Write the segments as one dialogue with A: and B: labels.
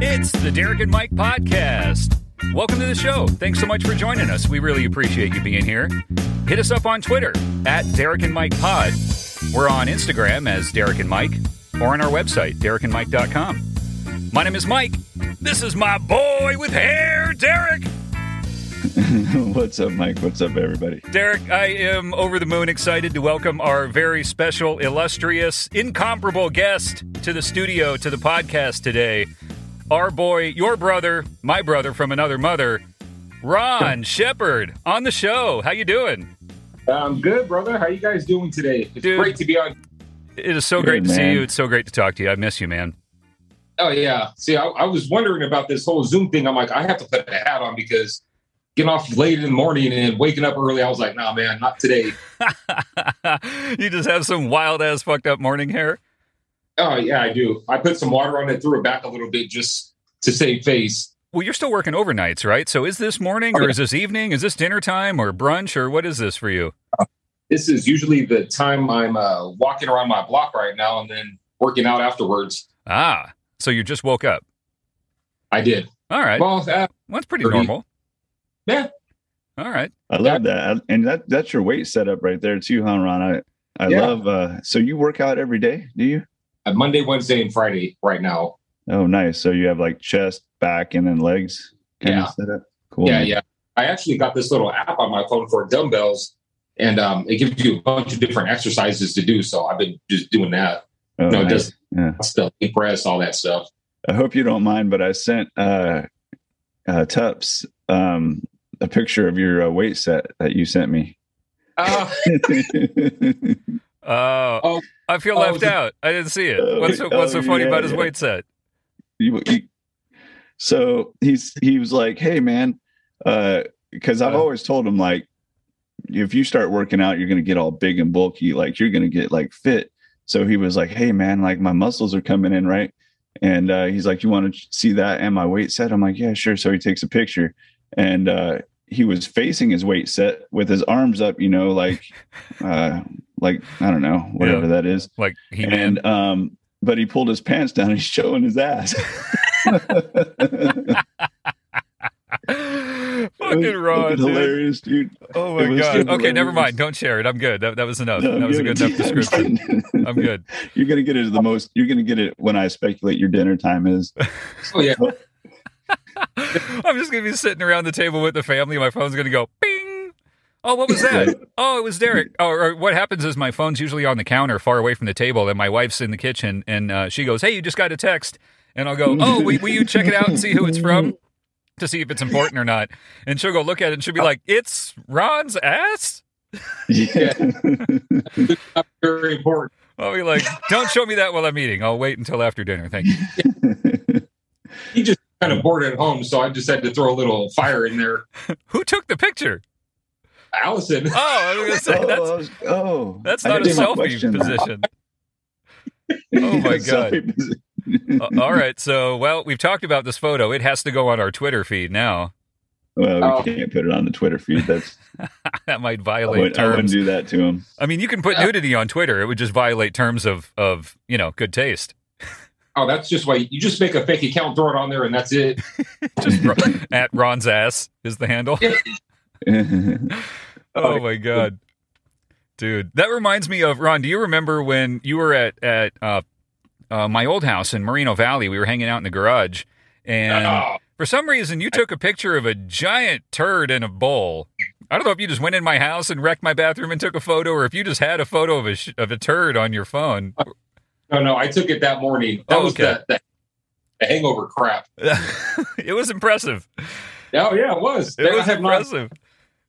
A: It's the Derek and Mike podcast. Welcome to the show. Thanks so much for joining us. We really appreciate you being here. Hit us up on Twitter at Derek and Mike Pod. We're on Instagram as Derek and Mike or on our website, derekandmike.com. My name is Mike. This is my boy with hair, Derek.
B: What's up, Mike? What's up, everybody?
A: Derek, I am over the moon excited to welcome our very special, illustrious, incomparable guest to the studio, to the podcast today. Our boy, your brother, my brother from another mother, Ron Shepard, on the show. How you doing?
C: I'm Um, good, brother. How you guys doing today? It's
A: Dude.
C: great to be on.
A: It is so
B: Good,
A: great to see
B: man.
A: you. It's so great to talk to you. I miss you, man.
C: Oh yeah. See, I, I was wondering about this whole Zoom thing. I'm like, I have to put a hat on because getting off late in the morning and waking up early, I was like, nah, man, not today.
A: you just have some wild ass fucked up morning hair.
C: Oh yeah, I do. I put some water on it, threw it back a little bit just to save face.
A: Well, you're still working overnights, right? So is this morning
C: Oh,
A: or
C: yeah.
A: is this evening? Is this dinner time or brunch or what is this for you?
C: This is usually the time I'm uh, walking around my block right now and then working out afterwards.
A: Ah, so you just woke up.
C: I did.
A: All right. Well,
C: Well, uh,
A: that's pretty
C: pretty-
A: normal.
C: Yeah.
A: All right.
B: I love that, and that that's your weight setup right there too, huh, Ron? I, I
C: Yeah.
B: love. Uh, so you work out every day, do you?
C: uh, Monday, Wednesday, and Friday right now.
B: Oh, nice. So you have like chest, back, and then legs kind
C: Yeah.
B: of setup. Cool.
C: Yeah,
B: man.
C: yeah. I actually got this little app on my phone for dumbbells, and um, it gives you a bunch of different exercises to do. So I've been just doing that
B: Oh,
C: No, it
B: nice.
C: doesn't.
B: Yeah.
C: stuff, leg press, all that stuff.
B: I hope you don't mind, but I sent uh, uh, Tups um, a picture of your uh, weight set that you sent me.
C: Uh,
A: Uh,
C: Oh.
A: I feel
C: Oh,
A: left
C: the-
A: out. I didn't see it.
B: Oh,
A: What's so, what's so
B: oh,
A: funny
B: yeah,
A: about his
B: yeah.
A: weight set?
B: you, you so he's he was like hey man uh because i've
C: Uh.
B: always told him like if you start working out you're gonna get all big and bulky like you're gonna get like fit so he was like hey man like my muscles are coming in right and uh he's like you want to see that and my weight set i'm like yeah sure so he takes a picture and uh he was facing his weight set with his arms up you know like uh like i don't know whatever that is
A: Like he man.
B: and um but he pulled his pants down and he's showing his ass
A: Fucking Ron,
B: Fucking
A: dude.
B: hilarious dude
A: Oh my
B: It was
A: god.
B: fucking
A: Okay, never
B: hilarious.
A: mind. Don't share it. I'm good. That, that was enough.
B: No,
A: that was a
B: I'm
A: good
B: kidding.
A: enough description. I'm good.
B: you're gonna get it at the most you're gonna get it when i speculate your dinner time is
C: oh yeah,
A: I'm just gonna be sitting around the table with the family. My phone's gonna go ping. Oh, what was that? oh, it was Derek. Oh, or what happens is my phone's usually on the counter, far away from the table, and my wife's in the kitchen, and uh, she goes, "Hey, you just got a text," and I'll go, "Oh, will, will you check it out and see who it's from?" To see if it's important or not, and she'll go look at it, and she'll be
B: Uh,
A: like, "It's Ron's ass."
B: yeah
C: very important.
A: I'll be like, "Don't show me that while I'm eating. I'll wait until after dinner." Thank you.
C: He just kind of bored at home, so I just had to throw a little fire in there.
A: Who took the picture?
C: Allison,
A: Oh, I was gonna say
B: oh,
A: that's
B: I was- oh,
A: that's
B: I
A: not a
B: did my
A: selfie
B: question.
A: position. Oh my
B: Selfie position.
A: Uh, all right. So, well, we've talked about this photo. It has to go on our Twitter feed now.
B: well we
C: Oh.
B: can't put it on the twitter feed that's
A: that might
B: I
A: violate
B: wouldn't, I wouldn't
A: terms.
B: do that to him
A: I mean, you can put nudity on Twitter. It would just violate terms of of you know good taste.
C: oh, that's just why you just make a fake account, throw it on there, and that's it.
A: Just Ro- at Ron's ass is the handle. Oh
C: Okay.
A: my god, dude, that reminds me of Ron. Do you remember when you were at at uh, uh, my old house in Moreno Valley? We were hanging out in the garage, and
C: Oh,
A: For some reason, you took a picture of a giant turd in a bowl. I don't know if you just went in my house and wrecked my bathroom and took a photo, or if you just had a photo of a sh- of a turd on your phone.
C: no, no, I took it that morning. That
A: Oh,
C: was
A: okay.
C: the, the, the hangover crap.
A: it was impressive.
C: Oh yeah, it was.
A: It was
C: I have not.
A: impressive.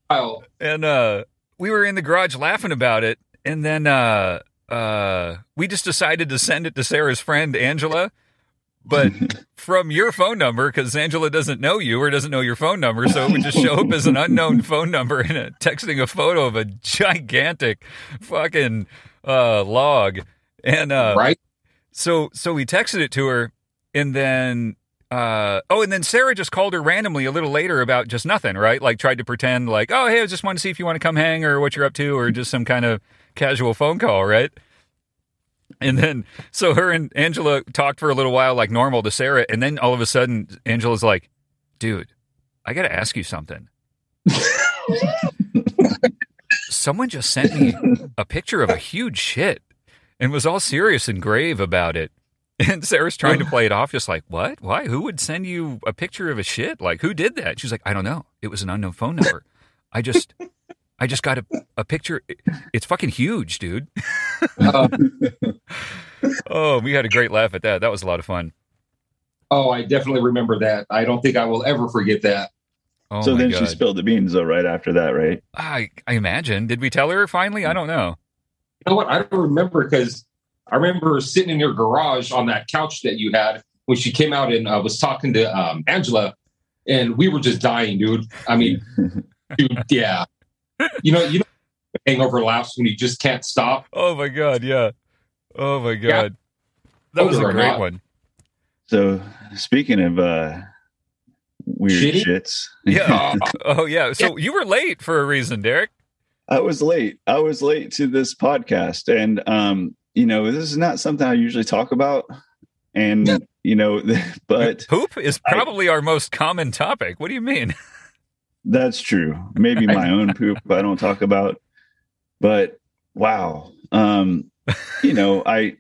C: filed.
A: And uh, we were in the garage laughing about it, and then uh, uh, we just decided to send it to Sarah's friend Angela, but from your phone number because Angela doesn't know you or doesn't know your phone number, so it would just show up as an unknown phone number and a, texting a photo of a gigantic fucking uh, log. And uh,
C: right?
A: so so we texted it to her, and then uh, oh, and then Sarah just called her randomly a little later about just nothing, right? Like tried to pretend like, oh hey, I just wanted to see if you want to come hang or what you're up to or just some kind of casual phone call, right? And then so her and Angela talked for a little while like normal to Sarah, and then all of a sudden Angela's like, dude, I gotta ask you something. Someone just sent me a picture of a huge shit and was all serious and grave about it. And Sarah's trying to play it off, just like, what? Why? Who would send you a picture of a shit? Like, who did that? She's like, I don't know. It was an unknown phone number. I just, I just got a, a picture. It- It's fucking huge, dude.
C: Uh,
A: Oh, we had a great laugh at that. That was a lot of fun.
C: oh, I definitely remember that. I don't think I will ever forget that.
A: Oh
B: so
A: my
B: then she
A: god!
B: spilled the beans though, right after that, right?
A: I, I imagine. Did we tell her finally? I don't know.
C: You know what? I don't remember because I remember sitting in your garage on that couch that you had when she came out and uh, was talking to um, Angela, and we were just dying, dude. I mean, dude, yeah. You know, you know, hangover laughs when you just can't stop.
A: Oh my god! Yeah. Oh my god.
C: Yeah.
A: That was a
C: Older or
A: great
C: not.
A: one.
B: So speaking of uh weird
C: Shitty?
B: shits,
A: Yeah.
C: Uh,
A: Oh yeah. So you were late for a reason, Derek.
B: I was late. I was late to this podcast, and um, you know, this is not something I usually talk about, and you know, but
A: Poop is
B: I-
A: probably our most common topic. What do you mean?
B: that's true. Maybe my own poop I don't talk about, but wow, um, you know, I,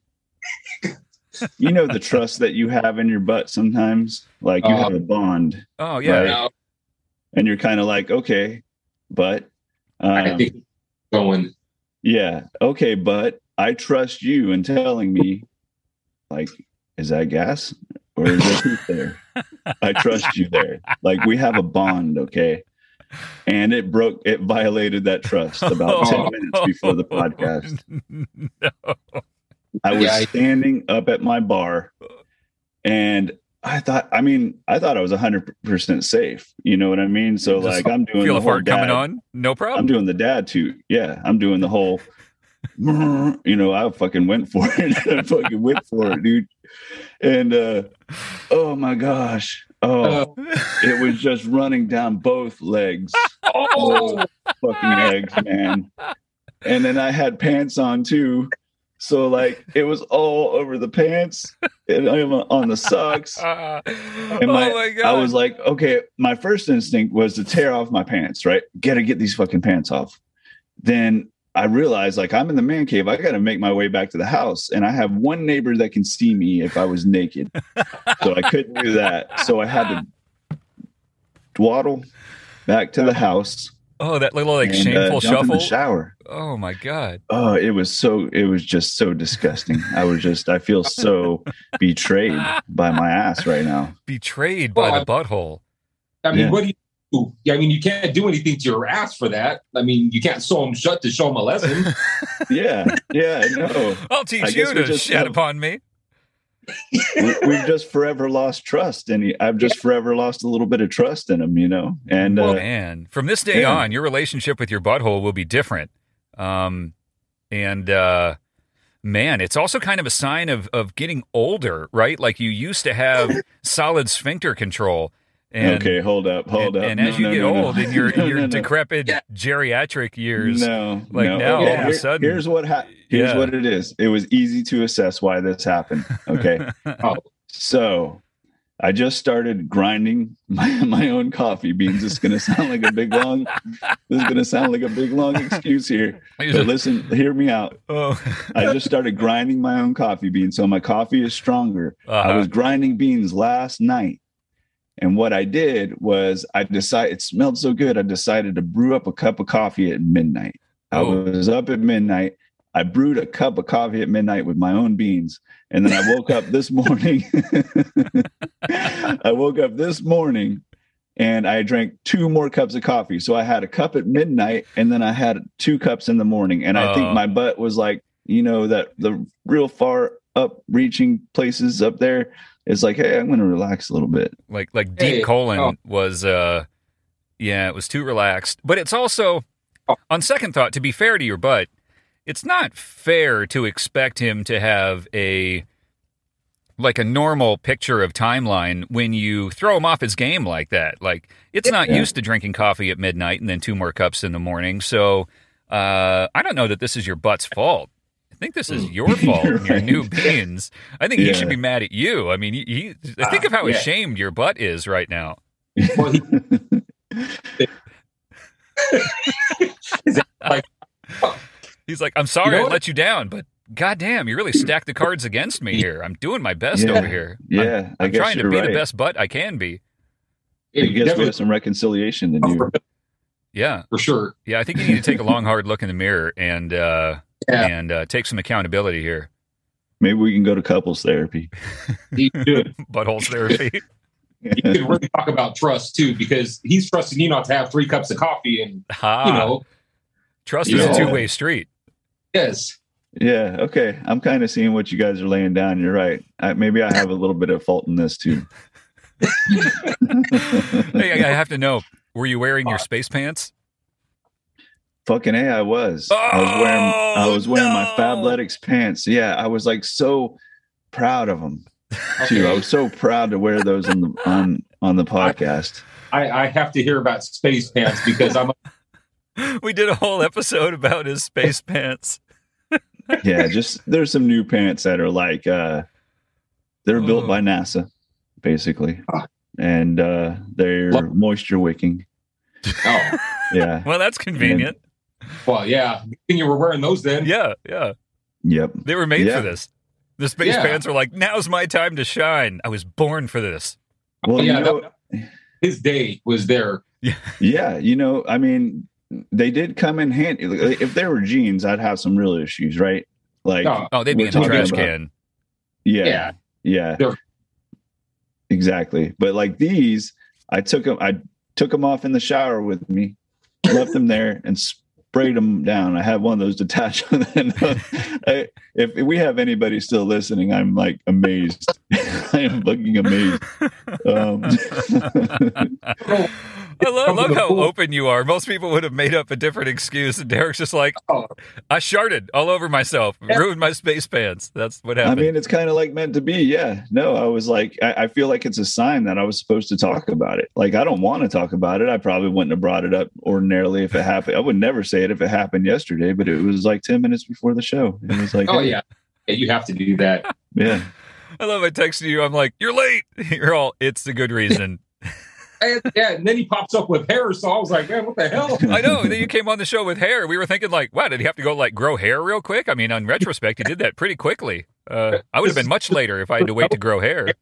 B: you know, the trust that you have in your butt sometimes, like you
C: Uh-huh.
B: have a bond,
A: Oh yeah.
B: Right.
C: now
B: and you're kind of like, okay, but
C: I
B: um,
C: think going.
B: Yeah. Okay, but I trust you in telling me, like, is that gas or is there poop there? I trust you there. Like we have a bond, okay? And it broke. It violated that trust
A: Oh.
B: about ten minutes before the podcast.
A: No.
B: I was
C: Yeah, I-
B: standing up at my bar, and I thought. I mean, I thought I was hundred percent safe. You know what I mean? So
A: Just
B: like, I'm doing
A: Feel
B: the
A: a
B: whole
A: fart coming
B: dad-
A: on? No
B: I'm
A: problem.
B: doing the dad toot. Yeah, I'm doing the whole. You know, I fucking went for it. I fucking went for it, dude. And uh, oh my gosh,
C: Uh,
B: oh, it was just running down both legs,
C: oh,
B: fucking legs, man. And then I had pants on too, so like it was all over the pants and on- on the socks.
A: Ah. oh
B: And my-
A: my god.
B: I was like, okay, my first instinct was to tear off my pants, right? Gotta get these fucking pants off. Then I realized, like, I'm in the man cave. I gotta make my way back to the house. And I have one neighbor that can see me if I was naked. so I couldn't do that. So I had to dwaddle back to the house.
A: oh, that little like
B: and, uh,
A: shameful
B: jump In
A: shuffle.
B: the shower.
A: Oh my god.
B: Oh, it was so, it was just so disgusting. I was just, I feel so betrayed by my ass right now.
A: Betrayed by the
C: Well,
A: butthole.
C: I mean,
B: Yeah.
C: what do you do? Yeah, I mean, you can't do anything to your ass for that. I mean, you can't sew them shut to show them a lesson.
B: Yeah. Yeah. I know.
A: I'll
B: I
A: teach
B: guess
A: you
B: we
A: to
B: just
A: shit
B: have-
A: upon me.
B: we, we've just forever lost trust and i've just forever lost a little bit of trust in him you know and
A: Well,
B: uh,
A: man, from this day
B: yeah.
A: on, your relationship with your butthole will be different. Um, and uh, man, it's also kind of a sign of of getting older, right? Like you used to have solid sphincter control, and
B: okay hold up hold
A: and,
B: up
A: and
B: No,
A: as you
B: no,
A: get
B: no, no.
A: old in your
B: No,
A: your
B: no, no.
A: decrepit
C: Yeah.
A: geriatric years,
B: no,
A: like,
B: no.
A: now,
B: Okay,
A: all of a sudden-
B: here's what hap here's
A: Yeah.
B: what it is. It was easy to assess why this happened. Okay, Oh, so I just started grinding my, my own coffee beans. It's gonna sound like a big long. this is gonna sound like a big long excuse here.
A: You
B: But
A: just-
B: listen, hear me out.
A: oh,
B: I just started grinding my own coffee beans, so my coffee is stronger. I
A: uh-huh.
B: was grinding beans last night. And what I did was I decided it smelled so good. I decided to brew up a cup of coffee at midnight. I
A: Oh.
B: was up at midnight. I brewed a cup of coffee at midnight with my own beans. And then I woke up this morning. I woke up this morning and I drank two more cups of coffee. So I had a cup at midnight and then I had two cups in the morning. And I
A: Oh.
B: think my butt was like, you know, that the real far up reaching places up there is like, hey, I'm going to relax a little bit.
A: like like deep
C: Hey,
A: colon
C: oh.
A: was uh yeah it was too relaxed but it's also
C: Oh.
A: on second thought to be fair to your butt it's not fair to expect him to have a like a normal picture of timeline when you throw him off his game like that. Like it's not
B: Yeah.
A: used to drinking coffee at midnight and then two more cups in the morning. So uh, I don't know that this is your butt's fault. I think this is your fault.
B: You're
A: and Your
B: right.
A: new beans. I think he
B: Yeah.
A: should be mad at you. I mean, he, he,
C: Ah,
A: think of how
C: yeah.
A: ashamed your butt is right now.
C: Well, he-
A: He's like, I'm sorry
C: know
A: I
C: what?
A: let you down, but goddamn, you really stacked the cards against me here. I'm doing my best
B: Yeah.
A: over here. I'm,
B: yeah, I
A: I'm
B: guess
A: trying to
B: you're
A: be
B: right.
A: the best butt I can be.
B: I guess we
C: definitely
B: have some reconciliation to do.
A: Yeah.
C: for sure.
A: Yeah. I think you need to take a long, hard look in the mirror and, uh,
C: Yeah.
A: and uh, take some accountability here.
B: Maybe we can go to couples therapy.
C: He should.
A: Buttholes therapy.
C: You could really talk about trust too, because he's trusting you not to have three cups of coffee, and you
A: ha.
B: Ah.
C: know,
A: Trust
B: you
A: is a
B: know.
A: two way street.
C: yes,
B: yeah, okay. I'm kind of seeing what you guys are laying down. You're right. I, maybe I have a little bit of fault in this too.
A: hey, I I have to know were you wearing your space pants?
B: Fucking a, I was. I was wearing. I
A: Oh,
B: was wearing my
A: no.
B: Fabletics pants. Yeah, I was like so proud of them too. I was so proud to wear those on the on on the podcast.
C: I, I have to hear about space pants because I'm
A: We did a whole episode about his space pants.
B: Yeah, just there's some new pants that are like uh they're built
A: Oh.
B: by NASA basically. And uh they're
C: Lo-
B: moisture wicking.
C: oh
B: Yeah.
A: Well, that's convenient.
C: well, yeah, Good thing you were wearing those then.
A: Yeah. Yeah.
B: Yep.
A: They were made
B: Yeah.
A: for this. The space
C: Yeah.
A: pants are like, now's my time to shine. I was born for this.
B: Well,
C: yeah,
B: you know,
C: that- his day was there.
B: yeah, you know, I mean, they did come in handy. If there were jeans, I'd have some real issues, right? Like,
C: No,
A: Oh, they'd be in
B: We're
A: a
B: talking
A: trash
B: about-
A: can.
B: yeah,
C: yeah.
B: yeah,
C: They're-
B: exactly. But like these, I took them. I took them off in the shower with me, left them there, and sprayed them down. I had one of those detached. and, uh, I, if we have anybody still listening, I'm like amazed. I am fucking amazed. Um,
A: I love, love how open you are. Most people would have made up a different excuse, and Derek's just like,
C: Oh.
A: I sharted all over myself,
C: Yeah.
A: ruined my space pants. That's what
B: I
A: happened.
B: mean, it's kind of like meant to be. Yeah. No, I was like, I, I feel like it's a sign that I was supposed to talk about it. Like, I don't want to talk about it. I probably wouldn't have brought it up ordinarily if it happened. I would never say it if it happened yesterday, but it was like 10 minutes before the show. It was like,
C: Oh
B: hey,
C: yeah. yeah, you have to do that.
B: Yeah.
A: I love I texted you. I'm like, you're late. You're all, it's a good reason.
C: And, yeah, and then he pops up with hair, so I was like, man, what the hell?
A: Oh, I know. And then you came on the show with hair. We were thinking, like, wow, did he have to go, like, grow hair real quick? I mean, on retrospect, he did that pretty quickly. Uh, I would have been much later if I had to wait to grow hair.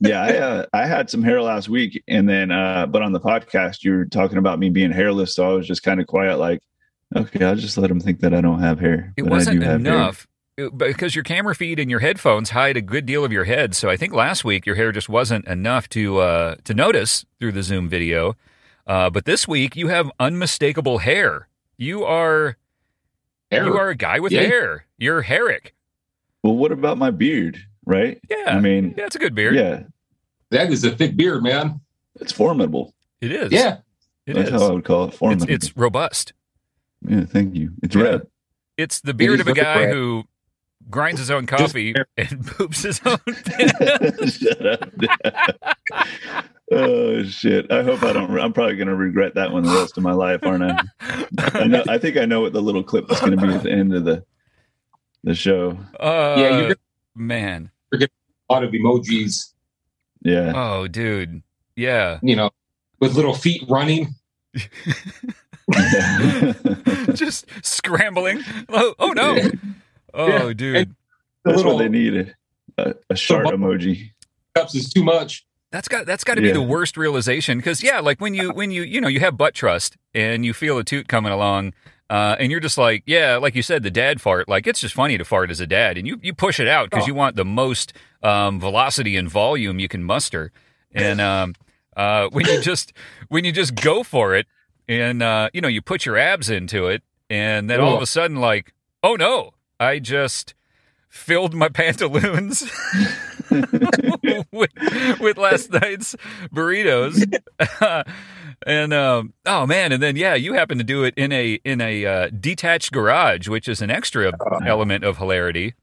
B: yeah, I, uh, I had some hair last week, and then, uh, but on the podcast, you were talking about me being hairless, so I was just kind of quiet, like, okay, I'll just let them think that I don't have hair.
A: It
B: but I
A: wasn't
B: do have hair.
A: enough it- because your camera feed and your headphones hide a good deal of your head. So I think last week your hair just wasn't enough to uh, to notice through the Zoom video. Uh, but this week you have unmistakable hair. You are
C: Hair.
A: you are a guy with
C: Yeah.
A: hair. You're Herrick.
B: Well, what about my beard? Right?
A: Yeah,
B: I mean,
A: that's a good beard.
B: yeah,
C: That is a thick beard, man.
B: it's formidable.
A: It is.
C: Yeah,
A: it
B: That's
A: is.
B: how I would call it.
A: It's,
B: Formidable.
A: it's robust.
B: yeah, thank you. It's
A: Yeah.
B: red.
A: It's the beard
C: is
A: of a
C: really
A: guy
C: red.
A: who grinds his own coffee and poops his own. pants.
B: Shut up. oh shit! I hope I don't. I'm probably going to regret that one the rest of my life, aren't I? I, know, I think I know what the little clip is going to be at the end of the the show.
A: Uh,
C: Yeah, you're-
A: man.
C: a lot of emojis,
B: Yeah,
A: Oh, dude. Yeah.
C: you know, with little feet running.
A: just scrambling. Oh, oh no. Oh, dude.
C: The
B: that's
C: little
B: what they need a, a, a shark emoji.
C: cups is too much.
A: That's got that's got to be
B: Yeah.
A: the worst realization because yeah, like when you when you you know you have butt trust and you feel a toot coming along, uh, and you're just like yeah, like you said, the dad fart. Like it's just funny to fart as a dad, and you you push it out because
C: Oh.
A: you want the most um, velocity and volume you can muster. And um, uh, when you just when you just go for it, and uh, you know you put your abs into it, and then all of a sudden like oh no, I just filled my pantaloons. with, with last night's burritos. and um, oh man, and then yeah, you happen to do it in a in a uh, detached garage, which is an extra
B: Oh,
A: element of hilarity.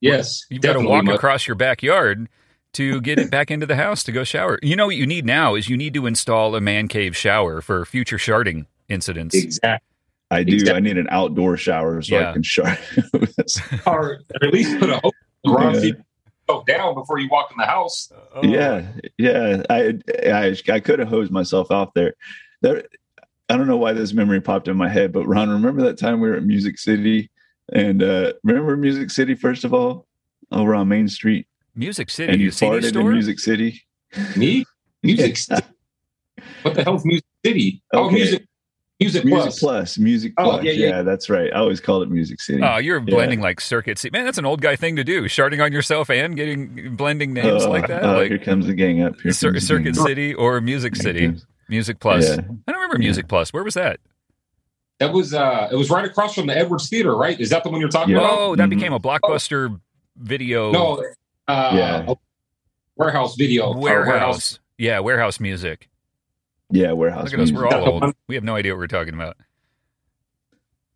C: Yes,
A: You've got to
C: definitely
A: walk
C: must-
A: across your backyard to get it back into the house to go shower. You know what you need now is you need to install a man cave shower for future sharding incidents.
C: Exactly.
B: I do.
C: Exactly.
B: I need an outdoor shower so
A: Yeah.
B: I can shower.
C: Or at least put a hole in the
B: Yeah.
C: garage so you can go down before you walk in the house.
A: Oh.
B: yeah, yeah. I, I I could have hosed myself off there. There, I don't know why this memory popped in my head, but Ron, remember that time we were at Music City, and uh, remember Music City first of all over on Main Street,
A: Music City,
B: and you
A: the CD
B: farted
A: store.
B: in Music City.
C: Me? Music. City. What the hell's Music City? Oh,
B: Okay.
C: Music, music,
B: Music
C: Plus.
B: Plus, Music
C: Oh,
B: Plus.
C: yeah,
B: yeah,
C: yeah.
B: that's right. I always called it Music City.
A: Oh, you're
B: Yeah.
A: blending like circuit. City. Man, that's an old guy thing to do. Sharding on yourself and getting blending names
B: Oh,
A: like that,
B: oh,
A: like
B: here comes the gang up. Here
A: Cir-
B: comes the gang
A: Circuit
B: up.
A: City or Music
B: Here
A: City,
B: comes-
A: Music Plus.
B: Yeah.
A: I don't remember
B: Yeah.
A: Music Plus. Where was that?
C: That was uh it was right across from the Edwards Theater, right? Is that the one you're talking
B: Yeah.
C: about?
A: Oh, that
B: Mhm.
A: became a blockbuster video
C: No. Uh
B: Yeah.
C: a warehouse video. or
A: warehouse. Yeah, warehouse music.
B: Yeah, warehouse.
A: Look at us.
B: music.
A: We're all
C: That's the
A: old.
C: one.
A: We have no idea what we're talking about.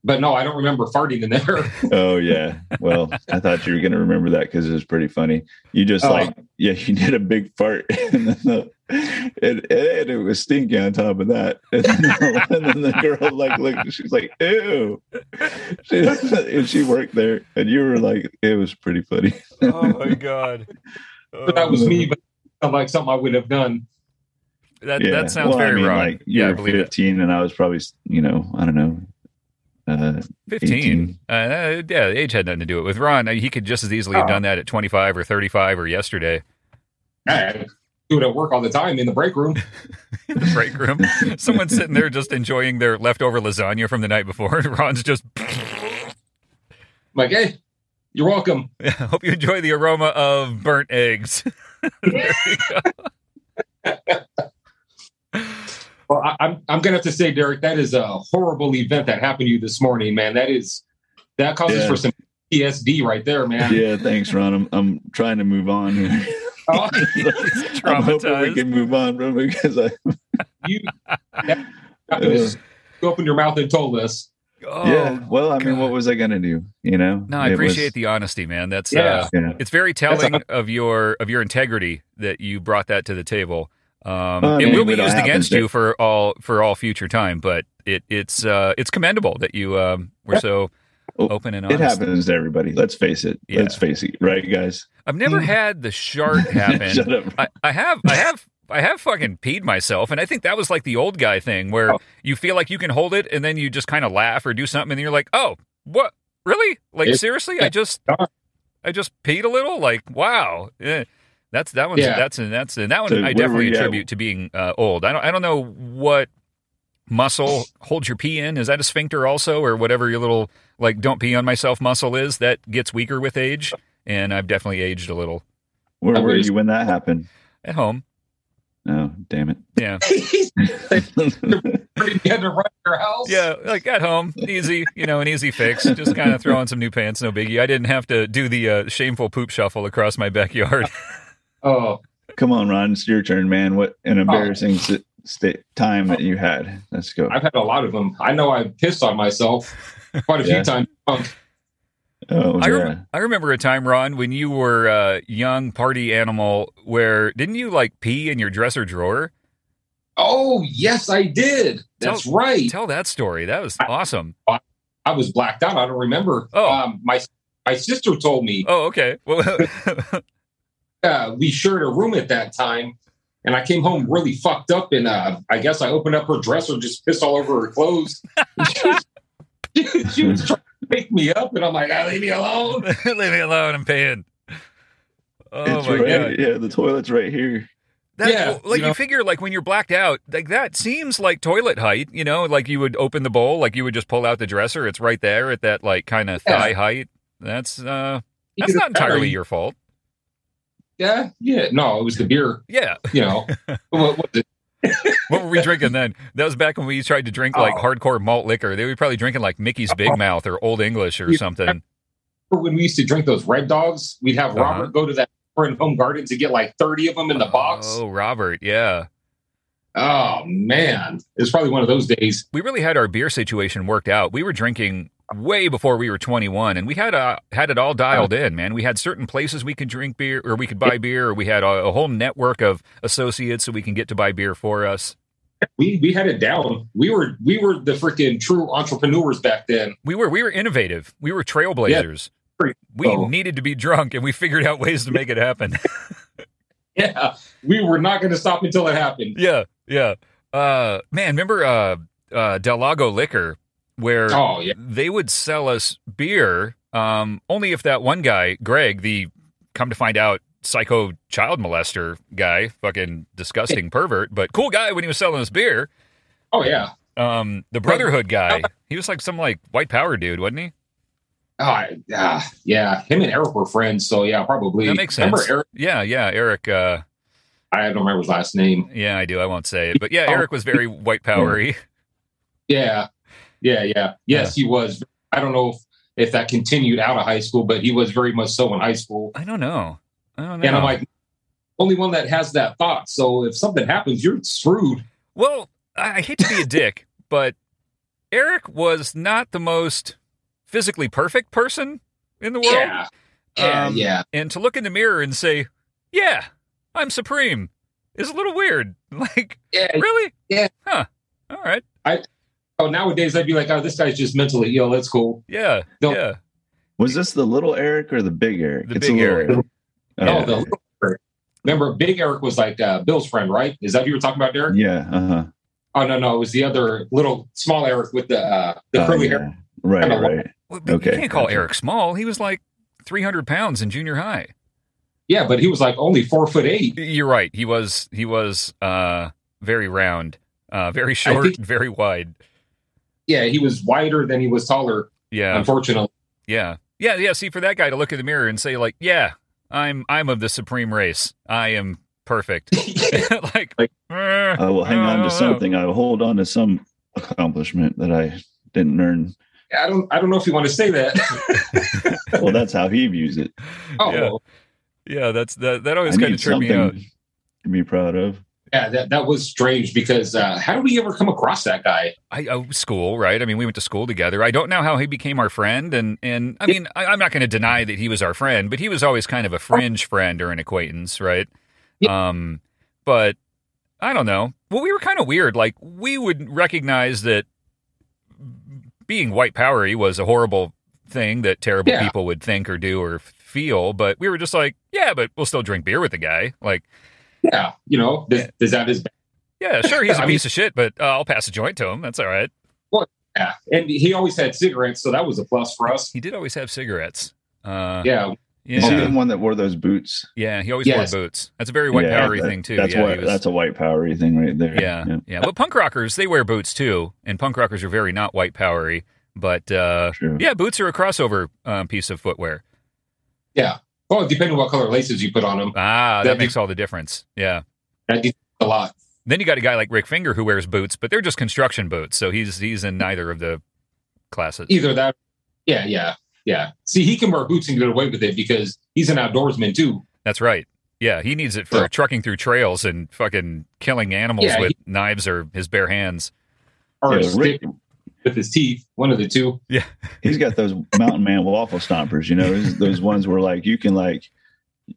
C: But no, I don't remember farting in there.
B: Oh yeah. Well, I thought you were gonna remember that because it was pretty funny. You just
C: Oh.
B: like yeah, you did a big fart, and then the, and, and it was stinky on top of that. And then the, and then the girl like looked. She's like, "Ew," she, and she worked there, and you were like, "It was pretty funny."
A: Oh my god. Uh,
C: But that was me, but I'm like something I would have done.
A: that,
B: Yeah.
A: that sounds
B: Well,
A: very
B: I mean,
A: wrong.
B: Like you
A: yeah, I
B: were
A: believe it.
B: fifteen, and I was probably you know I don't know. Uh,
A: 15.
B: 18.
A: Uh, uh, yeah, age had nothing to do with it. With Ron, uh, he could just as easily have
C: Oh.
A: done that at 25 or 35 or yesterday
C: I do it at work all the time in the break room.
A: in the break room. Someone's sitting there just enjoying their leftover lasagna from the night before. and Ron's just,
C: like, hey, you're welcome.
A: hope you enjoy the aroma of burnt eggs. there you go.
C: Well, I, I'm I'm gonna have to say, Derek, that is a horrible event that happened to you this morning, man. That is that causes
B: Yeah.
C: for some PSD right there, man.
B: yeah, thanks, Ron. I'm I'm trying to move on here.
C: Oh,
A: He's
B: I'm hoping we
A: traumatized.
B: can move on from it because I
C: you happened to open your mouth and told us.
A: Oh,
B: yeah. Well, I mean,
A: God.
B: what was I gonna do? You know?
A: No, I
B: It was-
A: appreciate the honesty, man. That's
C: Yeah.
A: uh,
B: Yeah.
A: it's very
C: That's
A: telling of your of your integrity that you brought that to the table. Um,
B: Well, I
A: it
B: mean,
A: will be
B: it
A: used
B: happens.
A: against you for all for all future time, but it it's uh, it's commendable that you um, were so
B: Oh,
A: open and
B: It
A: honest.
B: happens to everybody. Let's face it.
A: Yeah.
B: Let's face it, right, guys?
A: I've
B: Hmm.
A: never had the shart happen.
B: Shut up.
A: I, I have I have I have fucking peed myself, and I think that was like the old guy thing where
C: Oh.
A: you feel like you can hold it, and then you just kind of laugh or do something, and you're like, oh, what? Really? Like
C: It's-
A: seriously? I just
C: Yeah.
A: I just peed a little. Like wow. Eh. That's that one's
C: Yeah.
A: that's and that's and that one
B: So
A: I
B: where
A: definitely
B: were you at?
A: attribute to being uh, old. I don't I don't know what muscle holds your pee in. Is that a sphincter also, or whatever your little like don't pee on myself muscle is? That gets weaker with age, and I've definitely aged a little
B: Where
C: I'm
B: were
C: just-
B: you when that happened?
A: at home.
B: Oh, damn it.
A: Yeah.
C: He's pretty had to run your house.
A: Yeah, like at home, easy, you know, an easy fix. Just kind of throw on some new pants, no biggie. I didn't have to do the uh, shameful poop shuffle across my backyard.
C: Oh,
B: Come on, Ron. It's your turn, man. What
A: Oh.
B: an embarrassing si- sta- time that you had. Let's go.
C: I've had a lot of them. I know I've pissed on myself quite a
B: Yeah.
C: few times. Um,
B: Oh,
A: I,
B: yeah.
A: rem- I remember a time, Ron, when you were uh, young party animal, where didn't you like pee in your dresser drawer?
C: Oh, yes, I did. That's
A: Tell-
C: right.
A: Tell that story. That was awesome.
C: I was blacked out. I don't remember.
A: Oh.
C: Um, my my sister told me
A: Oh, okay. Well,
C: uh, we shared a room at that time, and I came home really fucked up. And uh, I guess I opened up her dresser, just pissed all over her clothes. she, was, she was trying to wake me up, and I'm like, ah, "Leave me alone."
A: leave me alone. I'm paying. Oh
B: it's
A: my god.
B: right. Yeah, the toilet's right here.
A: That,
C: Yeah,
A: well, like
C: you
A: you,
C: know?
A: figure, like when you're blacked out, like that seems like toilet height. You know, like you would open the bowl, like you would just pull out the dresser. It's right there at that like kind of
C: Yeah.
A: thigh height. That's uh, that's not entirely your fault.
C: Yeah, yeah. No, it was the beer.
A: Yeah,
C: You know, what was it?
A: what were we drinking then? That was back when we tried to drink like
C: Oh.
A: hardcore malt liquor. They were probably drinking like Mickey's Big Mouth or Old English or
C: You-
A: something.
C: Remember when we used to drink those Red Dogs? We'd have
A: Uh-huh.
C: Robert go to that in Home Garden to get like 30 of them in the box.
A: Oh, Robert, yeah.
C: Oh, man. It's probably one of those days.
A: We really had our beer situation worked out. We were drinking way before we were 21 and we had uh, had it all dialed in, man. We had certain places we could drink beer or we could buy beer or we had a, a whole network of associates so we can get to buy beer for us.
C: We, we had it down. We were we were the freaking true entrepreneurs back then.
A: We were we were innovative. We were trailblazers.
C: Yeah.
A: We
C: Oh.
A: needed to be drunk and we figured out ways to make it happen.
C: Yeah. We were not going to stop until it happened.
A: yeah, yeah. Uh man, remember uh uh Del Lago liquor where
C: Oh, yeah.
A: they would sell us beer um, only if that one guy, Greg, the come to find out psycho child molester guy, fucking disgusting pervert, but cool guy when he was selling us beer.
C: Oh, yeah.
A: Um, the Brotherhood guy, he was like some like white power dude, wasn't he?
C: Oh, I- ah, yeah. Him and Eric were friends. So, yeah, probably.
A: That makes
C: Remember
A: sense.
C: Eric?
A: Yeah, yeah, Eric. Uh,
C: I don't remember his last name.
A: yeah, I do. I won't say it, but
C: Oh.
A: yeah, Eric was very white powery.
C: Yeah. Yeah. Yeah. Yes, he was. I don't know if, if that continued out of high school, but he was very much so in high school.
A: I don't know. I don't know.
C: And I'm like, only one that has that thought. So if something happens, you're screwed.
A: Well, I I hate to be a dick, but Eric was not the most physically perfect person in the world.
C: yeah. Yeah.
A: Um,
C: yeah.
A: And to look in the mirror and say, "Yeah, I'm supreme," is a little weird. Like,
C: Yeah.
A: really?
C: Yeah.
A: Huh. All right.
C: Oh, nowadays I'd be like, oh, this guy's just mentally ill. That's cool.
A: Yeah.
C: No.
A: Yeah.
B: Was this the little Eric or the big Eric?
A: The
B: a
A: big
B: little
A: Eric.
B: Oh,
C: No, the little Eric. Remember, Big Eric was like uh, Bill's friend, right? Is that who you were talking about, Derek?
B: yeah. Uh-huh.
C: Oh no, no, it was the other little small Eric with the uh, the
B: Oh,
C: curly
B: yeah.
C: hair.
B: Right,
C: Kinda
B: right.
A: Well, but You
B: Okay,
A: can't call
B: gotcha.
A: Eric small. He was like 300 pounds in junior high.
C: Yeah, but he was like only four foot eight.
A: You're right. He was. He was uh, very round, uh, very short,
C: think-
A: very wide.
C: Yeah, he was wider than he was taller.
A: Yeah.
C: Unfortunately,
A: Yeah. Yeah, yeah. See, for that guy to look in the mirror and say, like, yeah, I'm I'm of the supreme race. I am perfect. like,
C: Like,
A: eh,
B: I will hang
A: no,
B: on
A: no, no.
B: to something. I will hold on to some accomplishment that I didn't earn.
C: I don't, I don't know if you want to say that.
B: Well, that's how he views it.
C: oh,
A: yeah,
C: yeah,
A: yeah, that's that that
B: I
A: always kind
B: need
A: of tripped me out.
B: something to be proud of.
C: that, that was strange because uh, how did we ever come across that guy?
A: I, I school, right? I mean, we went to school together. I don't know how he became our friend, and and I mean, I, I'm not going to deny that he was our friend, but he was always kind of a fringe friend or an acquaintance, right? Um, but I don't know. Well, we were kind of weird. Like we would recognize that being white powery was a horrible thing that terrible
C: Yeah.
A: people would think or do or feel, but we were just like, yeah, but we'll still drink beer with the guy. Like,
C: Yeah, you know, does,
A: Yeah.
C: does that his
A: yeah, sure, he's a
C: I mean-
A: piece of shit, but uh, I'll pass a joint to him. That's all right.
C: yeah? And he always had cigarettes, so that was a plus for us.
A: He did always have cigarettes. Uh,
C: Yeah,
B: Is he
A: Yeah,
B: the one that wore those boots?
A: yeah. He always
C: Yes.
A: wore boots. That's a very white
B: Yeah,
A: powery
B: that-
A: thing too.
B: That's
A: yeah,
B: what.
A: he was-
B: That's a white powery thing right there.
A: yeah, yeah, But punk rockers they wear boots too, and punk rockers are very not white powery. But uh,
B: true.
A: yeah, boots are a crossover um, piece of footwear.
C: well, depending on what color laces you put on them,
A: Ah,
C: That
A: that
C: is-
A: makes all the difference. Yeah.
C: that did a lot.
A: Then you got a guy like Rick Finger who wears boots, but they're just construction boots, so he's he's in neither of the classes.
C: Either that, yeah, yeah, yeah. See, he can wear boots and get away with it because he's an outdoorsman too.
A: That's right. Yeah, he needs it for
C: Yeah.
A: trucking through trails and fucking killing animals
C: Yeah,
A: with knives or his bare hands.
C: Or a
B: Yeah, Rick-
C: stick with his teeth, one of the two.
B: He's got those mountain man waffle stompers. You know, those- those ones where like you can like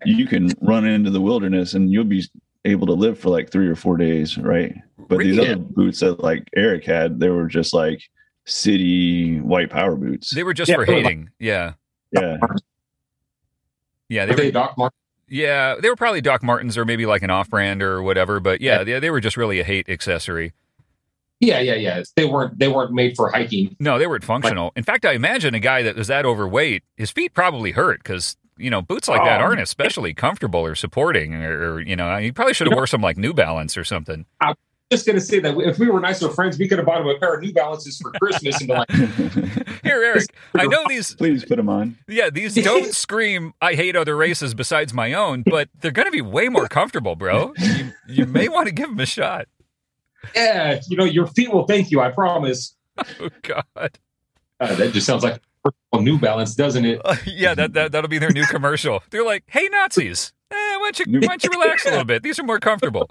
B: you can run into the wilderness and you'll be able to live for like three or four days, right? But these
C: Really?
B: other boots that like Eric had, they were just like city white power boots.
A: They were just
C: Yeah,
A: for
C: but like-
A: hating. Yeah.
B: Yeah,
A: Yeah, they
C: Are
A: were
C: they Doc Martin?
A: Yeah, they were probably Doc Martens or maybe like an off-brand or whatever. But yeah, they, they were just really a hate accessory.
C: Yeah, yeah, yeah. They weren't they weren't made for hiking.
A: No, they weren't functional. In fact, I imagine a guy that was that overweight, his feet probably hurt because you know boots like that
C: Oh.
A: aren't especially comfortable or supporting. Or, or, you know, he probably should have wore some like New Balance or something.
C: Just gonna say that if we were nicer friends, we could have bought him a pair of New Balances for Christmas and be like,
A: Here, Eric, I know these.
B: please put them on.
A: Yeah, these don't scream. I hate other races besides my own, but they're going to be way more comfortable, bro. You, you may want to give them a shot.
C: "Yeah, you know, your feet will thank you. I promise."
A: Oh God.
C: Uh, that just sounds like on New Balance, doesn't it?
A: Uh, yeah, that, that that'll be their new commercial. They're like, "Hey Nazis, eh, why don't you why don't you relax a little bit? These are more comfortable."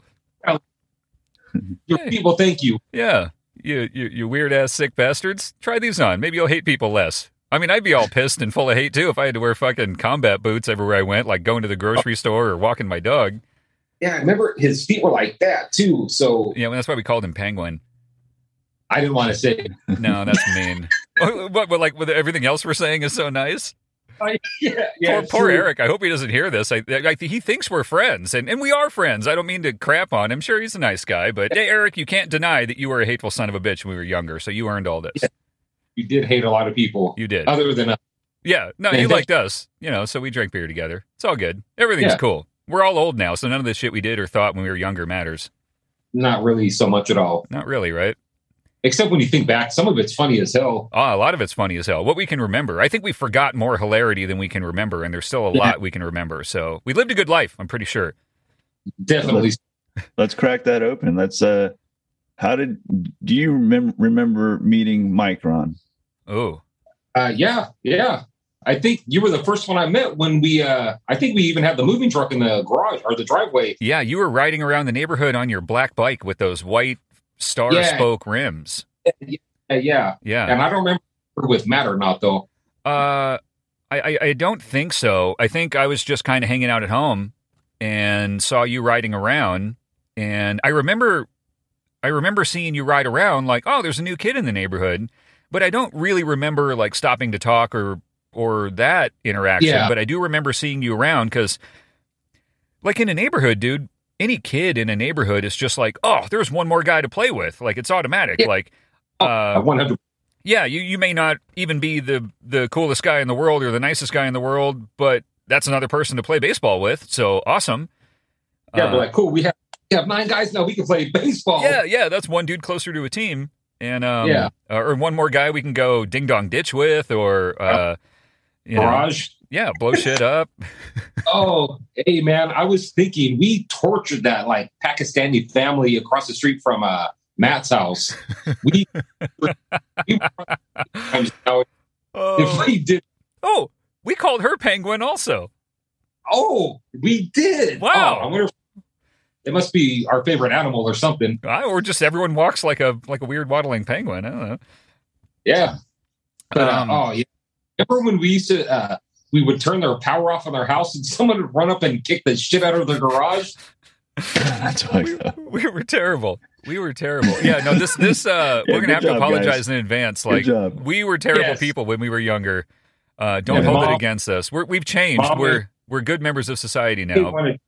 C: Your
A: Hey.
C: people, thank you.
A: Yeah, you you, you weird ass sick bastards. Try these on. Maybe you'll hate people less. I mean, I'd be all pissed and full of hate too if I had to wear fucking combat boots everywhere I went, like going to the grocery store or walking my dog.
C: Yeah, I remember his feet were like that too. So
A: Yeah, well, that's why we called him Penguin.
C: I didn't want to say.
A: No, that's mean. what, what, like with everything else we're saying is so nice.
C: Yeah, yeah,
A: poor, poor
C: sure.
A: Eric. I hope he doesn't hear this. I, I, he thinks we're friends, and, and we are friends. I don't mean to crap on him. Sure, he's a nice guy, but hey, Eric, you can't deny that you were a hateful son of a bitch when we were younger. So you earned all this.
C: You did hate a lot of people,
A: You did.
C: other than us.
A: Yeah. No,
C: Uh, Yeah,
A: you
C: thank-
A: liked us, you know, so we drank beer together. It's all good. Everything's
C: Yeah.
A: cool. We're all old now, so none of the shit we did or thought when we were younger matters.
C: not really so much at all.
A: Not really, right?
C: Except when you think back, some of it's funny as hell.
A: Ah, a lot of it's funny as hell. What we can remember. I think we forgot more hilarity than we can remember, and there's still a
C: Yeah.
A: lot we can remember. So we lived a good life, I'm pretty sure.
C: Definitely.
B: Let's crack that open. Let's uh how did do you remember remember meeting Mike Ron?
A: Oh.
C: Uh, yeah, yeah. I think you were the first one I met when we. Uh, I think we even had the moving truck in the garage or the driveway.
A: Yeah, you were riding around the neighborhood on your black bike with those white star
C: Yeah.
A: spoke rims.
C: Uh, yeah,
A: Yeah.
C: and I don't remember with Matt or not though.
A: Uh, I, I, I don't think so. I think I was just kind of hanging out at home and saw you riding around, and I remember, I remember seeing you ride around like, oh, there's a new kid in the neighborhood, but I don't really remember like stopping to talk or or that interaction.
C: Yeah.
A: But I do remember seeing you around because, like in a neighborhood, dude, any kid in a neighborhood is just like, oh, there's one more guy to play with. Like it's automatic.
C: Yeah.
A: Like.
C: Oh,
A: uh,
C: One hundred.
A: yeah, you, you may not even be the the coolest guy in the world or the nicest guy in the world, but that's another person to play baseball with. So awesome.
C: Yeah,
A: Uh,
C: we're like, cool. We have we have nine guys now. We can play baseball.
A: yeah, yeah, that's one dude closer to a team, and um,
C: Yeah.
A: or one more guy we can go ding dong ditch with, or uh, you know,
C: garage.
A: yeah, blow shit up.
C: Oh, hey man, I was thinking we tortured that like Pakistani family across the street from uh, Matt's house. We, we sometimes now, if
A: Oh,
C: we did,
A: oh, we called her penguin also.
C: oh, we did.
A: Wow.
C: Oh, I wonder. if- It must be our favorite animal or something.
A: Ah, or just everyone walks like a like a weird waddling penguin. I don't know.
C: Yeah. But uh,
A: Um,
C: oh yeah, remember when we used to? Uh, we would turn their power off on their house, and someone would run up and kick the shit out of their garage.
B: That's what I
A: we,
B: thought.
A: we were terrible. We were terrible. Yeah, no, this this uh
B: Yeah,
A: we're gonna have to
B: good job, guys.
A: apologize in advance.
B: Good
A: Like
B: job.
A: we were terrible
C: Yes.
A: people when we were younger. Uh don't
B: Yeah.
A: hold it
C: Mom-
A: against us. We're, we've changed.
C: Mom-
A: we're we're good members of society
C: We
A: now.
C: wanted-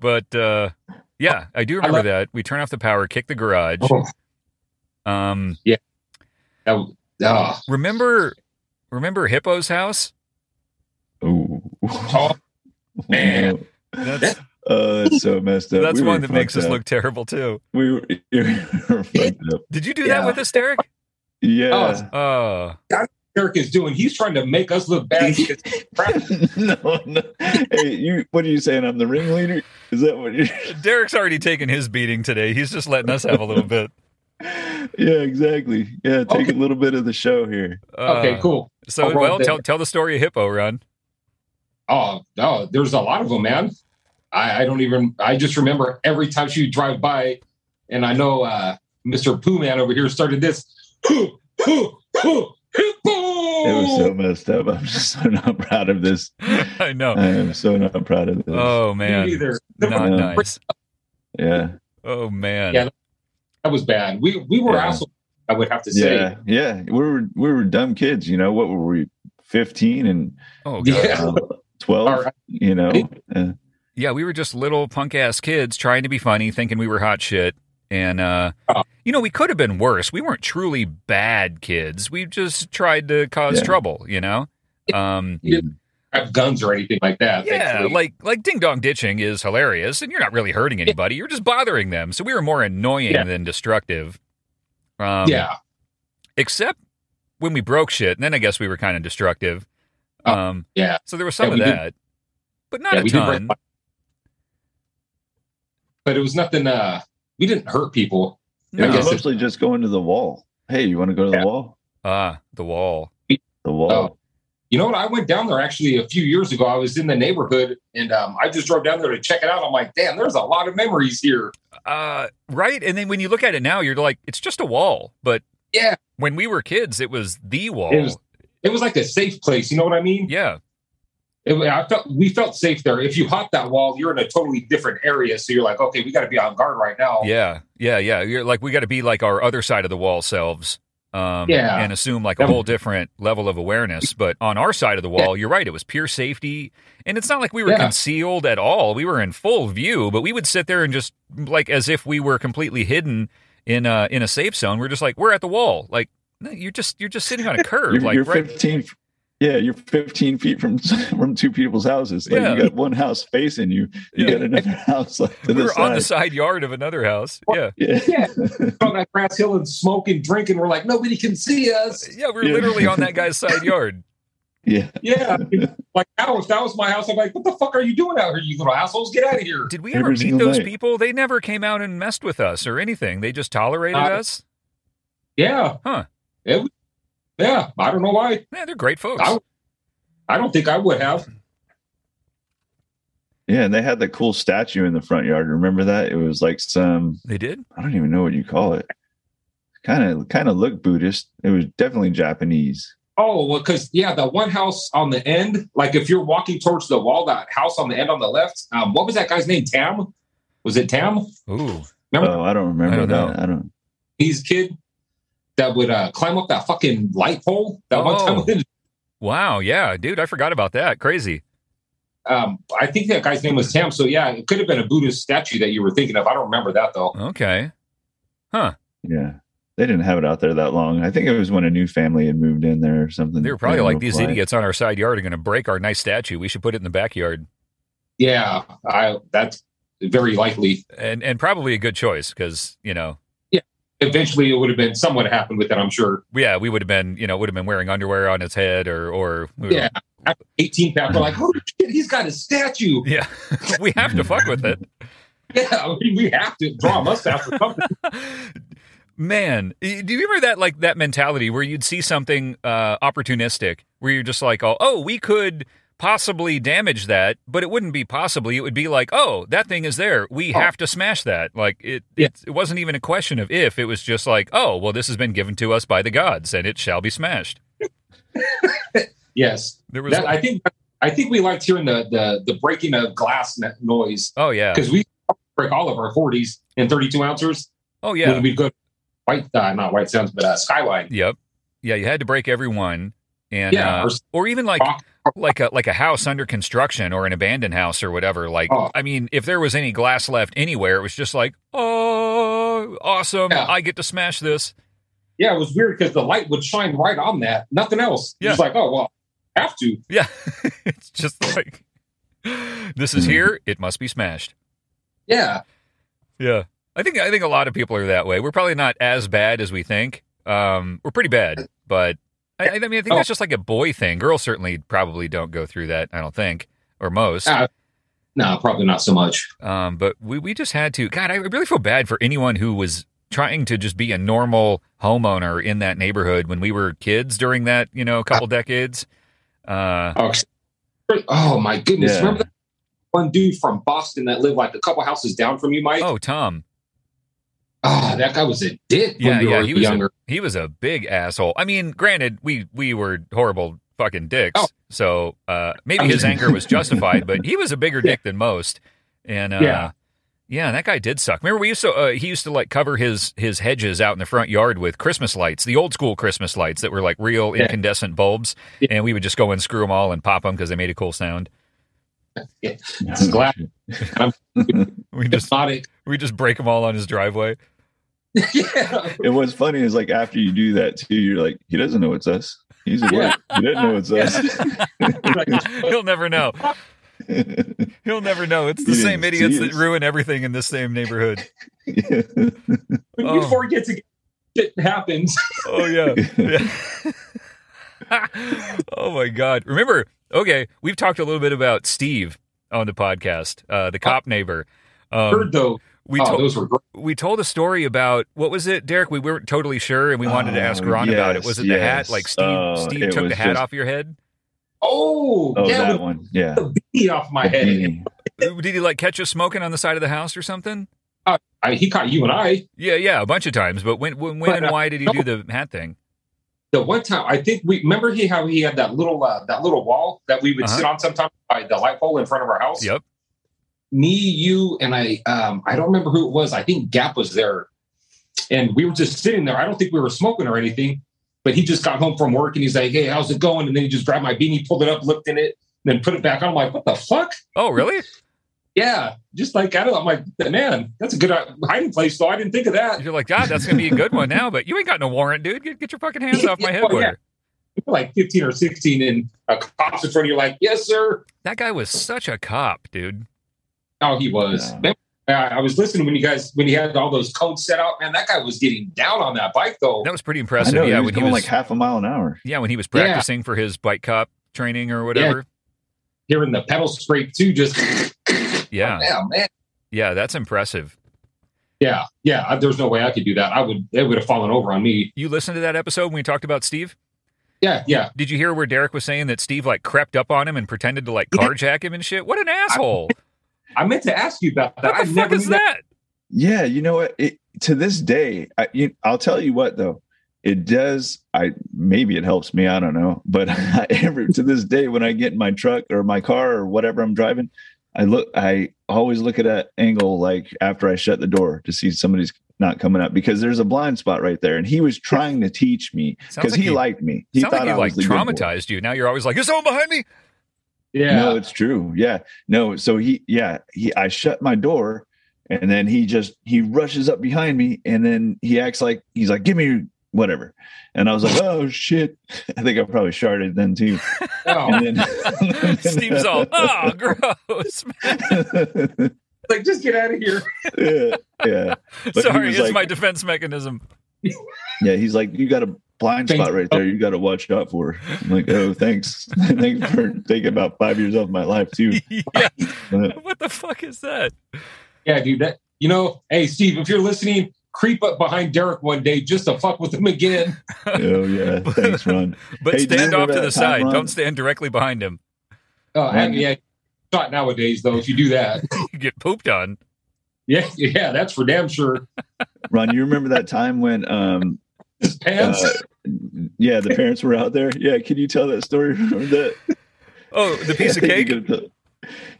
A: But uh yeah, I do remember
C: love-
A: that. We turn off the power, kick the garage.
C: Oh,
B: Oh.
A: Um
C: that was- oh.
A: remember remember Hippo's house?
B: Ooh.
C: Oh, man.
A: That's
B: Oh, that's so messed up.
A: that's
B: We were
A: one that makes
B: fucked
A: us
B: up.
A: look terrible too.
B: We were, we were fucked up.
A: Did you do that
C: Yeah.
A: with us, Derek?
B: Yeah.
A: Oh.
C: Eric is doing. He's trying to make us look bad because crap.
B: no, no. Hey, you. What are you saying? I'm the ringleader. Is that what you're?
A: Derek's already taken his beating today. He's just letting us have a little bit.
B: yeah, exactly. Yeah, take a little bit of the show here.
A: Uh,
C: okay, cool.
A: So,
C: I'll roll
A: well,
C: with it.
A: tell, tell the story of Hippo Run.
C: Oh, oh, there's a lot of them, man. I, I don't even. I just remember every time she would drive by, and I know uh, Mr. Pooh Man over here started this. Pooh, pooh,
B: It
C: pooh,
B: was so
A: Oh.
C: hippo.
B: messed up. I'm just so not proud of this.
A: I know.
B: I am so not proud of this.
A: Oh
C: Me
A: man,
C: neither.
A: not
B: Yeah.
A: nice.
B: yeah,
A: Oh man.
C: Yeah. That was bad. We we were
B: Yeah.
C: assholes. I would have to say.
B: yeah, yeah. We were we were dumb kids. You know what were we? Fifteen and
A: Oh god. Yeah.
C: Yeah.
B: um, twelve.
C: Alright.
B: You know. Uh,
A: we were just little punk ass kids trying to be funny, thinking we were hot shit, and uh,
C: Oh.
A: you know we could have been worse. We weren't truly bad kids. We just tried to cause
B: Yeah.
A: trouble. You know. Um.
C: You didn't have guns or anything like that.
A: Yeah,
C: thankfully.
A: like like ding dong ditching is hilarious, and you're not really hurting anybody. You're just bothering them. So we were more annoying
C: Yeah.
A: than destructive. Um,
C: yeah.
A: except when we broke shit. And then I guess we were kind of destructive.
C: Oh,
A: um,
C: yeah.
A: So there was some
C: Yeah,
A: of
C: we did-
A: that, but not
C: yeah,
A: a ton.
C: break- but it was nothing. Uh, we didn't hurt people.
B: it
A: No.
B: was
C: guess it-
B: mostly just going to the wall. Hey, you want to go to the
C: Yeah.
B: wall?
A: Ah, the wall.
B: The wall.
C: Oh. You know what? I went down there actually a few years ago. I was in the neighborhood and um, I just drove down there to check it out. I'm like, damn, there's a lot of memories here.
A: Uh, right. And then when you look at it now, you're like, it's just a wall. But
C: Yeah.
A: when we were kids, it was the wall.
C: It was- It was like a safe place. You know what I mean?
A: yeah.
C: It, I felt we felt safe there. If you hop that wall, you're in a totally different area. So you're like, okay, we got to be on guard right now.
A: Yeah. Yeah. Yeah. You're like, we got to be like our other side of the wall selves. Um,
C: Yeah.
A: And assume like a whole different level of awareness. But on our side of the wall, you're right. It was pure safety. And it's not like we were
C: Yeah.
A: concealed at all. We were in full view, but we would sit there and just like as if we were completely hidden in a, in a safe zone. We're just like, we're at the wall. Like, no, you're just you're just sitting on a curb,
B: You're,
A: like
B: you're
A: right,
B: 15. Yeah, you're 15 feet from from two people's houses, and
A: Yeah.
B: you got one house facing you. You
A: Yeah.
B: got another house like, to
A: we
B: the
A: were on
B: side.
A: the side yard of another house. Yeah.
B: yeah.
C: Yeah. on that grass hill and smoke and drink, and we're like, nobody can see us.
A: Yeah, we were
B: Yeah.
A: literally on that guy's side yard.
B: yeah,
C: Yeah. like now, if that was my house, I'm like, what the fuck are you doing out here, you little assholes? Get out of here.
A: Did we
B: Every
A: ever meet
B: single
A: those
B: night.
A: people? They never came out and messed with us or anything. They just tolerated
C: Uh,
A: us.
C: Yeah.
A: Huh.
C: It was- yeah. I don't know why.
A: Yeah, they're great folks.
C: I, I don't think I would have.
B: yeah. And they had the cool statue in the front yard. Remember that? It was like some
A: they did.
B: I don't even know what you call it. Kind of, kind of looked Buddhist. It was definitely Japanese.
C: Oh, well, because yeah, the one house on the end, like if you're walking towards the wall, that house on the end on the left, um, what was that guy's name? Tam? Was it Tam?
A: Ooh,
B: Oh, I don't remember
A: I don't
B: that.
A: know.
B: I don't.
C: He's a kid that would uh, climb up that fucking light pole that one
A: Oh.
C: time.
A: wow, yeah, dude, I forgot about that. Crazy.
C: Um, I think that guy's name was Tam. So yeah, it could have been a Buddhist statue that you were thinking of. I don't remember that though.
A: Okay,
B: Yeah, they didn't have it out there that long. I think it was when a new family had moved in there or something.
A: they were probably like
B: real
A: these
B: quiet.
A: idiots on our side yard are going to break our nice statue. We should put it in the backyard,
C: Yeah, I that's very likely.
A: and and probably a good choice because you know,
C: Eventually, it would have been somewhat happened with it. I'm sure.
A: yeah, we would have been you know would have been wearing underwear on its head or or we would've-
C: Yeah. 18 pack, we're like, holy shit, he's got a statue.
A: yeah. we have to fuck with it.
C: Yeah, I mean, we have to draw a mustache or something.
A: Man, y- do you remember that like that mentality where you'd see something uh, opportunistic, where you're just like, oh, oh, we could possibly damage that, but it wouldn't be possibly. It would be like, oh, that thing is there. We
C: Oh.
A: have to smash that. Like it,
C: Yeah.
A: it, it wasn't even a question of if. It was just like, oh, well, this has been given to us by the gods, and it shall be smashed.
C: Yes,
A: There was,
C: that, I think I think we liked hearing the the, the breaking of glass no- noise
A: oh yeah,
C: because we break all of our 40s and 32 ouncers
A: oh yeah.
C: when we go to white, uh, not white sounds, but uh, skyline.
A: Yep. Yeah, you had to break everyone, and
C: Yeah,
A: uh, or, even like
C: Rock.
A: like a like a house under construction or an abandoned house or whatever. Like,
C: Oh.
A: I mean, if there was any glass left anywhere, it was just like, oh, awesome!
C: Yeah.
A: I get to smash this.
C: Yeah, it was weird because the light would shine right on that, nothing else.
A: Yeah.
C: It's like, oh well, I have to.
A: Yeah, it's just like this is
B: Mhm.
C: Mm-hmm.
A: here. It must be smashed.
C: Yeah,
A: Yeah, I think I think a lot of people are that way. We're probably not as bad as we think. Um, we're pretty bad, but I, I mean, I think
C: Oh.
A: that's just like a boy thing. Girls certainly probably don't go through that. I don't think, or most.
C: Ah. no, probably not so much.
A: Um, but we, we just had to. God, I really feel bad for anyone who was trying to just be a normal homeowner in that neighborhood when we were kids during that, you know, couple decades. Uh,
C: Oh, ex- oh, my goodness!
B: Yeah.
C: Remember that one dude from Boston that lived like a couple houses down from you, Mike? Oh,
A: oh, Tom,
C: that guy was a dick
A: Yeah,
C: when we
A: yeah,
C: were
A: he was a-
C: younger.
A: he was a big asshole. I mean, granted, we we were horrible fucking dicks.
C: Oh.
A: So uh, maybe
C: I
A: his
B: mean-
A: anger was justified, but he was a bigger dick than most. And uh,
C: Yeah.
A: yeah, that guy did suck. Remember, we used to uh, he used to like cover his his hedges out in the front yard with Christmas lights, the old school Christmas lights that were like real
C: Yeah.
A: incandescent bulbs,
C: Yeah.
A: and we would just go and screw them all and pop them because they made a cool sound.
C: I'm glad.
A: We just
C: Hypnotic.
A: we just break them all on his driveway.
C: yeah.
B: It was funny is like after you do that too, you're like, he doesn't know it's us. He's a
C: Yeah.
B: what? He doesn't know it's us.
A: He'll never know. He'll never know. It's the
B: He
A: same
B: didn't see
A: idiots that
B: us.
A: ruin everything in this same neighborhood. Oh.
C: Before it gets to shit happens.
A: Oh yeah. Yeah. oh my god remember okay
B: Uh,
A: we've talked a little bit about steve on the podcast uh the cop neighbor um,
C: Heard though.
A: we
C: oh,
A: told
C: those were great.
A: we told a story about what was it, Derek? We weren't totally sure, and we wanted to ask
B: Oh,
A: Ron about it.
B: yes,
A: Was it the
B: yes.
A: hat? Like Steve,
B: Oh,
A: Steve
B: it
A: took
B: was
A: the hat
B: just-
A: off your head.
C: Oh,
B: Oh,
C: yeah,
B: that one. Yeah.
C: with the beanie off
B: The
C: my head.
B: beanie.
A: Did he like catch you smoking on the side of the house or something?
C: I, he caught you and I.
A: Yeah, yeah, a bunch of times. But when, when, when
C: But,
A: and
C: uh,
A: why did he do the hat thing?
C: The one time I think we remember he how he had that little uh, that little wall that we would
A: Uh-huh.
C: sit on sometimes by the light pole in front of our house.
A: Yep.
C: me, you, and I um I don't remember who it was. I think Gap was there. And we were just sitting there. I don't think we were smoking or anything, but he just got home from work and he's like, Hey, how's it going? And then he just grabbed my beanie, pulled it up, looked in it, and then put it back on. I'm like, what the fuck?
A: Oh, really?
C: Yeah. Just like I don't I'm like, man, that's a good uh, hiding place, though. I didn't think of that.
A: You're like, God, that's gonna be a good one now. But you ain't got no warrant, dude. Get, get your fucking hands off my
C: Yeah,
A: headwear.
C: yeah. Like 15 or 16, and a cop's in front of you, like, yes, sir.
A: That guy was such a cop, dude.
C: Oh, he was.
B: Yeah.
C: Man, I I was listening when you guys when he had all those codes set out. Man, that guy was getting down on that bike though.
A: That was pretty
B: I
A: impressive.
B: know.
A: yeah,
B: he was
A: when he
B: going
A: was
B: like half a mile an hour.
A: yeah when he was
C: Yeah.
A: practicing for his bike cop training or whatever.
C: hearing the pedal scrape too, just
A: Yeah, yeah,
C: yeah, man.
A: that's impressive.
C: Yeah, yeah. I- There's no way I could do that. I would. It would have fallen over on me.
A: You listened to that episode when we talked about Steve.
C: Yeah, yeah.
A: Did you hear where Derek was saying that Steve like crept up on him and pretended to like
C: Yeah.
A: carjack him and shit? What an asshole!
C: I meant to ask you about that.
A: what
C: I
A: the fuck
C: never
A: is
C: knew
A: that?
B: Yeah, you know what? It, to this day, I, you, I'll tell you what though, it does. I maybe it helps me. I don't know, but I, every to this day, when I get in my truck or my car or whatever I'm driving, I look. I always look at that angle like after I shut the door to see if somebody's not coming up because there's a blind spot right there. And he was trying to teach me
A: Sounds
B: because
A: like
B: he,
A: he-
B: liked me. He
A: Sounds
B: thought
A: like he
B: I
A: like
B: was the good boy.
A: traumatized you. Now you're always like, "Is someone behind me?"
C: Yeah,
B: No, it's true. Yeah. No, so he yeah, he I shut my door and then he just he rushes up behind me and then he acts like he's like, give me your whatever. And I was like, oh shit. I think I probably sharded then too.
C: No.
B: And then
A: Steve's all, "Oh, gross."
C: like just get out of here.
B: yeah, yeah. he
A: Sorry,
B: was
A: it's
B: like-
A: my defense mechanism.
B: Yeah. He's like, you got a blind
C: Thanks.
B: spot right there. You gotta watch out for. I'm like, oh, thanks. thanks for taking about five years off my life too. Uh,
A: yeah.
B: But-
A: What the fuck is that?
C: Yeah, dude. That you know. Hey, Steve, if you're listening, creep up behind Derek one day just to fuck with him again.
B: oh yeah. Thanks, Ron.
A: But
B: Hey, do you
A: stand off
B: remember
A: to
B: that
A: the
B: time,
A: side.
B: Ron?
A: Don't stand directly behind him.
C: Uh, I
B: Man.
C: mean, yeah, shot nowadays though. If you do that,
A: You get pooped on.
C: yeah, yeah, that's for damn sure.
B: Ron, you remember that time when um
C: His pants.
B: Uh, yeah, the parents were out there. Yeah, can you tell that story? Remember that
A: Oh, the piece of
B: I think you
A: cake.
B: could've told-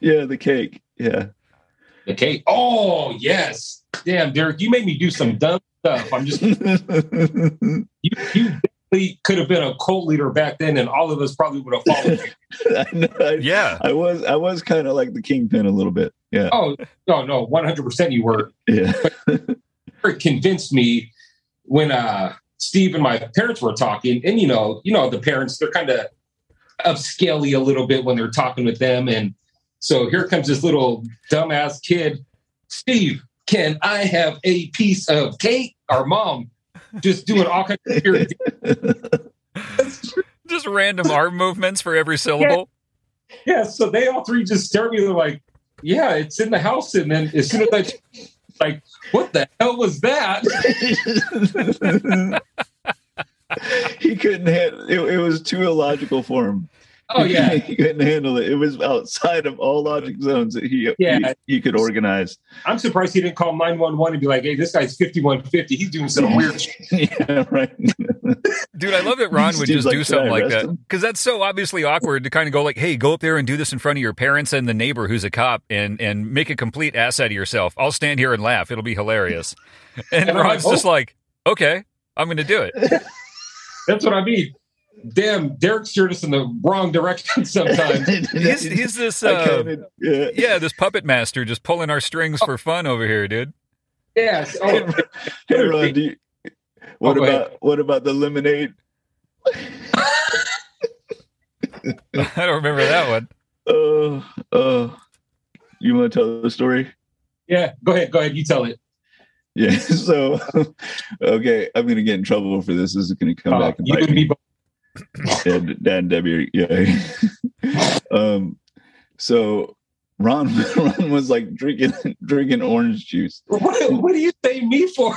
B: Yeah, the cake. Yeah,
C: okay. Oh yes. Damn, Derek, you made me do some dumb stuff. I'm just
B: I
C: you, you definitely could have been a cult leader back then, and all of us probably would have followed you.
B: know. I,
A: Yeah.
B: I was I was kind of like the kingpin a little bit. Yeah,
C: Oh no, no, one hundred percent, you were.
B: yeah,
C: It convinced me when uh, Steve and my parents were talking, and you know, you know, the parents they're kind of upscaley a little bit when they're talking with them, and so here comes this little dumbass kid, Steve. Can I have a piece of cake? Our mom just doing all kinds of weird
A: Just random arm movements for every syllable.
C: Yeah, so they all three just stare at me. They're like, "Yeah, it's in the house." And then as soon as I, like, what the hell was that?
B: he couldn't handle it. It was too illogical for him.
C: Oh yeah,
B: he couldn't handle it. It was outside of all logic zones that he
C: Yeah.
B: he, he could organize.
C: I'm surprised he didn't call 911 and be like, "Hey, this guy's 5150. He's doing some weird." shit.
B: yeah, right.
A: Dude, I love that Ron would
B: Steve's
A: just
B: like,
A: do
B: "Should
A: something
B: I
A: like
B: arrest
A: that.
B: him?"
A: Because that's so obviously awkward to kind of go like, hey, go up there and do this in front of your parents and the neighbor who's a cop and, and make a complete ass out of yourself. I'll stand here and laugh. It'll be hilarious. And,
C: And I'm
A: Ron's
C: like,
B: "Oh."
A: just like, okay, I'm going to do it.
C: That's what I mean. Damn, Derek steered us in the wrong direction sometimes.
A: He's, he's this,
B: I
A: uh,
B: kinda- yeah.
A: yeah, this puppet master just pulling our strings for fun over here, dude.
C: Yeah. so-
B: Hey, Ron- Oh. hey, Ron, do you, what
C: Oh, go ahead.
B: about what about the lemonade?
A: I don't remember that one.
B: Oh, oh, you want to tell the story?
C: yeah. Go ahead. Go ahead. You tell it.
B: Yeah. So, okay, I'm gonna get in trouble for this. This is gonna come
C: Uh,
B: back and
C: you
B: bite
C: and
B: me.
C: me
B: Dad, Dad and Debbie. are- Yeah. um. So Ron, Ron was like drinking drinking orange juice.
C: What, what do you say me for?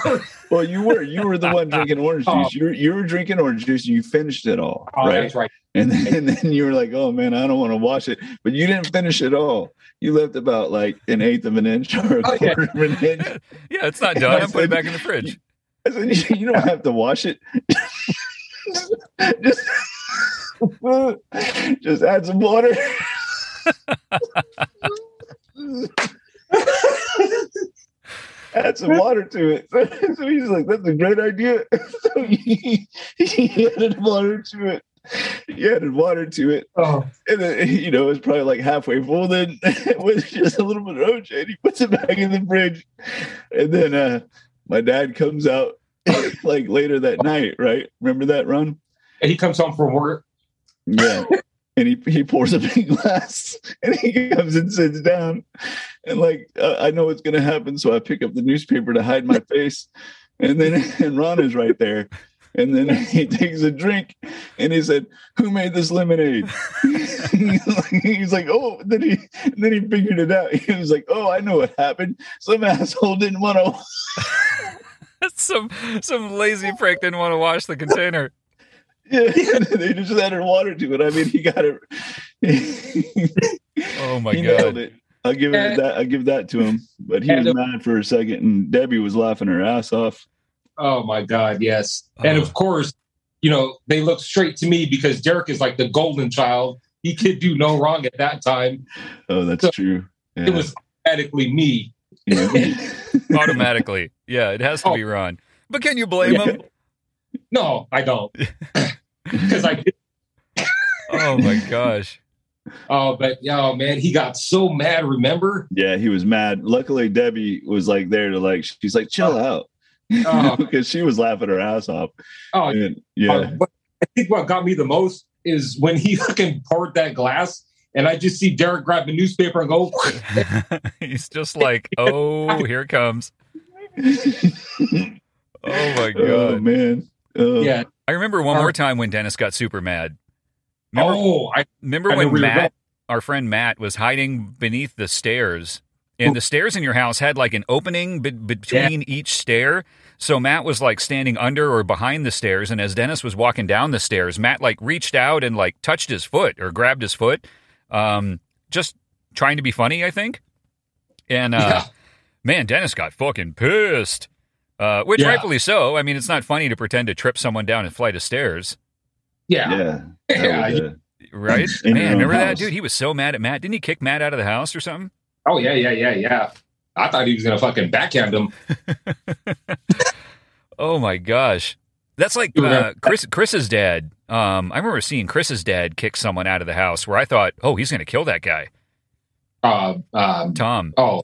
B: Well, you were you were the one drinking orange
C: Oh.
B: juice. You were, you were drinking orange juice. and You finished it all,
C: Oh,
B: right?
C: that's right.
B: And then, and then you were like, "Oh man, I don't want to wash it," but you didn't finish it all. You left about like an eighth of an inch or a
C: Oh, yeah.
B: quarter of an inch.
A: Yeah, it's not done. I put it back in the fridge.
B: I said, "You- "You don't have to wash it. just, just add some water." add some water to it. So, so he's like, that's a great idea. So he, he added water to it. He added water to it.
C: Oh,
B: And then, you know, it's probably like halfway full. Then it was just a little bit of OJ and he puts it back in the fridge. And then uh, my dad comes out like later that night, right? Remember that run?
C: and he comes home from work.
B: Yeah. And he, he pours a big glass and he comes and sits down. And like, uh, I know what's going to happen. So I pick up the newspaper to hide my face. And then and Ron is right there. And then he takes a drink and he said, Who made this lemonade? he's, like, he's like, Oh, then he then he figured it out. He was like, Oh, I know what happened. Some asshole didn't want to
A: some some lazy prick didn't want to wash the container.
B: yeah, they just added water to it. I mean, he got it.
A: Oh my
B: he
A: god.
B: nailed it. I'll give it that. I'll give that to him. But he
C: And uh,
B: was
C: the-
B: mad for a second, and Debbie was laughing her ass off.
C: Oh my God, yes. And
A: Oh.
C: of course, you know, they look straight to me because Derek is like the golden child. He could do no wrong at that time.
B: Oh, that's
C: So,
B: true. Yeah.
C: It was automatically me.
B: Yeah.
A: Automatically. Yeah, it has to be Ron. But can you blame him?
C: No, I don't. Because I did.
A: Oh my gosh.
C: Oh, but oh man, he got so mad, remember?
B: Yeah, he was mad. Luckily, Debbie was like there to like. She's like, chill
C: Uh,
B: out,
C: Oh.
B: because she was laughing her ass off.
C: Oh,
B: And, yeah,
C: Uh, but I think what got me the most is when he fucking poured that glass, and I just see Derek grab the newspaper and go,
A: He's just like, oh, here it comes. Oh my
B: oh
A: god.
B: man. Oh,
C: "Yeah,
A: I remember one more time when Dennis got super mad. Remember,
C: oh, I,
A: remember
C: I
A: when
C: know where you're
A: Matt, our friend Matt, was hiding beneath the stairs, and the stairs in your house had like an opening be- between each stair. So Matt was like standing under or behind the stairs, and as Dennis was walking down the stairs, Matt like reached out and like touched his foot or grabbed his foot, um, just trying to be funny, I think. And uh,
C: Yeah.
A: man, Dennis got fucking pissed. Uh, which
C: Yeah.
A: rightfully so. I mean, it's not funny to pretend to trip someone down a flight of stairs,
C: yeah,
B: yeah. That
C: yeah,
B: was,
C: yeah,
B: uh,
A: right?
B: In your
A: Man,
B: own
A: remember that
B: house.
A: dude? He was so mad at Matt. Didn't he kick Matt out of the house or something?
C: oh yeah, yeah, yeah, yeah." I thought he was gonna fucking backhand him.
A: Oh my gosh, that's like
C: You
A: uh,
C: remember-
A: Chris. Chris's dad. Um, I remember seeing Chris's dad kick someone out of the house where I thought, oh, he's gonna kill that guy,
C: Uh, um,
A: Tom.
C: oh,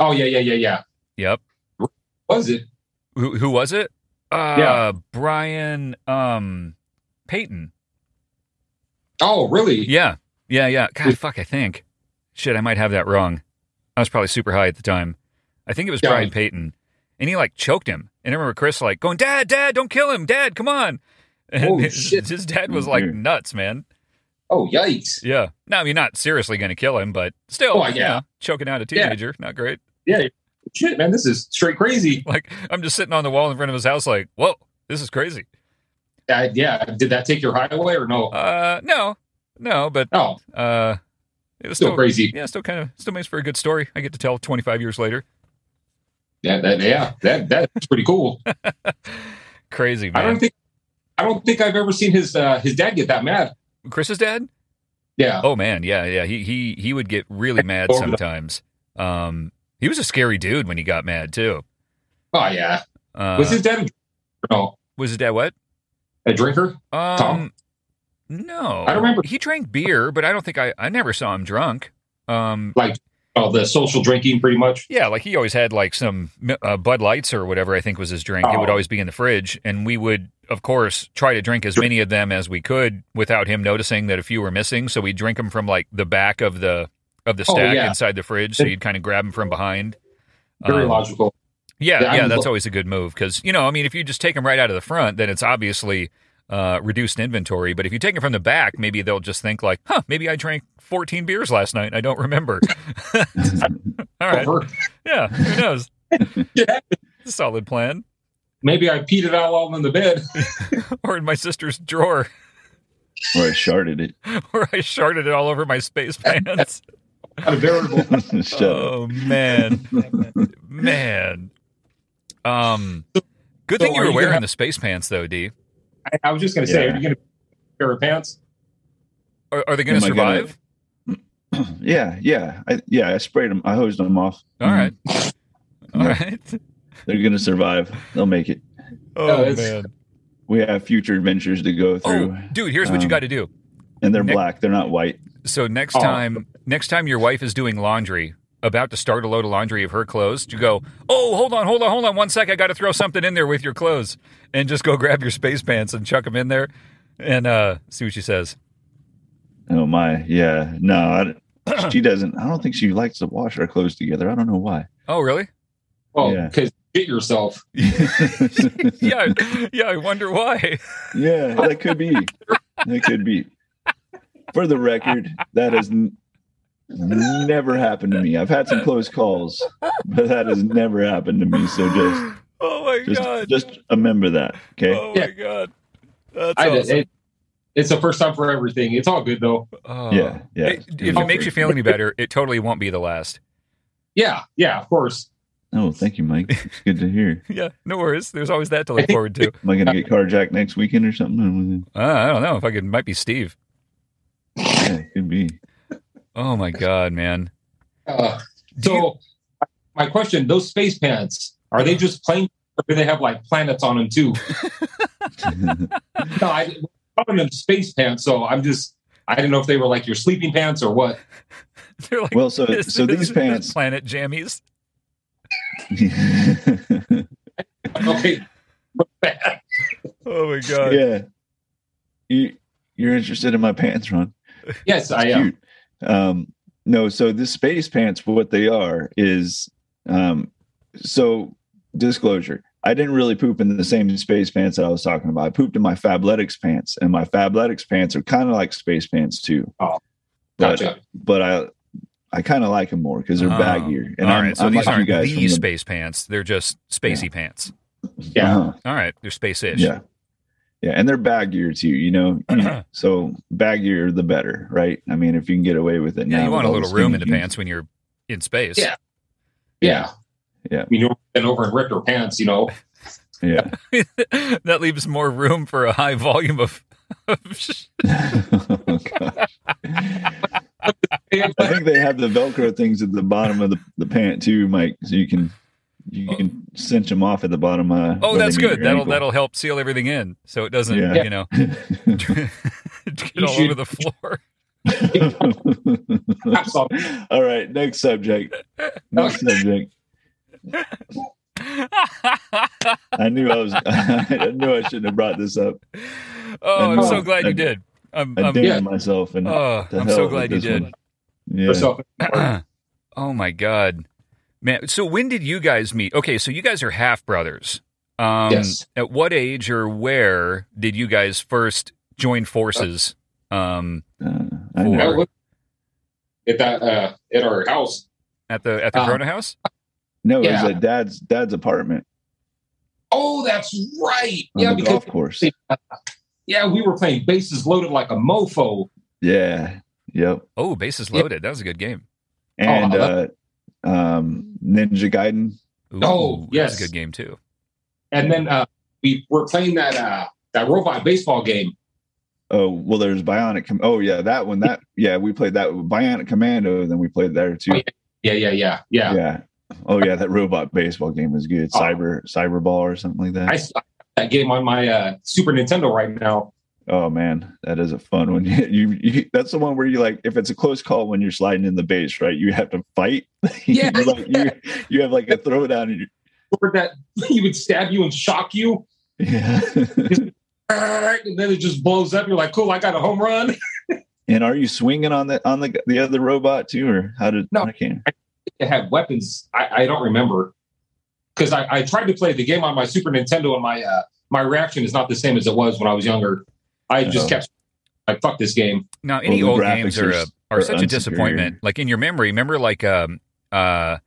C: oh yeah, yeah, yeah, yeah.
A: Yep.
C: Was it?
A: Who who was it? Uh,
C: Yeah.
A: Brian um, Peyton.
C: Oh, really?
A: Yeah, yeah, yeah. God, fuck, I think. Shit, I might have that wrong. I was probably super high at the time. I think it was
C: Yeah.
A: Brian Peyton, and he like choked him. And I remember Chris like going, "Dad, Dad, don't kill him, Dad, come on." And
C: Oh,
A: his,
C: shit. Mm-hmm.
A: his dad was like
B: Mhm.
A: nuts, man.
C: Oh, yikes!
A: Yeah. No, I mean, not seriously going to kill him, but still,
C: Oh,
A: yeah,
C: yeah.
A: choking out a
C: Yeah.
A: teenager, not great.
C: Yeah, shit, man, this is straight crazy.
A: Like, I'm just sitting on the wall in front of his house, like, whoa, this is crazy.
C: Uh, yeah, did that take your highway or no?
A: Uh, no, no, but
C: Oh,
A: uh, it was
C: still
A: still,
C: crazy.
A: yeah, still kind of still makes for a good story. I get to tell 25 years later.
C: Yeah, that, yeah, that that's pretty cool.
A: Crazy
C: I don't
A: man.
C: think I don't think I've ever seen his uh, his dad get that mad.
A: Chris's dad?
C: Yeah.
A: Oh man, yeah, yeah. He he he would get really mad
C: Uh-huh. Over the-
A: sometimes. Um, he was a scary dude when he got mad too.
C: Oh yeah.
A: Uh,
C: Was his dad a drinker? No,
A: was his dad what?
C: a drinker?
A: Um,
C: Tom?
A: No,
C: I remember-
A: he drank beer, but I don't think I I never saw him drunk. Um,
C: Oh, the social drinking, pretty much.
A: yeah, like he always had like some uh, Bud Lights or whatever I think was his drink. It would
C: Oh.
A: always be in the fridge, and we would of course try to drink as many of them as we could without him noticing that a few were missing. So we'd drink them from like the back of the of the
C: Oh,
A: stack
C: yeah.
A: inside the fridge. So you'd kind of grab them from behind.
C: Very
A: Um,
C: logical.
A: Yeah,
C: Yeah,
A: yeah,
C: I'm-
A: that's always a good move because you know, I mean, if you just take them right out of the front, then it's obviously uh, reduced inventory. But if you take it from the back, maybe they'll just think like, huh, maybe I drank 14 beers last night. And I don't remember. All right.
C: Over.
A: Yeah. Who knows?
C: Yeah.
A: Solid plan.
C: Maybe I peed it out all in the bed.
A: Or in my sister's drawer,
B: or I sharded it.
A: where I sharded it all over my space pants.
C: Not a veritable.
B: Shut up.
A: oh man, man. Um, good
C: So
A: thing you
C: are
A: were
C: you
A: wearing
C: gonna-
A: the space pants though, D.
C: I, I was just going to say,
B: Yeah.
C: are you going to pair of pants?
A: Are, are they going
B: Am
A: to
B: I gonna-
A: survive? Uh.
B: yeah, yeah, I, yeah. I sprayed them. I hosed them off.
A: All right. All
B: Yeah.
A: right.
B: They're gonna survive. They'll make it.
A: Oh
C: it's-
A: man.
B: We have future adventures to go through,
A: Oh, dude, here's what you
B: Um,
A: got to do.
B: and they're
A: Nick-
B: black. They're not white.
A: So next
C: Oh.
A: time, next time your wife is doing laundry, about to start a load of laundry of her clothes, you go, oh, hold on, hold on, hold on, one sec, I got to throw something in there with your clothes, and just go grab your space pants and chuck them in there, and uh, see what she says.
B: Oh my, yeah. No, I, she doesn't. I don't think she likes to wash our clothes together. I don't know why.
A: Oh, really?
C: Well,
B: Yeah.
C: because shit yourself.
B: yeah,
A: Yeah, yeah. I wonder why.
B: that could be. That could be. For the record, that has n- never happened to me. I've had some close calls, but that has never happened to me. So just,
A: Oh my
B: just,
A: god.
B: just eh. remember that. Okay.
A: oh
C: Yeah.
A: my god. That's
C: I,
A: awesome.
C: it, it's the first time for everything. It's all good though.
A: Oh.
B: yeah, yeah.
A: It- if it makes you feel any better, it totally won't be the last.
C: Yeah, yeah, of course.
B: Oh, thank you, Mike. It's good to hear.
A: Yeah, no worries. There's always that to look forward to.
B: Am I going to get carjacked next weekend or something?
A: Uh, I don't know if I could. Might be Steve.
B: Yeah, it could be.
A: Oh my god, man.
C: Uh,
A: Do
C: so,
A: you-
C: my question: Those space pants are they just plain, or do they have like planets on them too? no, I I'm calling them space pants. So I'm just I didn't know if they were like your sleeping pants or what.
A: They're like
B: well, so
A: this
B: so
A: is-
B: these
A: this
B: pants.
A: planet jammies.
C: Okay,
A: Oh my god.
B: yeah. You you're interested in my pants, Ron?
C: yes, I
B: It's
C: am.
B: cute. Um, no, so this space pants, what they are is, um, so disclosure. I didn't really poop in the same space pants that I was talking about. I pooped in my Fabletics pants, and my Fabletics pants are kind of like space pants too.
C: Oh,
B: but,
C: Gotcha.
B: but I I kind of like them more because they're
A: Oh.
B: baggier.
A: All
B: And I'm,
A: right, so
B: I'm
A: these
B: like you
A: aren't
B: guys.
A: the
B: from
A: space pants. They're just spacey pants.
B: the-
C: Yeah.
B: Uh-huh.
A: All right, they're space-ish.
B: Yeah. Yeah. And they're baggier too, you know? so baggier, the better, right? I mean, if you can get away with it
A: Yeah,
B: now.
A: you
B: with
A: want a
B: all
A: little
B: skinny
A: room in the
B: jeans.
A: pants when you're in space.
C: Yeah. yeah,
B: Yeah.
C: You know, been over and ripped her pants. You know,
B: Yeah.
A: that leaves more room for a high volume of. of sh-
B: Oh, gosh. I think they have the Velcro things at the bottom of the, the pant too, Mike, so you can you can cinch them off at the bottom. Uh,
A: oh,
B: where
A: that's
B: they meet
A: good.
B: your
A: That'll
B: ankle.
A: that'll help seal everything in, so it doesn't
B: Yeah.
A: you know get
C: You
A: all
C: should-
A: over the floor.
C: That's all.
B: All right, next subject. Next subject. I knew I was. I knew I shouldn't have brought this up.
A: oh, I'm
B: know.
A: so glad you
B: I-
A: did. I'm,
B: I
A: I'm,
B: damned
C: Yeah.
B: myself, and
A: Um, oh,
B: to
A: I'm
B: hell
A: so
B: with
A: glad you
B: this
A: did.
B: one. yeah.
C: herself.
A: oh my god, man! So when did you guys meet? Okay, so you guys are half brothers. Um,
C: Yes.
A: At what age or where did you guys first join forces? Um,
B: Uh, I
A: Four.
B: know.
C: That was- At that uh, at our house.
A: at the at the
C: Uh,
A: Corona House.
B: No, it
C: Yeah.
B: was at dad's dad's apartment
C: Oh, that's right.
B: on
C: Yeah,
B: the
C: because
B: golf course.
C: yeah, we were playing bases loaded like a mofo.
B: Yeah. Yep.
A: Oh, bases
C: Yeah.
A: loaded. That was a good game.
B: And
C: Oh, I
B: uh, um, Ninja Gaiden.
A: Ooh,
C: Oh,
A: that was
C: yes.
A: a good game too.
C: And then uh, we were playing that uh, that robot baseball game.
B: Oh well, there's Bionic. Com- oh yeah, that one. That yeah, we played that with Bionic Commando. Then we played there too.
C: Oh, Yeah, yeah, yeah, yeah.
B: yeah. Oh yeah, that robot baseball game was good.
C: Oh.
B: Cyber Cyber Ball or something like that.
C: I still have that game on my uh, Super Nintendo right now.
B: oh man, that is a fun one. you, you that's the one where you like if it's a close call when you're sliding in the base, right? You have to fight.
C: Yeah.
B: you, like, you, you have like a throwdown. And you,
C: Remember that he would stab you and shock you,
B: yeah.
C: Arrgh, and then it just blows up. You're like, cool, I got a home run.
B: and are you swinging on the on the the other robot too, or how did?
C: No.
B: I can't.
C: It had weapons. I, I don't remember because I, I tried to play the game on my Super Nintendo and my uh, my reaction is not the same as it was when I was younger. I just
B: Oh.
C: kept like fuck this game.
A: Now, any
B: Well,
A: old
B: the
A: games
B: graphics
A: are
B: are
A: a,
B: s-
A: are
B: are
A: such a disappointment.
B: unsuperior.
A: Like in your memory, remember like um uh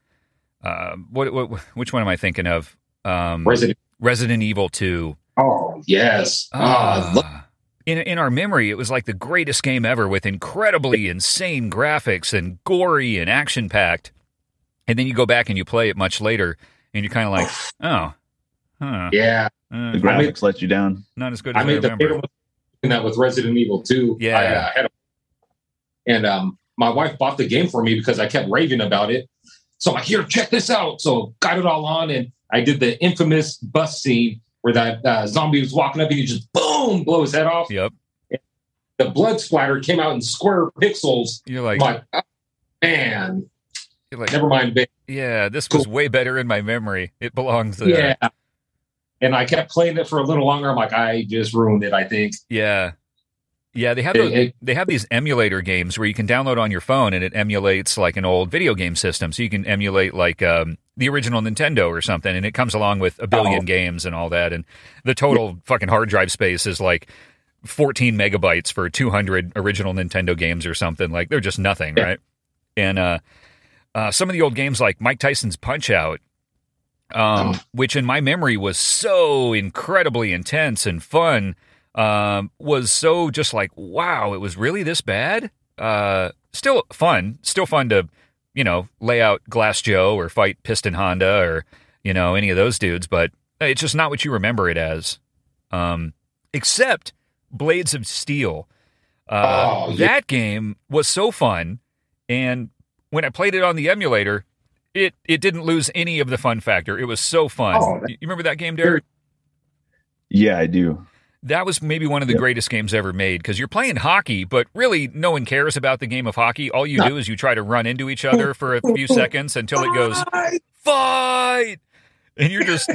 A: uh what, what which one am I thinking of? Um
C: Resident.
A: Resident Evil Two.
C: Oh yes. Ah, look-
A: Ah. in in our memory, it was like the greatest game ever with incredibly insane graphics and gory and action packed. And then you go back and you play it much later, and you're kind of like, oh, huh,
C: yeah.
A: uh,
B: The graphics
C: mean-
B: let you down.
A: not as good as
C: I
A: I,
C: made the
A: remember.
C: fatal mistake in that with Resident Evil 2.
A: Yeah.
C: I, uh, had a, and um, my wife bought the game for me because I kept raving about it. So I'm like, here, check this out. So got it all on, and I did the infamous bus scene where that uh, zombie was walking up and you just boom, blow his head off.
A: Yep,
C: The blood splatter came out in square pixels.
A: you're
C: I'm
A: like,
C: like, oh, man,
A: you're like,
C: never mind. babe.
A: yeah, this was way better in my memory. It belongs there.
C: Yeah. And I kept playing it for a little longer. I'm like, I just ruined it, I think.
A: Yeah. Yeah, they have
C: It-
A: those,
C: it-
A: they have these emulator games where you can download on your phone and it emulates like an old video game system. So you can emulate like um, the original Nintendo or something, and it comes along with a billion
C: Oh.
A: games and all that. And the total fucking hard drive space is like 14 megabytes for 200 original Nintendo games or something. Like they're just nothing,
C: Yeah.
A: right? And uh, uh, some of the old games like Mike Tyson's Punch Out,
C: Oh.
A: um, which in my memory was so incredibly intense and fun, um, was so just like, wow, it was really this bad? Uh, still fun. Still fun to, you know, lay out Glass Joe or fight Piston Honda or, you know, any of those dudes, but it's just not what you remember it as. Um, except Blades of Steel. Uh,
C: Oh, yeah.
A: That game was so fun. And when I played it on the emulator, it, it didn't lose any of the fun factor. It was so fun.
C: Oh,
A: you you remember that game, Derek?
B: Yeah, I do.
A: That was maybe one of the
B: Yep.
A: greatest games ever made because you're playing hockey, but really no one cares about the game of hockey. All you
C: No.
A: do is you try to run into each other for a few seconds until it goes fight and you're just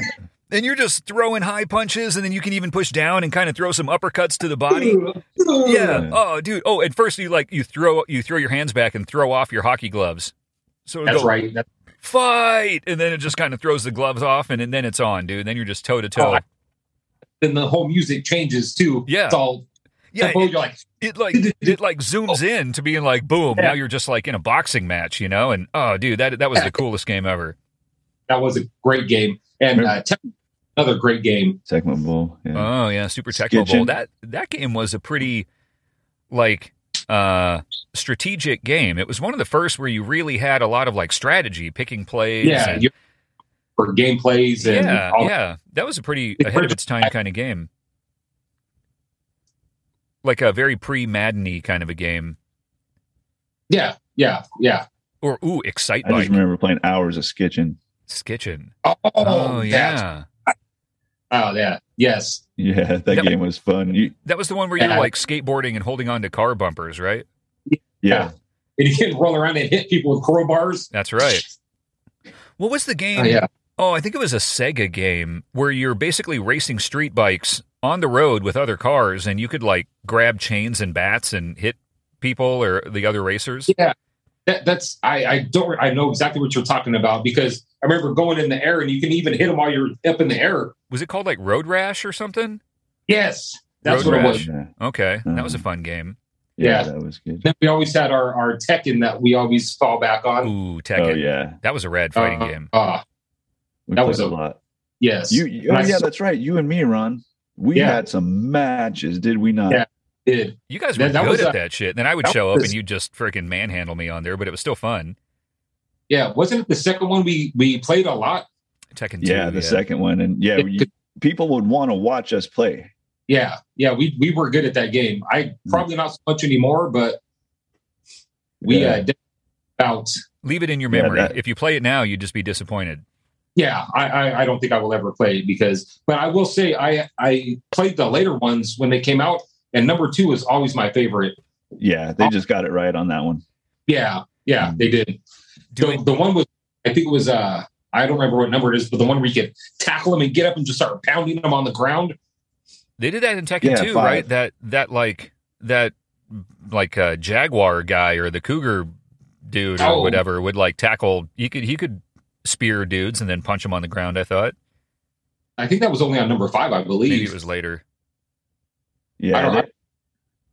A: and you're just throwing high punches and then you can even push down and kind of throw some uppercuts to the body yeah oh dude oh and first you like you throw you throw your hands back and throw off your hockey gloves so it'll
C: That's
A: go
C: right. That's
A: fight and then it just kind of throws the gloves off and, and then it's on dude then you're just toe to toe
C: Oh, then the whole music changes too.
A: Yeah.
C: It's all
A: yeah
C: tempo.
A: it,
C: You're like,
A: it like it like zooms in to being like boom
C: Yeah.
A: now you're just like in a boxing match you know and oh dude that that was the coolest game ever
C: that was a great game. And uh, Tec- another great game.
B: Tecmo Bowl. Yeah.
A: Oh yeah, Super Tecmo Bowl.
B: Skitchin'.
A: That that game was a pretty like uh strategic game. It was one of the first where you really had a lot of like strategy, picking plays.
C: Yeah.
A: and-
C: you- For gameplays and
A: yeah,
C: all
A: yeah. That was a pretty
C: It's
A: ahead of
C: pretty-
A: its time kind of game. Like a very pre Madden kind of a game.
C: yeah, yeah, yeah.
A: Or ooh, Excite
B: I just
A: Bike.
B: remember playing hours of Skitchin.
A: Skitchin.
C: Oh,
A: Oh,
C: that.
A: yeah.
C: Oh, yeah. Yes.
B: Yeah, that
A: That-
B: game was fun. You,
A: That was the one where you were
C: Yeah.
A: like skateboarding and holding on to car bumpers, right?
B: yeah,
C: And you can roll around and hit people with crowbars.
A: That's right. What was the game?
C: Oh, yeah.
A: Oh, I think it was a Sega game where you're basically racing street bikes on the road with other cars, and you could like grab chains and bats and hit people or the other racers.
C: Yeah. That, that's I, I don't I know exactly what you're talking about because I remember going in the air and you can even hit them while you're up in the air.
A: Was it called like Road Rash or something?
C: Yes, that's
A: Road
C: what it
A: Rash.
C: was.
B: yeah,
A: Okay, that was a fun game.
B: yeah,
C: Yeah.
B: that was good.
C: Then we always had our our Tekken that we always fall back on.
A: Ooh, Tekken.
B: Oh yeah,
A: That was a rad fighting
C: Mm. Uh,
A: game.
C: Uh,
B: we
C: That
B: played
C: was
B: a
C: a-
B: lot.
C: yes,
B: You, you-
C: And
B: oh
C: I
B: yeah,
C: saw-
B: that's right. You and me, Ron. We
C: Yeah.
B: had some matches, did we not?
C: Yeah. did.
A: You guys were
C: that- that
A: good
C: was
A: at
C: a-
A: that shit. Then I would
C: that
A: show up
C: was-
A: and you'd just freaking manhandle me on there, but it was still fun.
C: Yeah, wasn't it the second one we we played a lot?
A: Tekken 2.
B: Yeah, the second one, and yeah,
C: It-
B: you, people would want to watch us play.
C: Yeah, yeah, we we were good at that game. I
B: Mm.
C: probably not so much anymore, but we
B: Yeah.
C: uh, did about.
A: Leave it in your
B: Yeah,
A: memory.
B: that-
A: If you play it now, you'd just be disappointed.
C: Yeah, I, I I don't think I will ever play it because, but I will say I I played the later ones when they came out, and number two is always my favorite.
B: Yeah, they just got it right on that one.
C: Yeah, yeah,
B: Mm.
C: they did.
A: Do it.
C: the, the one was I think it was uh I don't remember what number it is, but the one where you could tackle them and get up and just start pounding them on the ground.
A: They did that in Tekken
B: Yeah,
A: 2,
B: five.
A: right? That that like that like uh, jaguar guy or the cougar dude or
C: Oh.
A: whatever would like tackle. He could he could spear dudes and then punch them on the ground. I thought.
C: I think that was only on number five, I believe.
A: Maybe it was later.
C: I
B: Yeah,
C: don't-
B: there,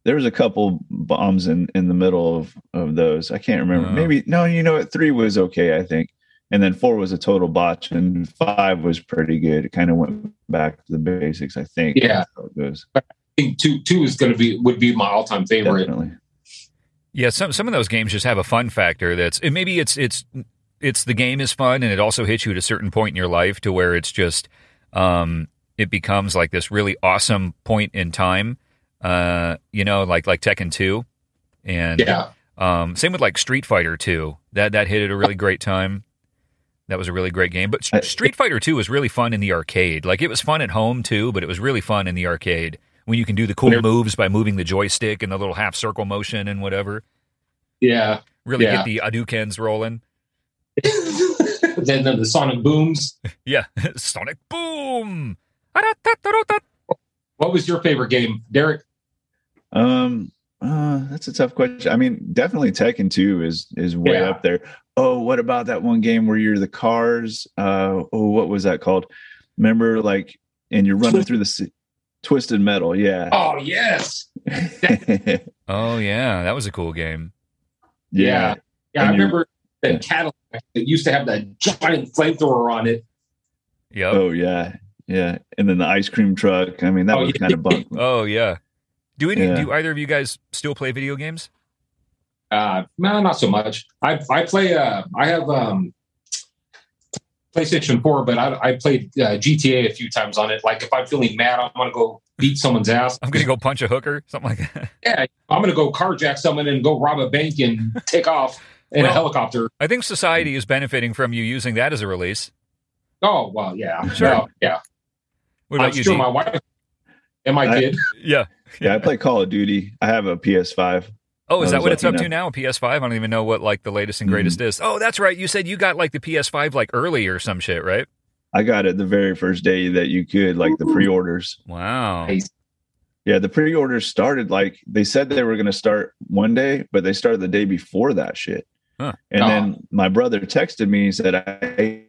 B: there was a couple bombs in in the middle of of those. I can't remember.
A: Oh.
B: Maybe no. You know what? Three was okay, I think, and then four was a total botch, and five was pretty good. It kind of went back to the basics, I think.
C: Yeah.
B: That's how it goes.
C: I think two two is going to be would be my all time favorite.
B: Definitely.
A: Yeah, some some of those games just have a fun factor. That's and maybe it's it's it's the game is fun, and it also hits you at a certain point in your life to where it's just um, it becomes like this really awesome point in time. Uh, you know, like like Tekken two, and
C: Yeah,
A: um, same with like Street Fighter two. That that hit at a really great time. That was a really great game. But
B: I-
A: S- Street Fighter two was really fun in the arcade. Like it was fun at home too, but it was really fun in the arcade when you can do the cool
C: Whenever-
A: moves by moving the joystick and the little half circle motion and whatever
C: yeah.
A: really
C: Yeah.
A: get the Adoukens rolling.
C: then the, the Sonic booms.
A: Yeah, Sonic Boom.
C: What was your favorite game, Derek?
B: Um, uh, that's a tough question. I mean, definitely Tekken Two is is way
C: Yeah.
B: up there. Oh, what about that one game where you're the cars? Uh, oh, what was that called? Remember, like, and you're running
C: Twisted-
B: through the ci- Twisted Metal. Yeah,
C: Oh yes,
B: yeah.
A: Oh yeah, that was a cool game.
C: yeah, yeah. I
B: And you-
C: remember
B: yeah.
C: that Cadillac that used to have that giant flamethrower on it.
A: Yep. Oh,
B: Oh yeah, yeah. And then the ice cream truck. I mean, that
C: Oh,
B: was
C: yeah.
B: kind of bunk.
A: yeah. Do any
B: Yeah.
A: do either of you guys still play video games?
C: Uh, no, not so much. I I play. Uh, I have um, PlayStation Four, but I I played uh, GTA a few times on it. Like if I'm feeling mad, I'm gonna go beat someone's ass.
A: I'm gonna go punch a hooker, something like that.
C: Yeah, I'm gonna go carjack someone and go rob a bank and take off in
A: Well-
C: a helicopter.
A: I think society is benefiting from you using that as a release.
C: Oh well, yeah,
A: Sure.
C: Well, yeah.
A: What
C: I'm
A: about you?
C: sure
A: Z?
C: my wife and my
B: I-
C: kid.
A: yeah.
B: Yeah, I play Call of Duty. I have a PS5.
A: Oh, is
B: I
A: that
B: was
A: what it's up
B: lucky
A: to now? PS5. I don't even know what like the latest
B: Mm-hmm.
A: and greatest is. Oh, that's right. You said you got like the PS5 like early or some shit, right?
B: I got it the very first day that you could, like the
C: Ooh.
B: pre-orders.
A: Wow.
C: Hey,
B: Yeah, the pre-orders started like they said they were going to start one day, but they started the day before that shit.
A: Huh.
B: And
C: Oh.
B: then my brother texted me and said, I, I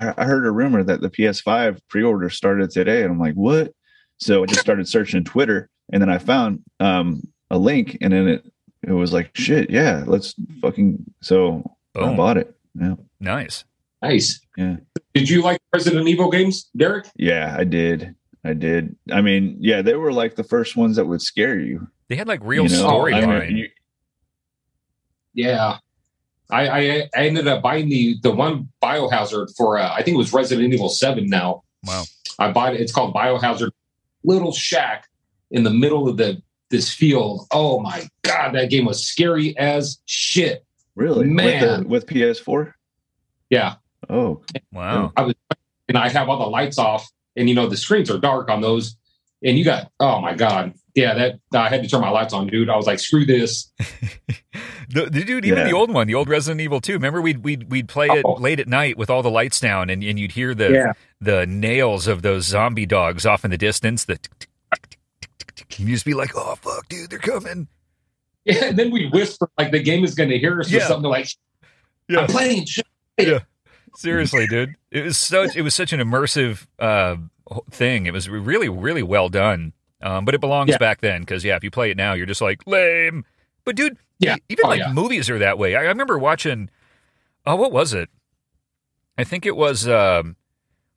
B: I heard a rumor that the PS5 pre-order started today. And I'm like, what? So I just started searching Twitter and then I found um, a link and then it, it was like, shit, yeah, let's fucking. So I
A: Boom.
B: bought it. Yeah.
A: Nice.
C: Nice.
B: Yeah.
C: Did you like Resident Evil games, Derek?
B: Yeah, I did. I did. I mean, yeah, they were like the first ones that would scare you.
A: They had like real
B: you know? I mean,
A: storyline.
B: you-
C: Yeah. I, I I ended up buying the the one Biohazard for uh, I think it was Resident Evil Seven. Now
A: Wow.
C: I bought it. It's called Biohazard. Little shack in the middle of the this field. Oh my god, that game was scary as shit.
B: Really? With,
C: Man.
B: the, with PS4?
C: Yeah,
B: Oh,
A: Wow.
C: and I have all the lights off, and you know the screens are dark on those, and you got oh my god, yeah, that I had to turn my lights on, dude. I was like, screw this.
A: The, the dude, even
B: Oh. Yeah.
A: the old one, the old Resident Evil 2. Remember, we'd we'd, we'd play it
C: Oh.
A: late at night with all the lights down, and, and you'd hear the the nails of those zombie dogs off in the distance. The tick, tick, tick, tick, tick, tick, tick. you'd just be like, "Oh fuck, dude, they're coming!"
C: Yeah, and then we whisper like the game is going to hear us
A: Yeah.
C: or something like,
A: Yeah.
C: "I'm playing." shit."
A: Seriously, dude, it was such it was such an immersive uh, thing. It was really really well done. Um, but it belongs
C: Yeah.
A: back then because yeah, if you play it now, you're just like lame. But dude,
C: Yeah.
A: e- even
C: Oh,
A: like
C: yeah.
A: movies are that way. I, I remember watching. Oh, what was it? I think it was um,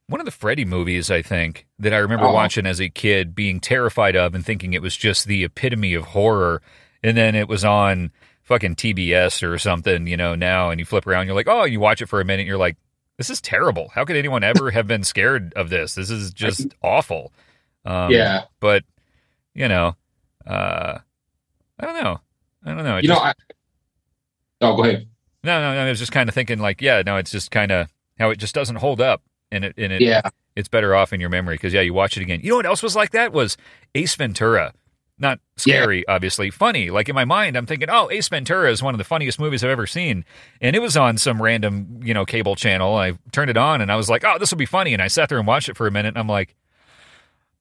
A: one of the Freddy movies. I think that I remember
C: Oh.
A: watching as a kid, being terrified of and thinking it was just the epitome of horror. And then it was on fucking TBS or something, you know. Now and you flip around, you're like, oh, you watch it for a minute, and you're like, this is terrible. How could anyone ever have been scared of this? This is just awful. Um,
C: yeah,
A: but you know, uh, I don't know. I don't know. It
C: you know.
A: just-
C: I, oh, go ahead.
A: no, no, no. I was just kind of thinking, like, yeah, no, it's just kind of how it just doesn't hold up, and it, and it,
C: Yeah,
A: it's better off in your memory because yeah, you watch it again. You know what else was like that was Ace Ventura. Not scary, obviously, funny. Like in my mind, I'm thinking, oh, Ace Ventura is one of the funniest movies I've ever seen, and it was on some random, you know, cable channel. I turned it on and I was like, oh, this will be funny, and I sat there and watched it for a minute, and I'm like,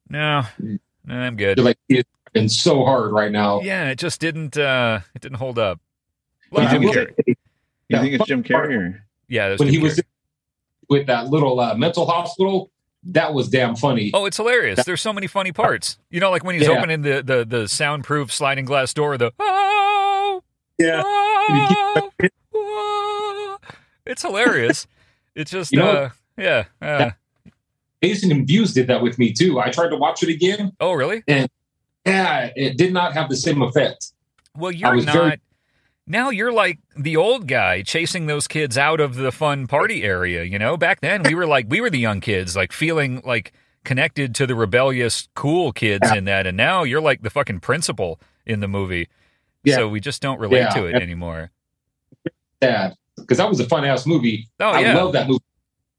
A: no, no I'm good.
C: you're like it's been so hard right now.
A: Yeah, it just didn't. uh It didn't hold up.
C: But
B: You
C: I
B: think
C: will
B: it's-
C: say,
B: you
C: Yeah.
B: think it's Jim Carrey? or-
A: Yeah, that
C: when
A: Jim
C: he was
A: Carrey.
C: with that little uh, mental hospital, that was damn funny.
A: Oh, it's hilarious. There's so many funny parts. You know, like when he's
C: Yeah.
A: opening the, the, the soundproof sliding glass door, the oh,
D: Yeah.
A: oh, oh. it's hilarious. It's just,
C: You know
A: uh, yeah. Uh,
C: Jason and Views did that with me too. I tried to watch it again.
A: oh, really?
C: Yeah, it did not have the same effect.
A: Well, you're
C: was
A: not.
C: very-
A: now you're like the old guy chasing those kids out of the fun party area, you know? Back then we were like we were the young kids, like feeling like connected to the rebellious cool kids in that and now you're like the fucking principal in the movie.
C: Yeah.
A: So we just don't relate
C: Yeah.
A: to it anymore.
C: Sad because that was a fun ass movie.
A: Oh
C: I
A: yeah.
C: love that movie.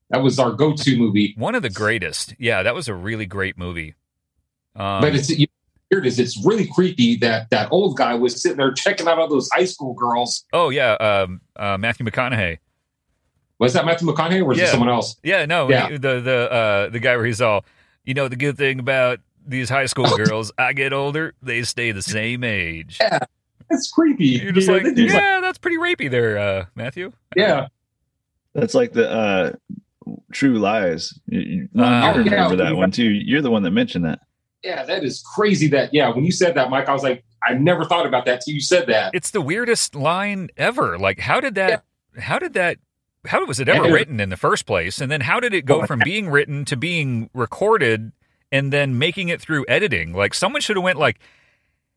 C: That was our go to movie.
A: One of the greatest. Yeah, that was a really great movie. Um,
C: but it's you weird is it's really creepy that that old guy was sitting there checking out all those high school girls.
A: oh yeah, um, uh, Matthew McConaughey.
C: Was that Matthew McConaughey or was
A: Yeah.
C: it someone else?
A: Yeah, no,
C: Yeah.
A: he- the the uh, the guy where he's all, you know, the good thing about these high school girls, I get older, they stay the same age.
C: That's creepy.
A: You're just
C: You know,
A: like,
C: that dude's like,
A: yeah, that's pretty rapey there, uh, Matthew.
C: yeah,
B: That's like the uh True Lies. You, you,
A: Uh,
B: you remember
C: yeah.
B: that one too. You're the one that mentioned that.
C: yeah, that is crazy. That yeah, when you said that, Mike, I was like, I never thought about that till you said that.
A: It's the weirdest line ever. Like, how did that? How did that? How was it ever
C: Yeah. Oh,
A: written in the first place? And then how did it go from being written to being recorded and then making it through editing? Like, someone should have went like.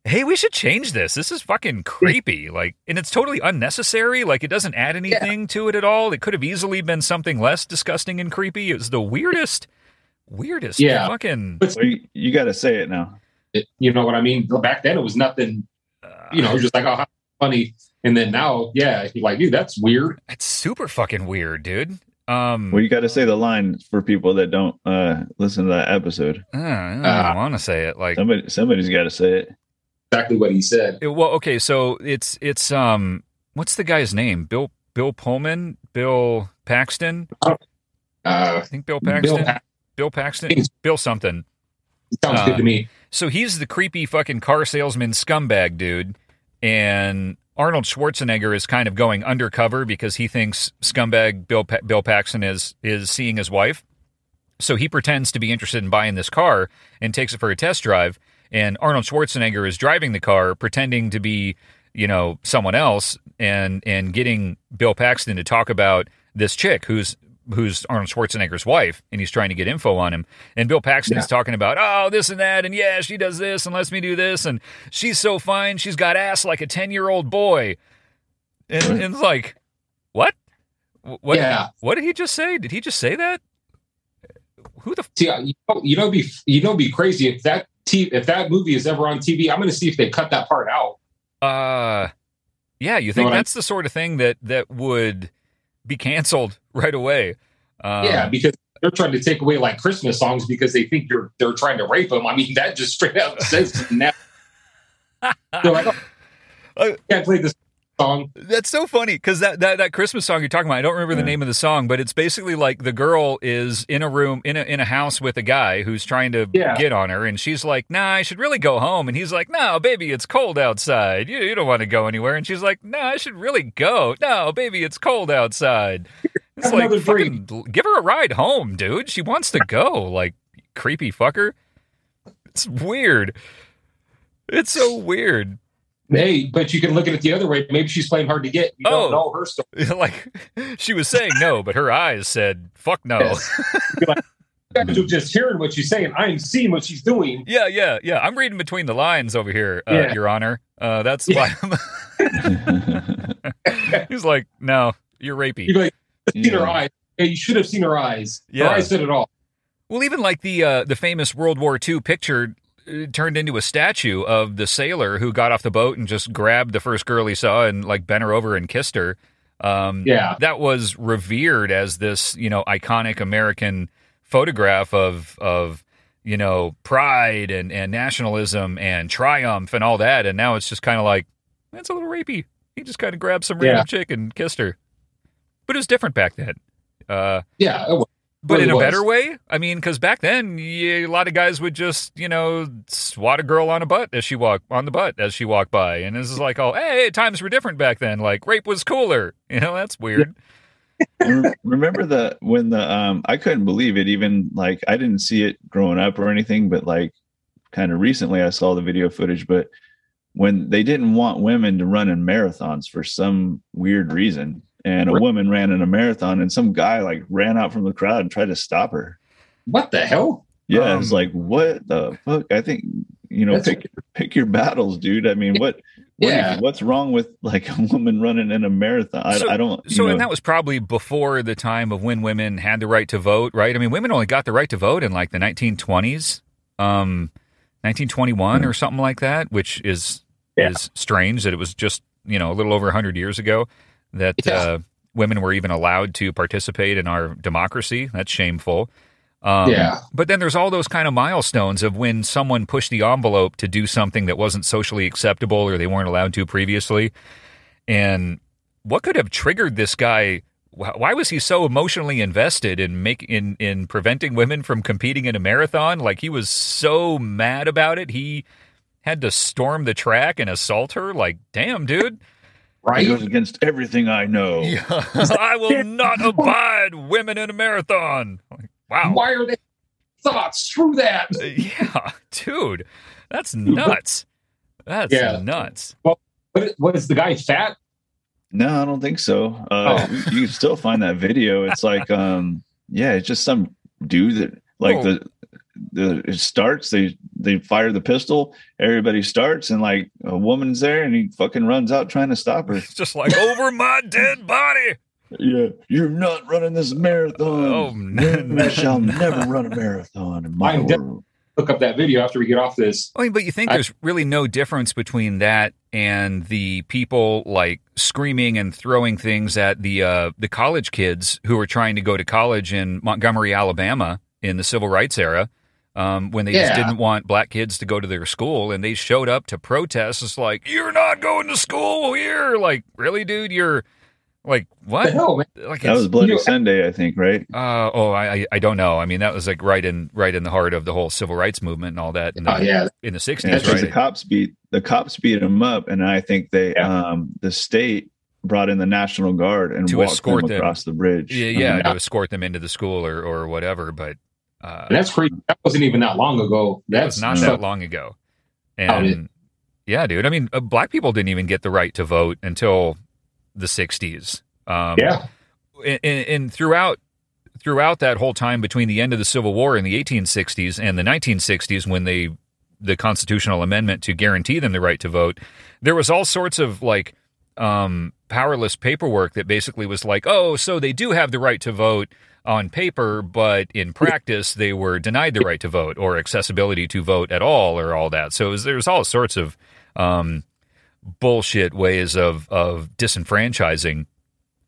A: Hey, we should change this. This is fucking
C: Mm-hmm.
A: creepy. Like, and it's totally unnecessary. Like, it doesn't add anything to it at all. It could have easily been something less disgusting and creepy. It was the weirdest, weirdest
C: Yeah.
A: fucking.
B: Well, you, you got to say it now.
C: It- you know what I mean? Back then, it was nothing.
A: uh,
C: You know, it was just like, oh, how funny. And then now, yeah, you're like, dude, that's weird.
A: it's super fucking weird, dude. Um,
B: Well, you got to say the line for people that don't uh listen to that episode.
A: Uh, I don't
C: Uh,
A: want to say it like
B: Somebody, somebody's got to say it.
C: Exactly what he said.
A: it- well. Okay, so it's it's um, what's the guy's name? Bill Bill Pullman, Bill Paxton.
C: Uh,
A: I think Bill
C: Bill
A: Paxton. Bill,
C: Paxton
A: Paxton. Bill something.
C: sounds
A: Uh,
C: good to me.
A: So he's the creepy fucking car salesman scumbag dude, and Arnold Schwarzenegger is kind of going undercover because he thinks scumbag Bill pa- Bill Paxton is is seeing his wife. So he pretends to be interested in buying this car and takes it for a test drive. And Arnold Schwarzenegger is driving the car, pretending to be, you know, someone else, and and getting Bill Paxton to talk about this chick who's who's Arnold Schwarzenegger's wife, and he's trying to get info on him. And Bill Paxton is talking about, oh, this and that, and yeah, she does this and lets me do this, and she's so fine, she's got ass like a ten year old boy. And,
B: Right.
A: and it's like, what? Wh- What?
C: Yeah.
A: What did he just say? Did he just say that? Who the? F-
C: See, uh, you know, you know, be you know, be crazy if that t- if that movie is ever on TV. I'm going to see if they cut that part out.
A: uh, yeah, you think
C: what I-
A: that's the sort of thing that that would be canceled right away? Um,
C: yeah, because they're trying to take away like Christmas songs because they think you're they're trying to rape them. I mean, that just straight out says now they're like, oh,
A: Uh,
C: you can't play this song.
A: That's so funny because that, that that Christmas song you're talking about, I don't remember the
B: Yeah.
A: name of the song, but it's basically like the girl is in a room in a in a house with a guy who's trying to
C: Yeah.
A: get on her, and she's like, "Nah, I should really go home," and he's like, "No, baby, it's cold outside. You you don't want to go anywhere," and she's like, "No, I should really go. No, baby, it's cold outside." It's
C: Have
A: like
C: another
A: fucking give her a ride home, dude. She wants to go. Like creepy fucker. It's weird. It's so weird.
C: Hey, but you can look at it the other way. Maybe she's playing hard to get. You
A: Oh.
C: don't know her story.
A: like she was saying no, but her eyes said "fuck no."
C: You guys are just hearing what she's saying. I ain't seeing what she's doing.
A: Yeah, yeah, yeah. I'm reading between the lines over here, uh,
C: Yeah.
A: Your Honor. Uh, that's why
C: Yeah.
A: I'm- he's like, "No, you're rapey."
C: You're like, seen her
B: yeah.
C: eyes. Hey, you should have seen her eyes.
A: Yeah.
C: Her eyes said it all.
A: Well, even like the uh, the famous World War II picture uh, turned into a statue of the sailor who got off the boat and just grabbed the first girl he saw and like bent her over and kissed her. Um,
C: Yeah.
A: that was revered as this, you know, iconic American photograph of of you know pride and and nationalism and triumph and all that. And now it's just kind of like that's a little rapey. He just kind of grabbed some random
C: Yeah.
A: chick and kissed her, but it was different back then. Uh,
C: Yeah. Oh, it was.
A: but
C: Really
A: in a
C: was.
A: better way. I mean, because back then, yeah, a lot of guys would just, you know, swat a girl on a butt as she walked on the butt as she walked by, and this is like, oh, hey, times were different back then. Like rape was cooler. You know, that's weird.
B: remember the when the um I couldn't believe it even like I didn't see it growing up or anything but like kind of recently I saw the video footage but when they didn't want women to run in marathons for some weird reason and a woman ran in a marathon and some guy like ran out from the crowd and tried to stop her.
C: What the hell?
B: Yeah, um, it's like what the fuck? I think you know pick pick your battles, dude. I mean, what what
C: Yeah.
B: is- what's wrong with like a woman running in a marathon? I,
A: So-
B: I don't. you
A: So,
B: know,
A: and that was probably before the time of when women had the right to vote, right? I mean, women only got the right to vote in like the 1920s, um, 1921 or something like that, which is
C: Yeah.
A: is strange that it was just you know a little over 100 years ago that
C: Yeah.
A: uh, women were even allowed to participate in our democracy. That's shameful. Um,
C: yeah.
A: But then there's all those kind of milestones of when someone pushed the envelope to do something that wasn't socially acceptable or they weren't allowed to previously. And what could have triggered this guy? Wh- Why was he so emotionally invested in make in in preventing women from competing in a marathon? Like he was so mad about it, he had to storm the track and assault her. Like, damn, dude,
B: it
C: Right?
B: goes against everything I know.
A: I will not abide women in a marathon. Like, wow,
C: Why are they thoughts? Screw that.
A: Uh, yeah, dude, that's
C: Dude, what-
A: nuts. That's
C: Yeah.
A: nuts.
C: What, what is the guy fat?
B: No, I don't think so. Uh, you can still find that video. It's like, um, yeah, it's just some dude that like
A: Oh.
B: the the it starts. They they fire the pistol. Everybody starts, and like a woman's there, and he fucking runs out trying to stop her.
A: It's just like over my dead body.
B: Yeah, you're not running this marathon.
A: Oh, no,
B: Women shall never run a marathon in my
C: I'm de-
B: world.
C: Look up that video after we get off this.
A: I mean, but you think
C: I-
A: there's really no difference between that and the people like screaming and throwing things at the uh, the college kids who were trying to go to college in Montgomery, Alabama, in the civil rights era, um, when they just
C: Yeah.
A: didn't want black kids to go to their school, and they showed up to protest. It's like you're not going to school here. Like, really, dude? You're like what?
C: What the hell, man?
A: Like
B: That
A: it's-
B: was Bloody
C: you-
B: Sunday, I think, right?
A: Uh, oh, I I- I don't know. I mean, that was like right in right in the heart of the whole civil rights movement and all that in the,
C: Oh, yeah.
A: in the
B: And
A: sixties,
B: it's just the
A: right?
B: cops beat the cops beat them up, and I think they
C: Yeah.
B: um the state brought in the National Guard and
A: To
B: walked them
A: escort them.
B: across the bridge.
A: Yeah, yeah,
B: Um,
A: to escort them into the school or or whatever. But uh,
C: And that's crazy. That wasn't even that long ago.
A: that was
C: That's
A: not
B: no.
A: that long ago,
C: Oh, yeah.
A: and yeah, dude. I mean, uh, black people didn't even get the right to vote until the sixties. Um,
C: yeah.
A: and, and and throughout throughout that whole time between the end of the Civil War in the 1860s and the 1960s, when they the constitutional amendment to guarantee them the right to vote, there was all sorts of like um, powerless paperwork that basically was like, oh, so they do have the right to vote on paper, but in practice they were denied the right to vote or accessibility to vote at all or all that. So it was, there was all sorts of um, bullshit ways of of disenfranchising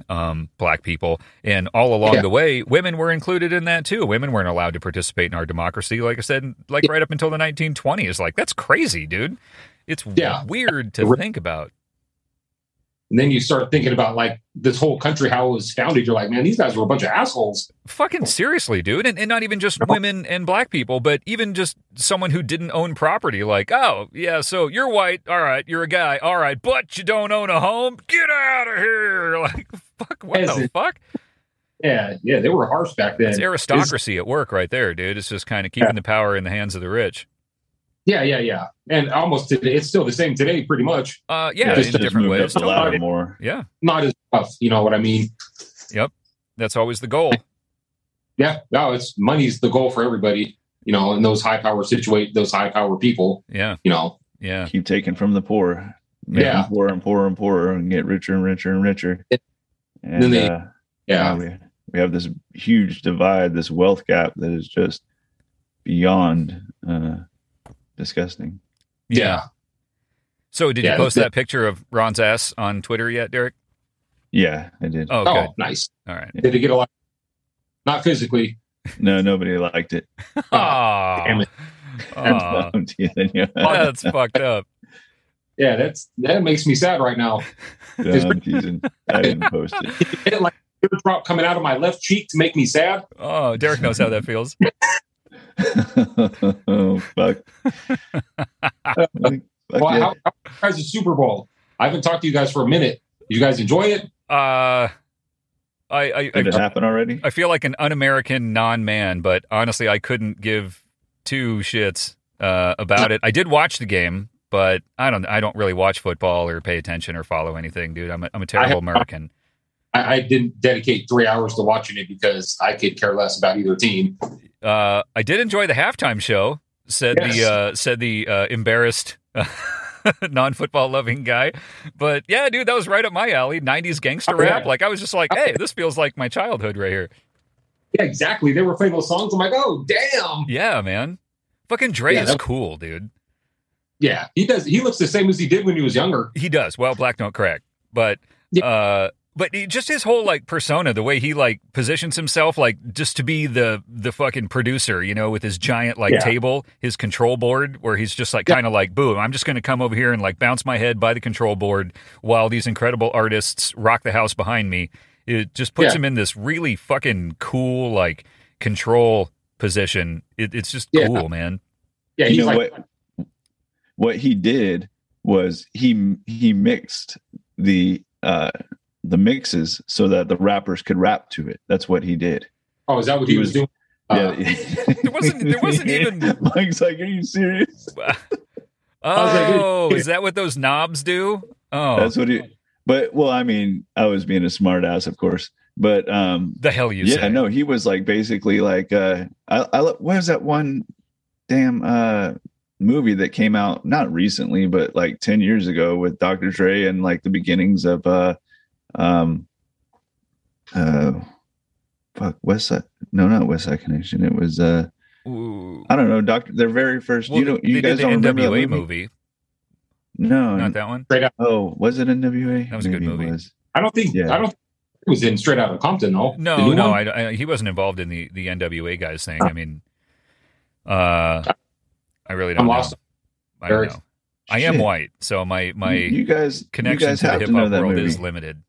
A: um, black people. And all along
C: Yeah.
A: the way, women were included in that too. Women weren't allowed to participate in our democracy, like I said, like right up until the 1920s. Like, that's crazy, dude. It's w-
C: Yeah.
A: weird to
C: Re-
A: think about.
C: And then you start thinking about like this whole country, how it was founded. You're like, man, these guys were a bunch of assholes.
A: Fucking seriously, dude. And, and not even just women and black people, but even just someone who didn't own property. Like, oh, yeah, so you're white. All right. You're a guy. All right. But you don't own a home. Get out of here. Like, fuck. What
C: As
A: the
C: it-
A: fuck?
C: Yeah, yeah, they were harsh back then.
A: It's aristocracy at work right there, dude. It's just kind of keeping the power in the hands of the rich.
C: Yeah, yeah, yeah. And almost today, it's still the same today, pretty much.
A: Uh, yeah,
B: just-
A: in
B: just
A: different
B: moved up
A: ways.
B: the ladder
A: Totally.
B: more.
A: Yeah,
C: Not as tough, you know what I mean?
A: that's always the goal.
C: Yeah, no, it's money's the goal for everybody, you know, and those high power situate those high power people,
A: Yeah,
C: you know.
A: yeah.
B: Keep taking from the poor, make
C: Yeah.
B: them poorer and poorer and poorer, and get richer and richer and richer.
C: It-
B: And
C: then they-
B: uh,
C: Yeah.
B: now we, we have this huge divide, this wealth gap that is just beyond uh, disgusting.
C: Yeah.
A: So, did
C: Yeah,
A: you post
C: that's-
A: that picture of Ron's ass on Twitter yet, Derek?
B: Yeah, I did.
A: Oh,
C: Oh,
A: good.
C: nice.
A: All right.
C: Did it get a lot? Not physically.
B: No, nobody liked it.
A: Aw.
C: damn it.
A: Aw.
B: I'm teasing you.
A: that's fucked up.
C: Yeah, that's that makes me sad right now.
B: No, I'm teasing. I didn't post it.
C: It like teardrop coming out of my left cheek to make me sad.
A: Oh, Derek knows how that feels.
B: oh, fuck. Fuck
C: Well,
B: yeah.
C: how, how guys the Super Bowl? I haven't talked to you guys for a minute. Did you guys enjoy it?
A: Uh, I I,
B: Did it
A: I,
B: happen already?
A: I feel like an un-American non-man, but honestly, I couldn't give two shits uh, about it. I did watch the game, but I don't. I don't really watch football or pay attention or follow anything, dude. I'm a, I'm a terrible
C: have-
A: American.
C: I, I didn't dedicate three hours to watching it because I could care less about either team.
A: Uh, I did enjoy the halftime show. Said
C: Yes.
A: the uh, said the uh, embarrassed non-football loving guy, but yeah, dude, that was right up my alley. '90s gangster
C: Oh, yeah.
A: rap. Like I was just like, hey, this feels like my childhood right here.
C: Yeah, exactly. They were playing those songs. I'm like, oh damn.
A: Yeah, man. Fucking Dre
C: Yeah,
A: is
C: that-
A: cool, dude.
C: Yeah, he does. He looks the same as he did when he was younger.
A: He does. Well, black don't crack. But
C: Yeah.
A: uh but he- just his whole like persona, the way he like positions himself like just to be the the fucking producer, you know, with his giant like
C: Yeah.
A: table, his control board where he's just like
C: Yeah.
A: kind of like, "Boom, I'm just going to come over here and like bounce my head by the control board while these incredible artists rock the house behind me." It just puts
C: Yeah.
A: him in this really fucking cool like control position. It, it's just
C: Yeah.
A: cool, man.
C: Yeah,
B: You
C: he's
B: know
C: like,
B: What he did was he he mixed the uh the mixes so that the rappers could rap to it. That's what he did.
C: oh, is that what he,
B: he
C: was,
B: was-
C: doing? Uh,
B: yeah.
A: There wasn't- there wasn't even-
B: Mike's like, are you serious?
C: like,
A: Oh, is that what those knobs do? Oh,
B: That's what he. But well, I mean, I was being a smartass, of course. But um,
A: the hell you
B: yeah,
A: say.
B: no, he was like basically like uh, I, I lo- what is that one damn uh movie that came out not recently but like ten years ago with Dr. Dre and like the beginnings of uh um uh fuck West Side no not West Side Connection it was uh
A: Ooh.
B: I don't know Doctor their very first
A: Well,
B: you know
A: they, they
B: you guys
A: did the
B: don't remember that
A: NWA
B: movie?
A: movie.
B: no
A: Not that one.
B: oh was it NWA
A: That was a good
B: Maybe it
A: movie.
B: was.
C: I don't think.
B: Yeah.
C: I don't. Think he was in Straight Out of Compton, though. The
A: No,
C: new
A: no,
C: one?
A: I, I, he wasn't involved in the the NWA guys thing. I mean, uh, I really don't
C: I'm
A: know.
C: lost.
A: I don't
C: Eric.
A: know. I am
B: Shit.
A: white, so my my
B: you, you guys you
A: connection
B: guys
A: to the
B: have
A: hip
B: to know
A: hop
B: that
A: world
B: movie.
A: is limited.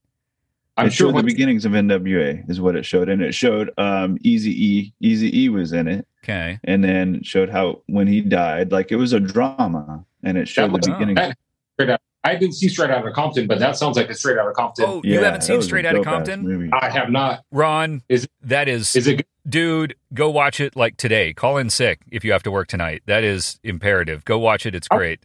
C: I'm
B: it showed
C: sure.
B: the
C: Once,
B: beginnings of NWA is what it showed, and it showed um Easy E. Easy E was in it,
A: Okay.
B: and then showed how when he died, like it was a drama, and it showed
C: That was-
B: the beginning.
C: that- I didn't see Straight Out of Compton, but that sounds like a Straight Out of Compton.
A: Oh, you haven't seen Straight Outta Compton,
B: Movie.
C: I have not.
A: Ron?
C: Is-
A: that is
C: Is it? good?
A: dude, go watch it like today. Call in sick if you have to work tonight. That is imperative. Go watch it. It's
C: Oh.
A: great.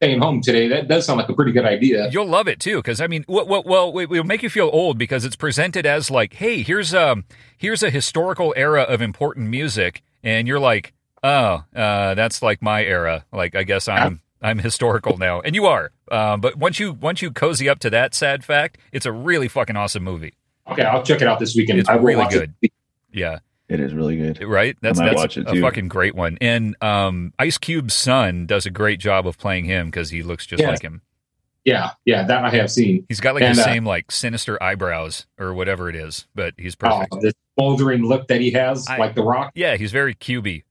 C: Staying home today. That does sound like a pretty good idea.
A: You'll love it too, because I mean, well, well, well, it will make you feel old because it's presented as like, hey, here's um, here's a historical era of important music, and you're like, oh, uh, that's like my era. Like, I guess I'm I'm historical now, and you are. Um, but once you once you cozy up to that sad fact, it's a really fucking awesome movie.
C: Okay, I'll check it out this weekend.
A: It's
C: I will
A: really
C: watch it.
A: good. Yeah,
B: It is really good.
A: right. That's
B: might
A: that's
B: watch it,
A: a
B: too.
A: fucking great one. And um, Ice Cube's son does a great job of playing him because he looks just
C: Yeah.
A: like him.
C: Yeah, yeah, that I have seen.
A: He's got like
C: And,
A: the
C: uh,
A: same like sinister eyebrows or whatever it is, but he's
C: Oh,
A: perfect.
C: the smoldering look that he has,
A: I-
C: like The Rock.
A: Yeah, he's very cubey.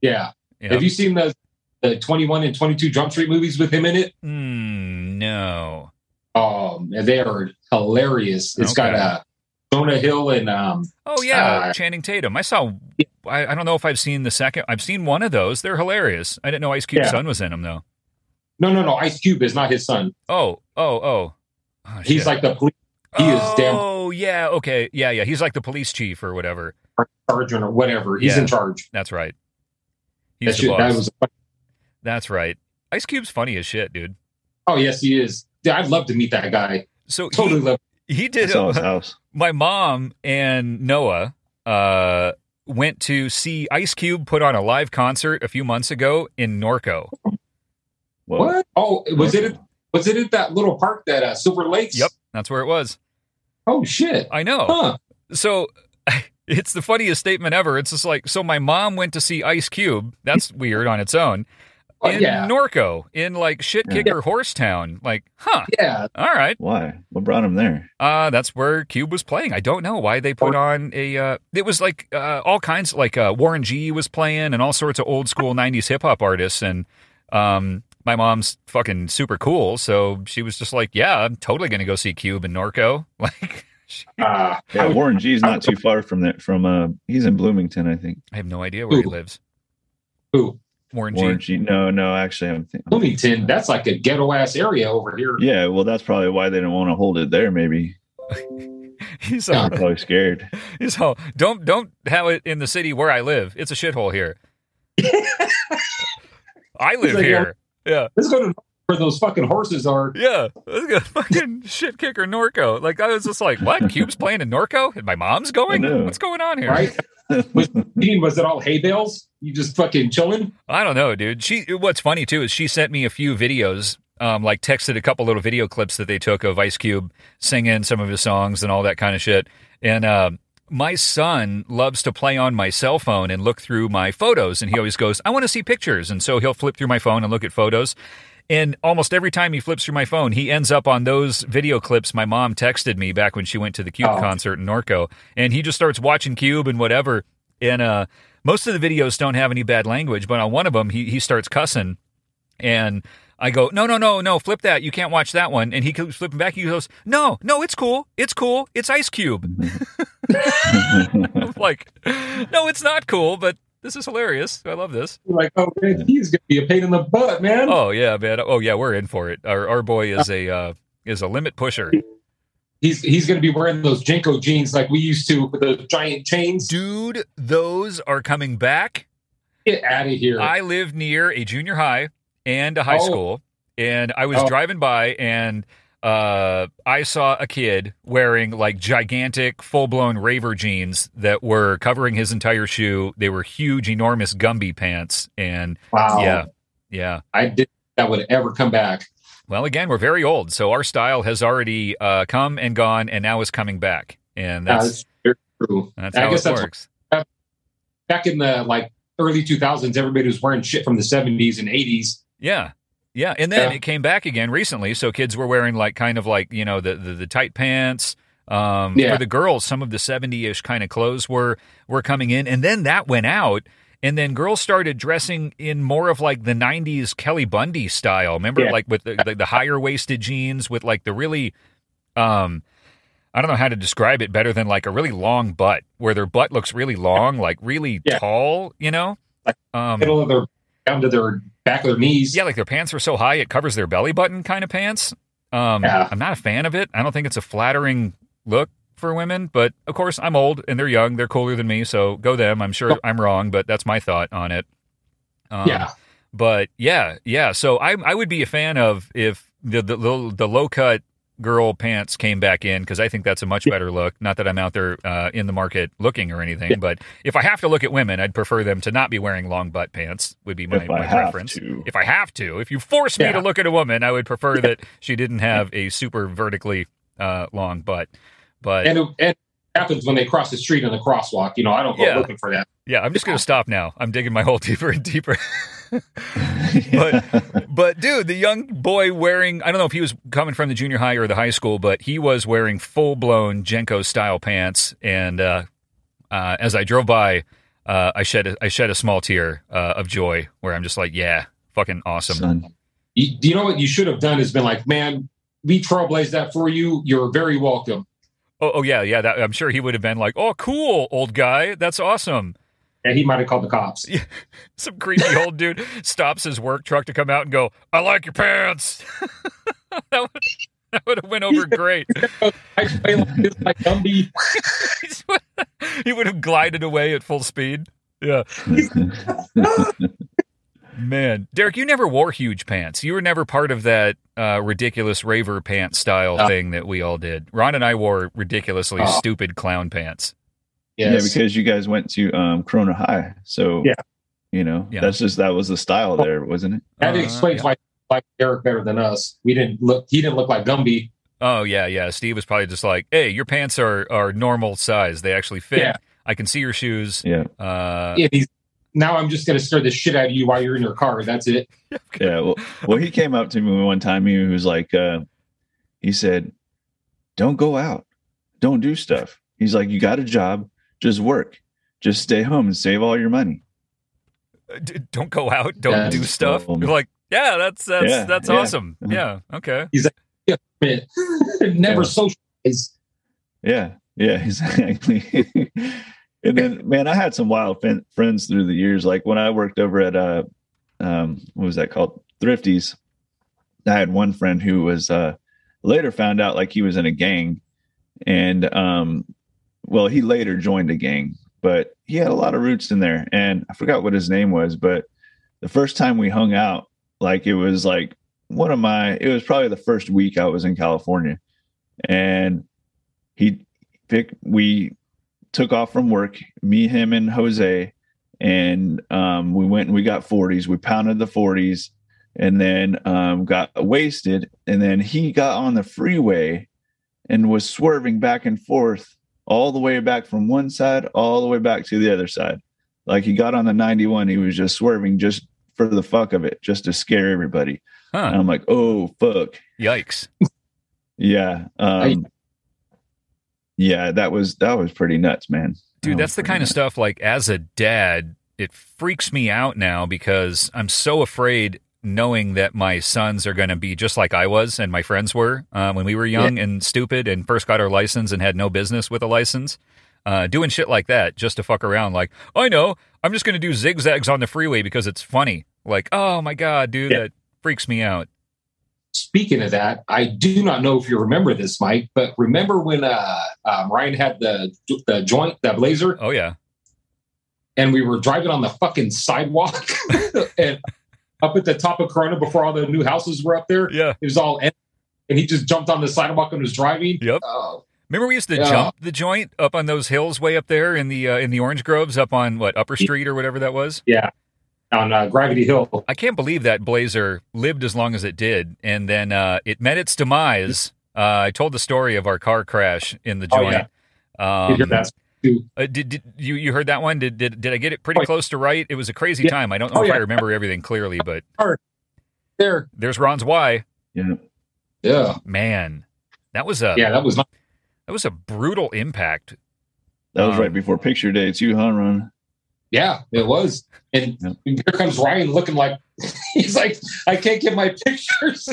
C: Yeah.
A: Yeah.
C: Have you seen the the 21 and 22 Jump Street movies with him in it?
A: Mm, no.
C: Um, and they are hilarious. It's got
A: Okay.
C: uh, Jonah Hill and um,
A: Oh yeah,
C: Uh,
A: Channing Tatum. I saw. I, I don't know if I've seen the second. I've seen one of those. They're hilarious. I didn't know Ice Cube's
C: Yeah.
A: son was in them though.
C: no, no, no. Ice Cube is not his son.
A: Oh, oh, oh. Oh,
C: He's
A: shit.
C: like the police he is damn-
A: Oh yeah. Okay. Yeah, yeah. He's like the police chief or whatever.
C: sergeant or whatever. He's
A: Yeah.
C: in charge.
A: That's right.
C: That
A: He's the
C: shit, that
A: boss.
C: was,
A: That's right. Ice Cube's funny as shit, dude.
C: oh yes, he is. Yeah, I'd love to meet that guy.
A: So
C: Totally love.
A: he, he
B: I
A: did.
B: saw his house.
A: my mom and Noah uh, went to see Ice Cube put on a live concert a few months ago in Norco.
B: Whoa.
C: What? Oh, was it? At, was it at that little park that uh, Silver Lakes?
A: Yep, that's where it was.
C: Oh shit.
A: I know.
C: Huh.
A: So it's the funniest statement ever. It's just like, so my mom went to see Ice Cube. That's weird on its own.
C: Oh,
A: in
C: yeah.
A: Norco, in like shit kicker Horsetown. Like, huh?
C: Yeah.
A: All right.
B: Why? What brought him there?
A: Uh, that's where Cube was playing. I don't know why they put on a. Uh, it was like uh, all kinds, like uh, Warren G was playing, and all sorts of old school '90s hip hop artists. And um, my mom's fucking super cool, so she was just like, "Yeah, I'm totally gonna go see Cube and Norco." Like, she,
C: Uh, I
B: Yeah,
C: would-
B: Warren G's
C: I
B: not too far from that. From uh, he's in Bloomington, I think.
A: I have no idea where he
C: Who?
A: lives.
C: Ooh,
A: Warren G.
B: Warren G. No, no, actually, I'm. Th-
C: Bloomington. That's like a ghetto ass area over here.
B: Yeah, well, that's probably why they didn't want to hold it there. Maybe
A: He's
B: I'm
A: all,
B: probably scared.
A: he's all, don't don't have it in the city where I live. It's a shithole here. I live
C: like,
A: here. Yeah,
C: Let's go to where those fucking horses are.
A: yeah. Let's go fucking shit kicker Norco. Like I was just like, what? Cube's playing in Norco, and my mom's going.
B: know.
A: What's going on here?
C: Right? was, was it all hay bales? You just fucking chilling?
A: I don't know, dude. She what's funny too is she sent me a few videos, um, like texted a couple little video clips that they took of Ice Cube singing some of his songs and all that kind of shit. And um my son loves to play on my cell phone and look through my photos, and he always goes, "I want to see pictures," and so he'll flip through my phone and look at photos. And almost every time he flips through my phone, he ends up on those video clips my mom texted me back when she went to the Cube
C: Oh.
A: concert in Norco. And he just starts watching Cube and whatever. And uh, most of the videos don't have any bad language, but on one of them, he, he starts cussing. And I go, no, no, no, no, flip that. You can't watch that one. And he keeps flipping back. He goes, no, no, it's cool. It's cool. It's Ice Cube. I'm like, no, it's not cool, but this is hilarious. I love this.
C: You're like, oh man, he's gonna be a pain in the butt, man.
A: Oh yeah, man. Oh yeah, we're in for it. Our our boy is a uh, is a limit pusher,
C: He's he's gonna be wearing those Jenko jeans like we used to with those giant chains.
A: dude. Those are coming back.
C: Get out of here.
A: I live near a junior high and a high
C: Oh.
A: school, and I was
C: Oh.
A: driving by and uh, I saw a kid wearing like gigantic, full blown raver jeans that were covering his entire shoe. They were huge, enormous Gumby pants, and
C: wow.
A: yeah, yeah.
C: I didn't think that would ever come back.
A: Well, again, we're very old, so our style has already uh, come and gone, and now is coming back, and that's
C: That's very true.
A: that's
C: I
A: how
C: guess
A: it
C: that's-
A: works.
C: Back in the like early two thousands, everybody was wearing shit from the seventies and eighties.
A: Yeah, yeah, and then
C: Yeah.
A: it came back again recently. So kids were wearing like kind of like you know the the, the tight pants. Um,
C: Yeah.
A: For the girls, some of the seventy-ish kind of clothes were were coming in, and then that went out. And then girls started dressing in more of like the '90s Kelly Bundy style. Remember,
C: Yeah.
A: like with the, the, the higher waisted jeans, with like the really, um, I don't know how to describe it better than like a really long butt, where their butt looks really long, like really
C: Yeah.
A: tall. You know,
C: Like,
A: um,
C: Middle of their down to their back of their knees.
A: yeah, like their pants are so high it covers their belly button kind of pants. Um,
C: Yeah.
A: I'm not a fan of it. I don't think it's a flattering look for women. But of course, I'm old and they're young. They're cooler than me, so go them. I'm sure I'm wrong, but that's my thought on it. Um,
C: yeah.
A: But yeah, yeah. So I I would be a fan of if the the, the, the low cut girl pants came back in because I think that's a much better look. Not that I'm out there uh, in the market looking or anything,
C: Yeah.
A: but if I have to look at women, I'd prefer them to not be wearing long butt pants. Would be my,
B: if
A: my
B: I have
A: preference
B: to.
A: if I have to. If you force me
C: Yeah.
A: to look at a woman, I would prefer that she didn't have a super vertically uh, long butt. But
C: And it, and it happens when they cross the street in the crosswalk. You know, I don't go
A: Yeah.
C: looking for that.
A: yeah, I'm just going to stop now. I'm digging my hole deeper and deeper. But- but dude, the young boy wearing, I don't know if he was coming from the junior high or the high school, but he was wearing full blown Jenko style pants. And uh, uh, as I drove by, uh, I shed a, I shed a small tear uh, of joy where I'm just like, yeah, fucking awesome.
B: Son.
C: You, you know what you should have done is been like, man, we trailblazed that for you. You're very welcome.
A: Oh, oh yeah, yeah. That, I'm sure he would have been like, oh, cool, old guy. That's awesome.
C: And he might have called the cops.
A: Some creepy old dude stops his work truck to come out and go, "I like your pants." that would that would have went over great.
C: I play like this like Gumby.
A: he would have glided away at full speed. Yeah, man, Derek, you never wore huge pants. You were never part of that uh, ridiculous raver pants style
C: No.
A: thing that we all did. Ron and I wore ridiculously
C: Oh.
A: stupid clown pants.
B: Yeah,
C: Yes.
B: because you guys went to um, Corona High, so
C: Yeah.
B: you know
A: Yeah.
B: that's just that was the style there, wasn't it?
C: that
A: Uh,
C: explains
A: yeah.
C: why he liked Eric better than us. We didn't look. He didn't look like Gumby.
A: Oh yeah, yeah. Steve was probably just like, "Hey, your pants are are normal size. They actually fit.
C: Yeah.
A: I can see your shoes."
B: Yeah,
A: Uh,
C: And he's, now I'm just gonna scare the shit out of you while you're in your car. That's it.
B: yeah. Well, well, he came up to me one time. He was like, uh, he said, "Don't go out, don't do stuff." He's like, "You got a job, just work, just stay home and save all your money."
A: d- don't go out, don't
C: Yeah.
A: do stuff.
B: Um,
A: You're like, yeah, that's that's
B: Yeah,
A: that's
B: yeah.
A: awesome.
B: Mhm.
A: Yeah, okay.
C: Man, Never
B: Yeah.
C: socialize.
B: Yeah, yeah, exactly. and then, man, I had some wild fin- friends through the years. Like when I worked over at uh, um, what was that called? Thrifties. I had one friend who was uh, later found out like he was in a gang, and um, well, he later joined a gang, but he had a lot of roots in there. And I forgot what his name was, but the first time we hung out, like it was like one of my, it was probably the first week I was in California, and he picked we took off from work, me, him, and Jose, and um, we went and we got 40s. We pounded the 40s and then um, got wasted. And then he got on the freeway and was swerving back and forth all the way back from one side, all the way back to the other side. Like he got on the 91, he was just swerving just for the fuck of it, just to scare everybody.
A: Huh.
B: And I'm like, oh, fuck.
A: Yikes.
B: Yeah. Um, yeah, that was that was pretty nuts, man. That
C: Oh,
A: Dude,
B: was
A: that's the
B: pretty
A: kind of
B: nuts.
A: stuff like as a dad, it freaks me out now because I'm so afraid knowing that my sons are going to be just like I was and my friends were uh, when we were young and stupid and first got our license and had no business with a license. Uh, doing shit like that just to fuck around. Like, I know, I'm just going to do zigzags on the freeway because it's funny. Like, oh my God, dude,
C: Yeah.
A: that freaks me out.
C: Speaking of that, I do not know if you remember this, Mike, but remember when uh, um, Ryan had the the joint, the blazer?
A: Oh, yeah.
C: and we were driving on the fucking sidewalk and up at the top of Corona before all the new houses were up there.
A: Yeah.
C: It was all empty, and he just jumped on the sidewalk and was driving.
A: Yep.
C: Oh,
A: Remember we used to
C: Yeah.
A: jump the joint up on those hills way up there in the uh, in the orange groves up on what Upper Street or whatever that was.
C: on uh, Gravity Hill.
A: I can't believe that Blazer lived as long as it did, and then uh, it met its demise. Uh, I told the story of our car crash in the
C: Oh,
A: joint.
C: You hear
A: um,
C: that?
A: uh, did, did you you heard that one? Did did, did I get it pretty
C: Oh, yeah.
A: close to right? It was a crazy
C: Yeah.
A: time. I don't know
C: Oh,
A: if I
C: yeah.
A: remember everything clearly, but
C: There.
A: there's Ron's Y.
C: Yeah.
A: Man, that was a
C: Yeah, that was not.
A: that was a brutal impact.
B: That was
A: Um,
B: right before picture day too, huh, Ron?
C: Yeah, it was. And
B: Yeah.
C: here comes Ryan looking like he's like, I can't get my pictures.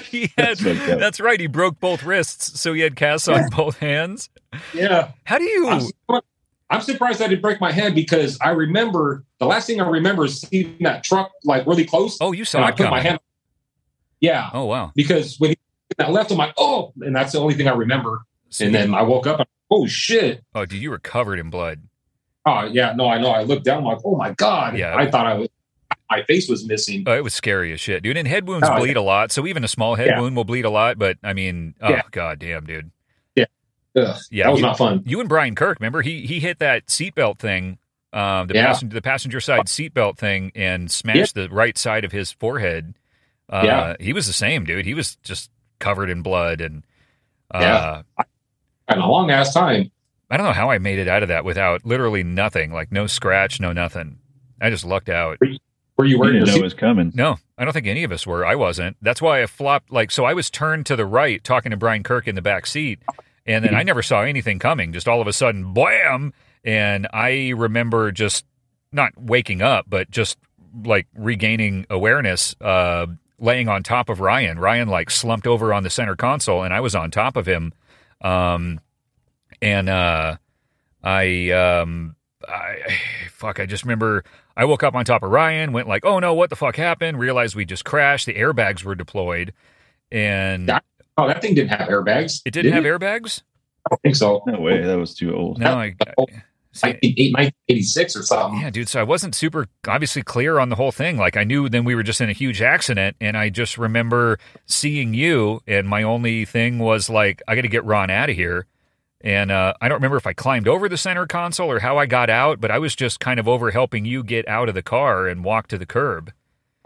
A: he had
B: That's fucked up.
A: That's right. He broke both wrists, so he had casts on both hands.
C: yeah.
A: How do you?
C: I'm, surprised- I'm surprised I didn't break my hand because I remember the last thing I remember is seeing that truck like really close.
A: oh, you saw
C: and I
A: it
C: put my
A: coming.
C: hand. Yeah,
A: Oh wow.
C: because when he that left, I'm like, oh, and that's the only thing I remember. And then I woke up, and, oh shit.
A: oh, dude, you were covered in blood.
C: Oh yeah, no, I know. I looked down, like, oh my god.
A: Yeah.
C: I thought I was, my face was missing.
A: Oh, it was scary as shit, dude. And head wounds
C: Oh, yeah.
A: bleed a lot, so even a small head
C: Yeah.
A: wound will bleed a lot. But I mean, oh
C: Yeah.
A: god damn, dude.
C: Ugh,
A: Yeah,
C: that was
A: you,
C: not fun.
A: you and Brian Kirk, remember he he hit that seatbelt thing, um, the
C: Yeah.
A: passenger the passenger side seatbelt thing, and smashed the right side of his forehead. Uh,
C: Yeah.
A: he was the same, dude. He was just covered in blood, and uh,
C: Yeah. And a long ass time.
A: I don't know how I made it out of that without literally nothing, like no scratch, no nothing. I just lucked out.
C: Were you
B: You didn't
C: wearing your
B: know it
C: seat?
B: was coming.
A: No, I don't think any of us were. I wasn't. That's why I flopped. Like, so I was turned to the right, talking to Brian Kirk in the back seat, and then I never saw anything coming. Just all of a sudden, blam! And I remember just not waking up, but just like regaining awareness, uh, laying on top of Ryan. Ryan like slumped over on the center console, and I was on top of him. Um, and uh, I um, I fuck. I just remember I woke up on top of Ryan, went like, "Oh no, what the fuck happened?" Realized we just crashed. The airbags were deployed, and
C: Yeah. Oh, that thing didn't have airbags.
A: it didn't have
C: airbags.
A: airbags.
C: I don't think so.
B: No way, that was too old.
A: No, I,
C: Oh,
A: see,
C: 1988, 1986 or something.
A: yeah, dude. So I wasn't super obviously clear on the whole thing. Like I knew then we were just in a huge accident, and I just remember seeing you, and my only thing was like, I got to get Ron out of here. And uh, I don't remember if I climbed over the center console or how I got out, but I was just kind of over helping you get out of the car and walk to the curb.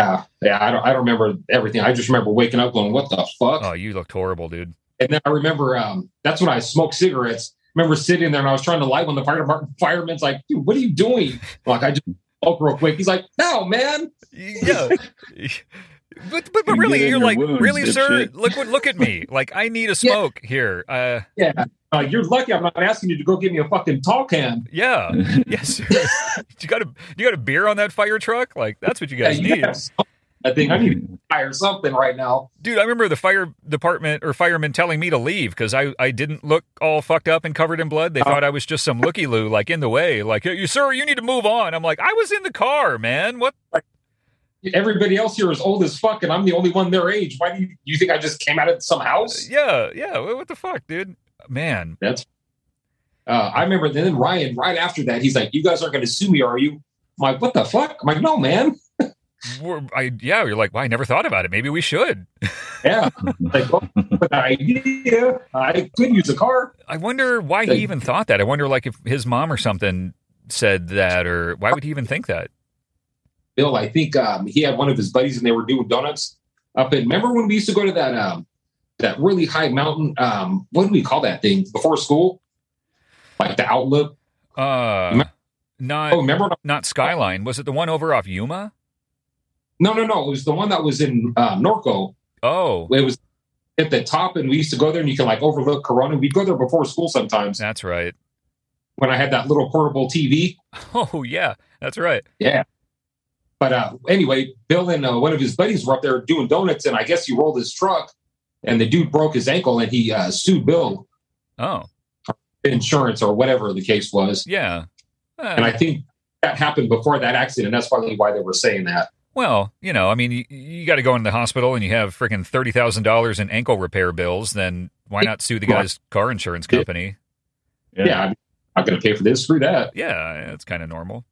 C: Yeah, yeah. I don't. I don't remember everything. I just remember waking up going, "What the fuck?"
A: Oh, you looked horrible, dude.
C: And then I remember um, that's when I smoked cigarettes. remember sitting there and I was trying to light one. The fire department fireman's like, dude, what are you doing? I'm like, I just smoke real quick. He's like, no, man.
A: yeah. But, but, but
B: You
A: really,
B: get in
A: you're
B: your
A: like,
B: wounds,
A: really, sir?
B: dipshit."
A: Look what look at me! Like, I need a smoke here. Uh,
C: Yeah. Uh, you're lucky I'm not asking you to go give me a fucking tall can.
A: yeah, yes. sir. you got a you got a beer on that fire truck? Like, that's what you
C: Yeah,
A: guys
C: you
A: need,
C: gotta have something. I think I need to fire something right now.
A: dude. I remember the fire department or firemen telling me to leave because I I didn't look all fucked up and covered in blood. They thought I was just some looky loo, like in the way. Like, you sir, you need to move on. I'm like, I was in the car, man. What?
C: Everybody else here is old as fuck, and I'm the only one their age. Why do you, you think I just came out of some house?
A: Yeah, yeah. What the fuck, dude? man.
C: That's. Uh, I remember then Ryan right after that he's like, "You guys aren't going to sue me, are you?" I'm like, "What the fuck?" I'm like, "No, man."
A: We're, I, yeah, you're like, well, I never thought about it. Maybe we should.
C: Yeah, like, well, but idea, I could use a car.
A: I wonder why he even thought that. I wonder, like, if his mom or something said that, or why would he even think that?
C: Bill, I think um, he had one of his buddies, and they were doing donuts up in. Remember when we used to go to that um, that really high mountain? Um, what do we call that thing before school? Like the outlook.
A: Uh, not
C: Oh, remember?
A: not Skyline. Was it the one over off Yuma?
C: No, no, no. It was the one that was in uh, Norco.
A: Oh,
C: It was at the top, and we used to go there, and you can like overlook Corona. We'd go there before school sometimes.
A: that's right.
C: when I had that little portable TV.
A: Oh yeah, that's right.
C: Yeah. But uh, anyway, Bill and uh, one of his buddies were up there doing donuts, and I guess he rolled his truck, and the dude broke his ankle, and he uh, sued Bill
A: Oh
C: insurance or whatever the case was.
A: yeah. Uh,
C: And I think that happened before that accident. That's probably why they were saying that.
A: well, you know, I mean, you, you got to go into the hospital and you have freaking thirty thousand dollars in ankle repair bills. Then why not sue the guy's car insurance company?
C: Yeah, I'm not going to pay for this. Screw that.
A: Yeah, that's kind of normal.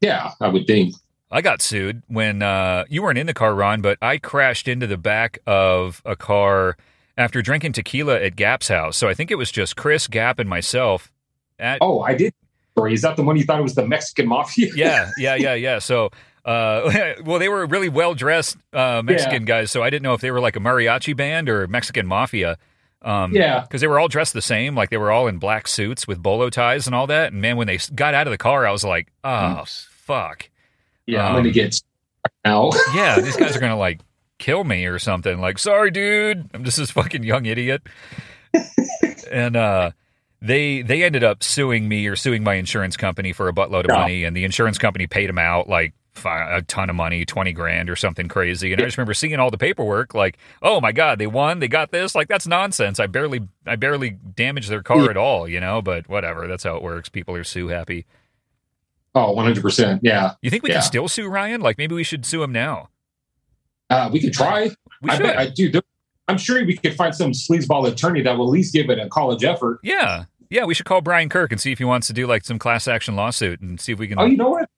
C: Yeah, I would think.
A: I got sued when uh, you weren't in the car, Ron, but I crashed into the back of a car after drinking tequila at Gap's house. So I think it was just Chris, Gap, and myself. At,
C: Oh, I did. Sorry, Is that the one you thought it was the Mexican mafia?
A: yeah, yeah, yeah, yeah. So, uh, well, they were really well dressed uh, Mexican guys, so I didn't know if they were like a mariachi band or Mexican mafia. Um,
C: Yeah.
A: because they were all dressed the same, like they were all in black suits with bolo ties and all that. And man, when they s- got out of the car, I was like, oh
C: Mm.
A: fuck,
C: Yeah, I'm
A: Um,
C: going to get now.
A: yeah, these guys are gonna like kill me or something. Like, sorry, dude, I'm just this fucking young idiot. and uh, they they ended up suing me or suing my insurance company for a buttload of
C: Yeah.
A: money, and the insurance company paid them out like fi- a ton of money, twenty grand or something crazy. And I just remember seeing all the paperwork, like, oh my god, they won, they got this. Like, that's nonsense. I barely I barely damaged their car
C: Yeah.
A: at all, you know. But whatever, that's how it works. People are sue happy.
C: Oh, 100%. Yeah.
A: You think we
C: Yeah.
A: can still sue Ryan? Like, maybe we should sue him now.
C: Uh, we could try.
A: We
C: I
A: should.
C: bet, I, dude, there, I'm sure we could find some sleazeball attorney that will at least give it a college effort.
A: Yeah. Yeah, we should call Brian Kirk and see if he wants to do like some class action lawsuit and see if we can
C: Oh, you know what?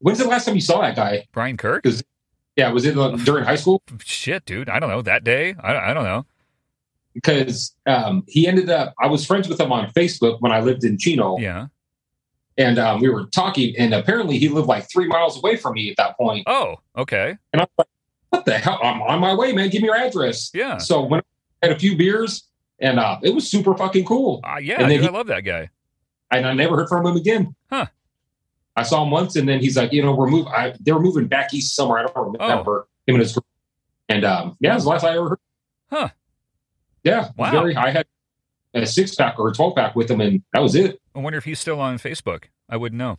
C: When's the last time you saw that guy?
A: Brian Kirk?
C: Yeah, was it like, during high school?
A: Shit, dude. I don't know. That day? I, I don't know.
C: Because um, he ended up, I was friends with him on Facebook when I lived in Chino,
A: Yeah.
C: and um, we were talking, and apparently he lived like three miles away from me at that point.
A: Oh, okay.
C: And I'm like, what the hell? I'm on my way, man. Give me your address.
A: Yeah.
C: So when I had a few beers, and uh, it was super fucking cool.
A: Uh, yeah,
C: And then
A: dude,
C: he-
A: I love that guy.
C: and I never heard from him again.
A: Huh.
C: I saw him once, and then he's like, you know, we're moving. I, they were moving back east somewhere. I don't
A: Oh.
C: remember him and his. group. And um, yeah, it was the last I ever heard.
A: Huh.
C: Yeah.
A: Wow.
C: Very. I had a six pack or a twelve pack with him, and that was it.
A: I wonder if he's still on Facebook. I wouldn't know.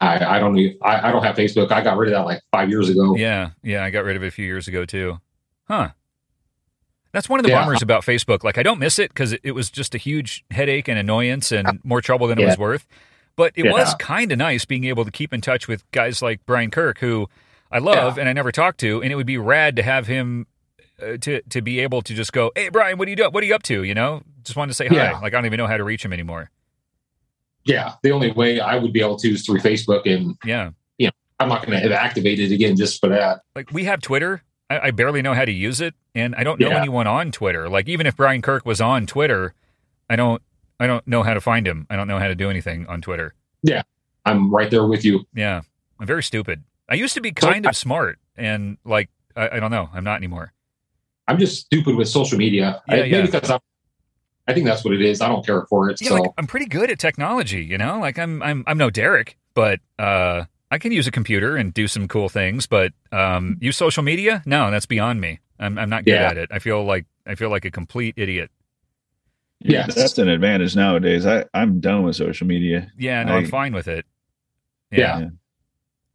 C: I, I don't know. I, I don't have Facebook. I got rid of that like five years ago.
A: Yeah. Yeah. I got rid of it a few years ago, too. Huh. That's one of the
C: Yeah.
A: bummers about Facebook. Like, I don't miss it because it, it was just a huge headache and annoyance and more trouble than it
C: Yeah.
A: was worth. But it
C: Yeah.
A: was kind of nice being able to keep in touch with guys like Brian Kirk, who I love and I never talked to. And it would be rad to have him uh, to, to be able to just go, Hey, Brian, what are you doing? What are you up to? You know, just wanted to say hi.
C: Yeah.
A: Like, I don't even know how to reach him anymore.
C: Yeah. The only way I would be able to is through Facebook, and
A: Yeah.
C: I'm not going to activate it again just for that.
A: like we have Twitter. I, I barely know how to use it, and I don't know
C: Yeah.
A: anyone on Twitter. Like even if Brian Kirk was on Twitter, I don't I don't know how to find him. I don't know how to do anything on Twitter.
C: I'm right there with you.
A: Yeah, I'm very stupid. I used to be kind of smart, and like I, I don't know, I'm not anymore.
C: I'm just stupid with social media.
A: Yeah,
C: I,
A: yeah.
C: Maybe because I'm, I think that's what it is. I don't care for it.
A: Yeah,
C: so
A: like I'm pretty good at technology. You know, like I'm I'm I'm no Derek, but uh, I can use a computer and do some cool things. But um, use social media? No, that's beyond me. I'm I'm not good
C: Yeah.
A: at it. I feel like I feel like a complete idiot.
B: Yeah,
C: Yes.
B: that's an advantage nowadays. I I'm done with social media.
A: Yeah, no, I, am
B: I-
A: fine with it.
C: Yeah.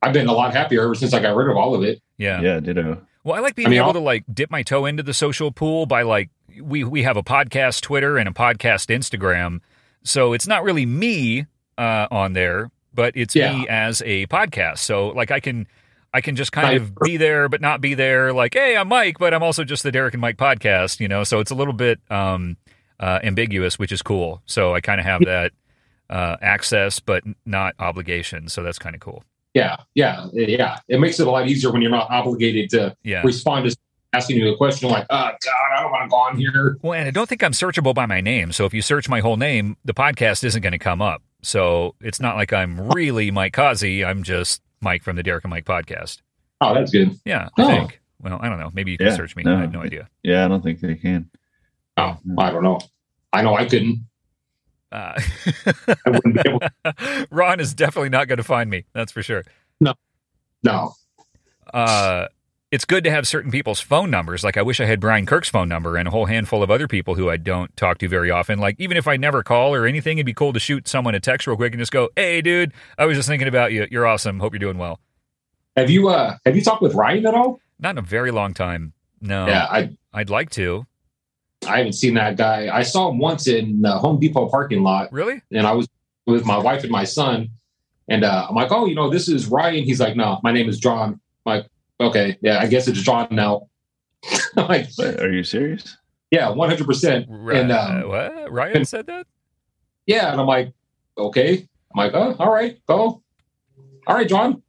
C: I've been a lot happier ever since I got rid of all of it.
A: Yeah.
B: Yeah, ditto.
A: Well, I like being
C: I mean,
A: able
C: I'll-
A: to like dip my toe into the social pool by like we we have a podcast Twitter and a podcast Instagram, so it's not really me uh, on there, but it's
C: Yeah.
A: me as a podcast. So like I can I can just kind
C: Right.
A: of be there but not be there. Like hey, I'm Mike, but I'm also just the Derek and Mike podcast. You know, so it's a little bit. um uh, ambiguous, which is cool. So I kind of have that uh, access, but not obligation. So that's kind of cool.
C: Yeah, yeah, yeah. It makes it a lot easier when you're not obligated to
A: Yeah.
C: respond to asking you a question like, "Oh God, I don't want to go on here."
A: Well, and I don't think I'm searchable by my name. So if you search my whole name, the podcast isn't going to come up. So it's not like I'm really Mike Causey. I'm just Mike from the Derek and Mike podcast.
C: Oh, that's good.
A: Yeah, I
C: Oh.
A: think. Well, I don't know. Maybe you can
B: Yeah,
A: search me.
B: no.
A: I have no idea.
B: Yeah, I don't think they can.
C: Oh, I don't know. I know I couldn't.
A: Uh,
C: I wouldn't be able.
A: Ron is definitely not going to find me. That's for sure.
C: No.
A: uh, it's good to have certain people's phone numbers. Like I wish I had Brian Kirk's phone number and a whole handful of other people who I don't talk to very often. Like even if I never call or anything, it'd be cool to shoot someone a text real quick and just go, "Hey, dude, I was just thinking about you. You're awesome. Hope you're doing well."
C: Have you uh Have you talked with Ryan at all?
A: Not in a very long time. No,
C: Yeah, I
A: I'd like to.
C: I haven't seen that guy. I saw him once in the Home Depot parking lot,
A: Really?
C: and I was with my wife and my son, and uh, I'm like, "Oh, you know, this is Ryan." He's like, "No, my name is John." I'm like, okay, yeah, I guess it's John now. I'm like,
B: But are you serious?
C: yeah, 100. percent
A: Right.
C: And, um,
A: uh, what? Ryan said that.
C: Yeah, and I'm like, okay. I'm like, oh, all right, go. All right, John.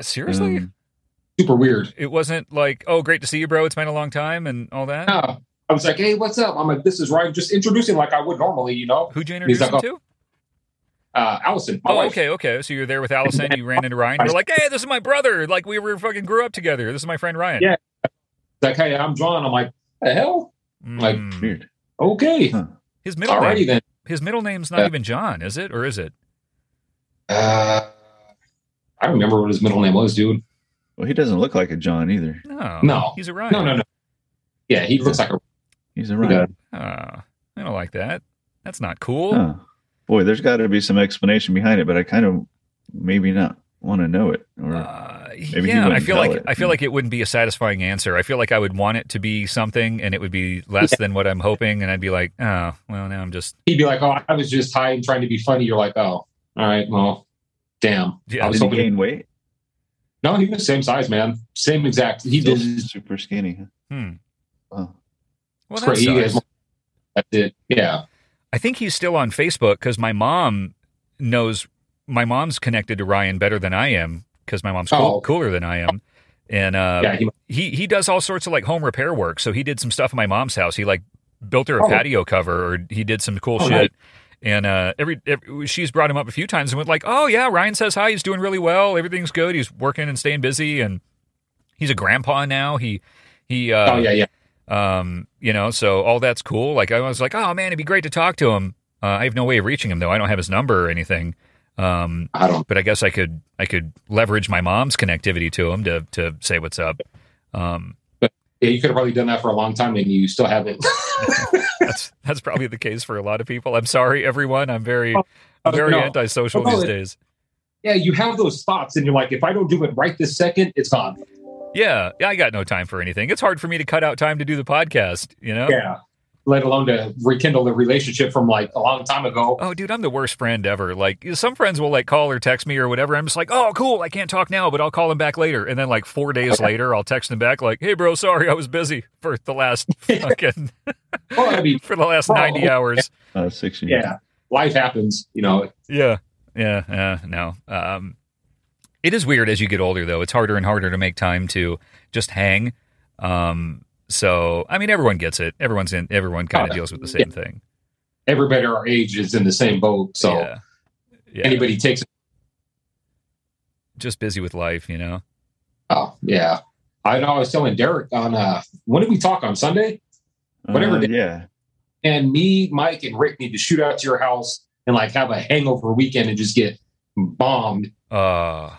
A: Seriously?
C: Mm.
B: Um,
C: Super weird.
A: it wasn't like, "Oh, great to see you, bro. It's been a long time," and all that.
C: Yeah. I was like, hey, what's up? I'm like, this is Ryan. Just introducing like I would normally, you know.
A: Who'd you introduce
C: like,
A: him
C: "Oh,
A: to?
C: Uh, Allison, my
A: Oh,
C: wife.
A: okay, okay. So you're there with Allison. You ran into Ryan. You're like, hey, this is my brother. Like we were fucking grew up together. This is my friend Ryan.
C: Yeah. It's like, hey, I'm John. I'm like, the hell? like-
A: Mm.
B: Weird.
C: Okay.
B: Huh.
A: his middle
C: Alrighty
A: name.
C: then.
A: His middle name's not
C: Yeah.
A: even John, is it? Or is it?
C: Uh, I don't remember what his middle name was, dude.
B: Well, he doesn't look like a John either.
A: No.
C: No.
A: He's a Ryan.
C: No, no, no. Yeah, he looks like a.
B: He's a Ryan.
A: Oh, I don't like that. That's not cool.
B: Oh. Boy, there's got to be some explanation behind it, but I kind of maybe not want to know it. Or
A: Uh,
B: he
A: yeah, I
B: wouldn't
A: feel
B: tell
A: like
B: it.
A: I feel like it wouldn't be a satisfying answer. I feel like I would want it to be something, and it would be less than what I'm hoping, and I'd be like, oh, well, now I'm just
C: He'd be like, oh, I was just high and trying to be funny. You're like, oh, all right, well, damn.
A: Yeah,
C: I was
B: did he
C: hoping.
B: gain weight?
C: No, he was same size, man. Same exact. He
B: Still
C: did.
B: super skinny. huh?
A: hmm.
B: Wow.
A: Well,
C: It's
A: that
C: crazy. You guys-
A: sucks.
C: That's it. Yeah.
A: I think he's still on Facebook because my mom knows my mom's connected to Ryan better than I am because my mom's cool,
C: Oh.
A: cooler than I am, and uh,
C: yeah. He, oh,
A: he he does all sorts of like home repair work. So he did some stuff at my mom's house. He like built her a
C: Oh.
A: patio cover, or he did some cool
C: Oh,
A: shit.
C: nice.
A: And uh, every, every she's brought him up a few times and went like, "Oh yeah, Ryan says hi. He's doing really well. Everything's good. He's working and staying busy, and he's a grandpa now. He he uh,
C: oh, yeah, yeah.
A: um, you know, so all that's cool. Like I was like, oh man, it'd be great to talk to him. Uh, I have no way of reaching him though. I don't have his number or anything. Um,
C: I don't.
A: but I guess I could I could leverage my mom's connectivity to him to to say what's up. Um,
C: Yeah, you could have probably done that for a long time and you still haven't.
A: that's that's probably the case for a lot of people. I'm sorry, everyone. I'm very
C: Oh,
A: I'm very
C: no.
A: antisocial
C: Oh, no,
A: these
C: it-
A: days.
C: yeah, you have those thoughts and you're like, if I don't do it right this second, it's gone.
A: Yeah, I got no time for anything. It's hard for me to cut out time to do the podcast. You know.
C: Yeah. Let alone to rekindle the relationship from like a long time ago.
A: Oh, dude, I'm the worst friend ever. Like, some friends will like call or text me or whatever. I'm just like, oh, cool, I can't talk now, but I'll call them back later. And then like four days later, I'll text them back like, hey, bro, sorry, I was busy for the last fucking
C: Well, I mean,
A: for the last
C: Bro.
A: ninety hours.
B: Uh, six years.
C: yeah, life happens, you know.
A: Yeah, yeah, yeah. No, um, it is weird as you get older though. It's harder and harder to make time to just hang. Um, so I mean, everyone gets it. Everyone's in. Everyone kind of
C: Oh,
A: deals with the same thing.
C: Everybody our age is in the same boat. So
A: yeah. Yeah.
C: anybody takes
A: just busy with life, you know.
C: Oh, yeah. I know I was telling Derek on uh when did we talk on Sunday?
B: Uh,
C: Whatever.
B: yeah.
C: and me, Mike, and Rick need to shoot out to your house and like have a hangover weekend and just get bombed.
A: Uh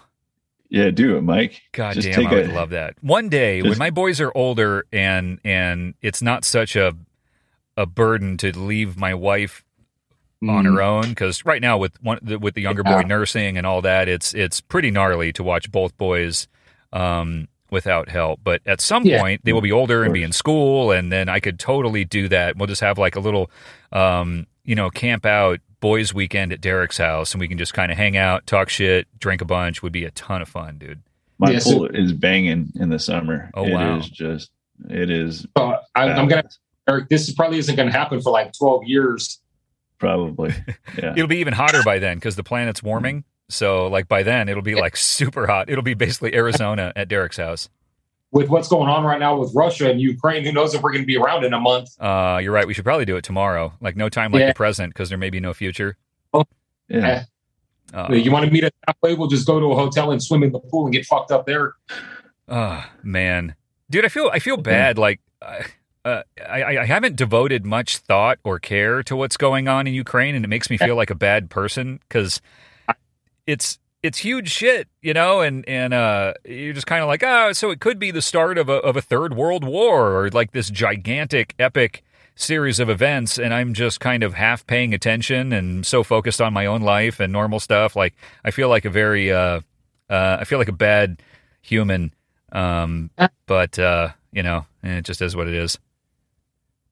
B: Yeah. Do it, Mike.
A: God
B: Just
A: damn, I
B: take
A: would
B: a-
A: love that. One day when
B: Just-
A: my boys are older and and it's not such a a burden to leave my wife on
B: Mm.
A: her own because right now with one the, with the younger boy
C: Yeah.
A: nursing and all that, it's it's pretty gnarly to watch both boys um, without help. But at some
C: Yeah.
A: point they will be older and be
B: course.
A: in school, and then I could totally do that. We'll just have like a little um, you know camp out boys weekend at Derek's house, and we can just kind of hang out, talk shit, drink a bunch. Would be a ton of fun, dude.
B: My
C: Yeah, so-
B: pool is banging in the summer.
A: Oh,
B: It
A: wow.
B: is just. It is.
C: So I, I'm gonna have Eric, this probably isn't going to happen for like 12 years.
B: Probably. Yeah.
A: It'll be even hotter by then because the planet's warming. So, like by then, it'll be like super hot. It'll be basically Arizona at Derek's house.
C: With what's going on right now with Russia and Ukraine, who knows if we're going to be around in a month?
A: Uh, you're right. We should probably do it tomorrow. Like no time like
C: Yeah.
A: the present because there may be no future.
B: yeah.
A: Uh,
C: you want to meet us halfway? We'll just go to a hotel and swim in the pool and get fucked up there.
A: Oh man, dude, I feel I feel bad. Like, I- uh, I I haven't devoted much thought or care to what's going on in Ukraine, and it makes me feel like a bad person because it's it's huge shit, you know. And and uh, you're just kind of like, oh, so it could be the start of a of a third world war or like this gigantic epic series of events and i'm just kind of half paying attention and so focused on my own life and normal stuff like i feel like a very uh uh i feel like a bad human um, but uh, you know, eh, it just is what it is.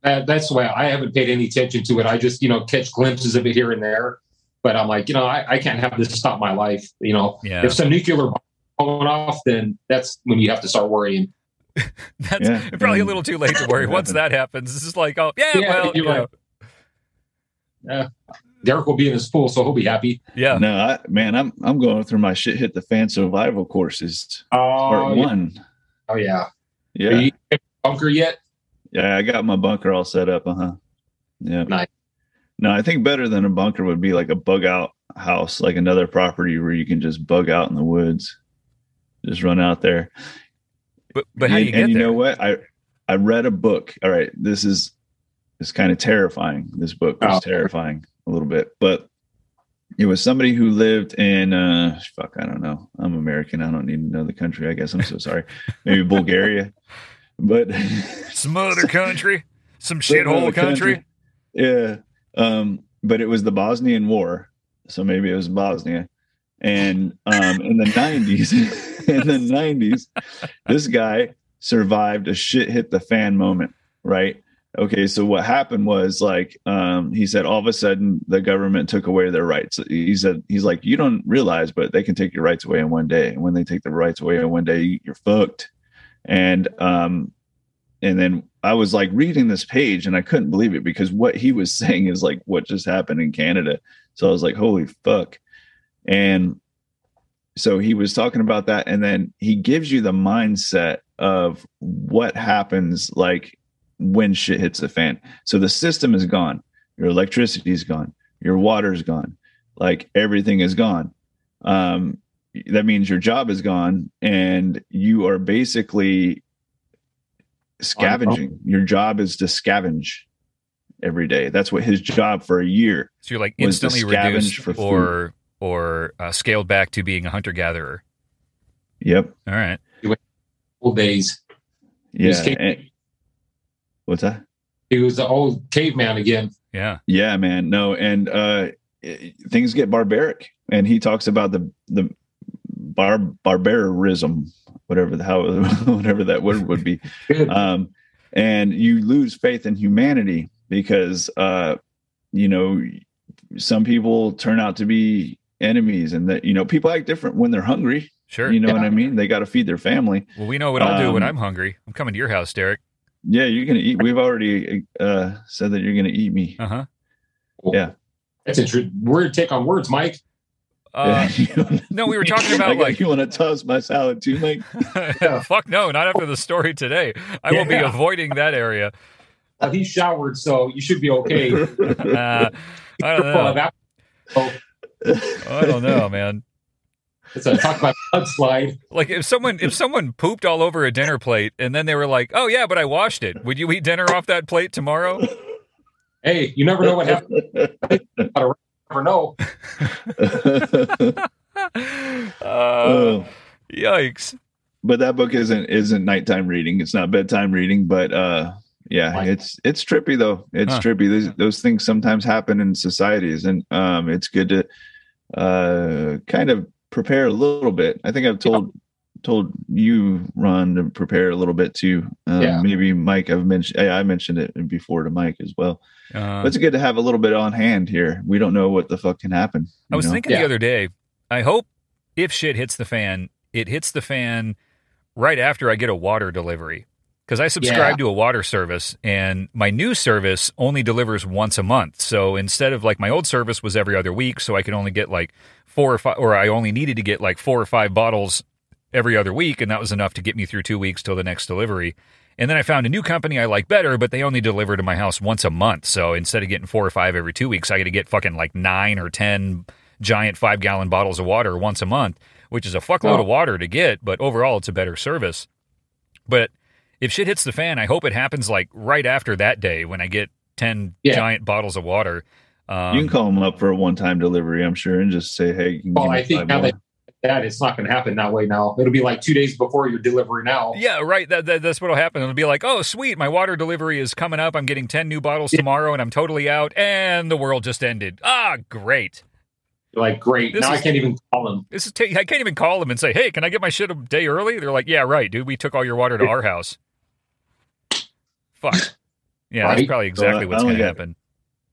C: That, that's why I haven't paid any attention to it. I just, you know, catch glimpses of it here and there. But I'm like, you know, I, I can't have this stop my life. You know,
A: Yeah,
C: if some nuclear bomb going off, then that's when you have to start worrying.
A: that's
B: Yeah.
A: probably a little too late to worry. Once that happens, it's just like, oh yeah,
C: Yeah,
A: well,
C: you're
A: you know,
C: right. Derek will be in his pool, so he'll be happy.
A: yeah.
B: No, I, man, I'm I'm going through my shit hit the fan survival courses part
C: Oh, yeah.
B: one.
C: Oh, yeah.
B: Yeah,
C: Are you in bunker yet?
B: yeah, I got my bunker all set up. Uh huh. Yeah.
C: Nice.
B: No, I think better than a bunker would be like a bug out house, like another property where you can just bug out in the woods, just run out there.
A: But but how do
B: and,
A: you get
B: and you
A: there?
B: know what? I I read a book. All right, this is it's kind of terrifying. This book was
C: Oh.
B: terrifying a little bit, but it was somebody who lived in uh fuck, I don't know. I'm American. I don't need to know the country. I guess I'm so sorry. Maybe Bulgaria. But
A: Some other country, some shithole country.
B: Yeah. Um, but it was the Bosnian War. So maybe it was Bosnia. And um, in the 90s, in the 90s, this guy survived a shit hit the fan moment, right? Okay, so what happened was like um, he said all of a sudden the government took away their rights. He said he's like you don't realize, but they can take your rights away in one day, and when they take the rights away in one day, you're fucked. And um, and then I was like reading this page and I couldn't believe it because what he was saying is like what just happened in Canada. So I was like, holy fuck. And so he was talking about that. And then he gives you the mindset of what happens like when shit hits the fan. So the system is gone, your electricity is gone, your water is gone, like everything is gone. Um, that means your job is gone and you are basically scavenging. Your job is to scavenge every day. That's what his job for a year.
A: So you're like
B: was to
A: instantly
B: scavenge
A: reduced
B: for food.
A: or or uh, scaled back to being a hunter gatherer.
B: Yep.
A: All right,
C: Old days.
B: Yeah.
C: Just can't-
B: and- what's that?
C: He was the old caveman again.
A: yeah,
B: Yeah, man. No, and uh it- things get barbaric. And he talks about the the bar barbarism, whatever the how whatever that word would be.
C: Good.
B: um, and you lose faith in humanity because uh, you know some people turn out to be enemies and that you know people act different when they're hungry
A: sure.
B: you know
C: Yeah.
B: what i mean they got to feed their family
A: well, we know what I'll do when
B: um,
A: I'm hungry. I'm coming to your house, Derek.
B: yeah you're gonna eat we've already uh said that you're gonna eat me
A: Uh huh.
B: yeah.
C: That's a tr- weird take on words, Mike.
A: Uh, no, we were talking about,
B: Like,
A: like-
B: you want to toss my salad too mike
C: Yeah.
A: Fuck no, not after the story today. I will be
B: Yeah.
A: avoiding that area.
C: Well, Uh, he showered, so you should be okay.
A: Uh, I don't know.
C: Well, that- oh,
A: I don't know, man.
C: it's a talk about mudslide.
A: Like if someone if someone pooped all over a dinner plate and then they were like, "Oh yeah, but I washed it. Would you eat dinner off that plate tomorrow?"
C: Hey, you never know what happens. You never know.
A: Uh, yikes!
B: Oh, but that book isn't isn't nighttime reading it's not bedtime reading but uh yeah
C: Like-
B: it's it's trippy though it's
A: Huh.
B: trippy those, those things sometimes happen in societies and um it's good to uh kind of prepare a little bit i think i've told told you ron to prepare a little bit too um,
C: Yeah.
B: maybe mike i've mentioned yeah, i mentioned it before to mike as well
A: Uh,
B: but it's good to have a little bit on hand here we don't know what the fuck can happen
A: I
B: you
A: was
B: know?
A: thinking the
C: Yeah.
A: other day. I hope if shit hits the fan, it hits the fan right after I get a water delivery. because I subscribe to a water service and my new service only delivers once a month. So instead of like my old service was every other week, so I could only get like four or five, or I only needed to get like four or five bottles every other week, and that was enough to get me through two weeks till the next delivery. And then I found a new company I like better, but they only deliver to my house once a month. So instead of getting four or five every two weeks, I got to get fucking like nine or 10 giant five gallon bottles of water once a month, which is a fuckload
C: Oh.
A: of water to get. But overall, it's a better service. But if shit hits the fan, I hope it happens like right after that day when I get 10
C: Yeah.
A: giant bottles of water. Um,
B: you can call them up for a one-time delivery, I'm sure, and just say, "Hey, can you
C: Well,
B: give me
C: Oh, I think
B: five
C: now
B: more?
C: that that it's not going to happen that way. Now it'll be like two days before your delivery. Now,
A: Yeah, right. That, that that's what'll happen. It'll be like, oh, sweet, my water delivery is coming up. I'm getting ten new bottles tomorrow, and I'm totally out. And the world just ended. Ah, great.
C: you're like great.
A: This
C: now
A: is-
C: I can't even call him.
A: This is. I I can't even call them and say, hey, can I get my shit a day early? They're like, yeah, right, dude. We took all your water to our house. Fuck. Yeah, that's
C: Right.
A: probably exactly
B: I-
A: what's going
B: I only
A: to
B: got-
A: happen.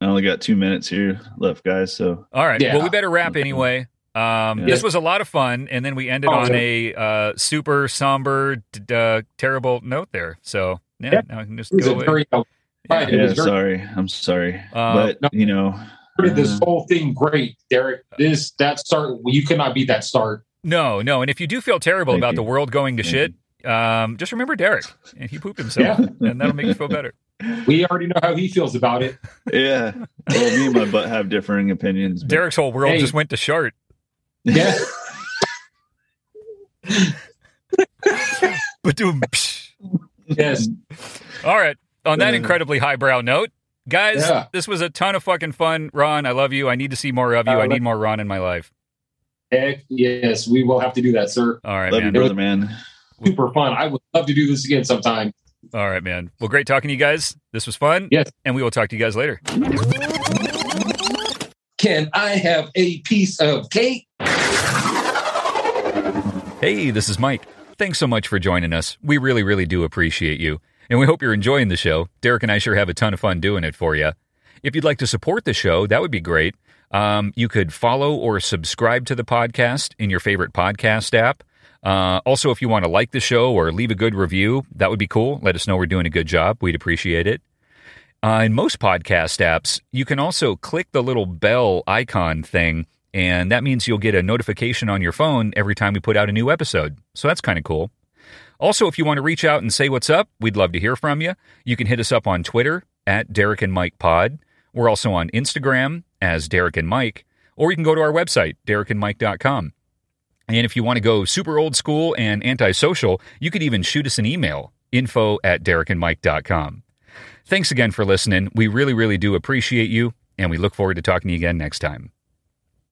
B: I only got two minutes here left, guys. So
A: All right.
C: Yeah.
A: Well, we better wrap anyway. Um,
B: Yeah.
A: This was a lot of fun, and then we ended
C: Oh,
A: on
C: yeah.
A: a uh, super somber, d- uh, terrible note there. So yeah,
C: Yeah.
A: now I can just
C: It was
A: go
C: a
A: away.
C: very uh, Right, it
B: yeah,
C: was very-
B: sorry, I'm sorry,
A: Uh,
B: but
C: no.
B: you know,
C: this whole thing great, Derek. This that start you could not beat that start.
A: No, no. And if you do feel terrible
B: Thank
A: about
B: you.
A: the world going to
B: Thank
A: shit, um, just remember Derek, and he pooped himself, and that'll make you feel better.
C: We already know how he feels about it.
B: yeah. Well, me and my butt have differing opinions. but-
A: Derek's whole world
C: Hey.
A: just went to shart.
C: Yeah,
A: Ba-doom.
C: yes.
A: All right. On that
B: Yeah.
A: incredibly highbrow note, guys,
C: Yeah.
A: this was a ton of fucking fun. Ron, I love you. I need to see more of you.
C: Uh,
A: I
C: let-
A: need more Ron in my life.
C: Heck yes, we will have to do that, sir.
A: All right,
B: Love you,
A: man.
B: brother, man.
C: Super fun. I would love to do this again sometime.
A: All right, man. Well, great talking to you guys. This was fun.
C: Yes.
A: And we will talk to you guys later.
C: Can I have a piece of cake?
A: Hey, this is Mike. Thanks so much for joining us. We really, really do appreciate you. And we hope you're enjoying the show. Derek and I sure have a ton of fun doing it for you. If you'd like to support the show, that would be great. Um, you could follow or subscribe to the podcast in your favorite podcast app. Uh, also, if you want to like the show or leave a good review, that would be cool. Let us know we're doing a good job. We'd appreciate it. Uh, in most podcast apps, you can also click the little bell icon thing, and that means you'll get a notification on your phone every time we put out a new episode. So that's kind of cool. Also, if you want to reach out and say what's up, we'd love to hear from you. You can hit us up on Twitter at Derek and Mike Pod. We're also on Instagram as Derek and Mike, or you can go to our website, derekandmike.com. And if you want to go super old school and antisocial, you could even shoot us an email, info at derekandmike.com. Thanks again for listening. We really, really do appreciate you, and we look forward to talking to you again next time.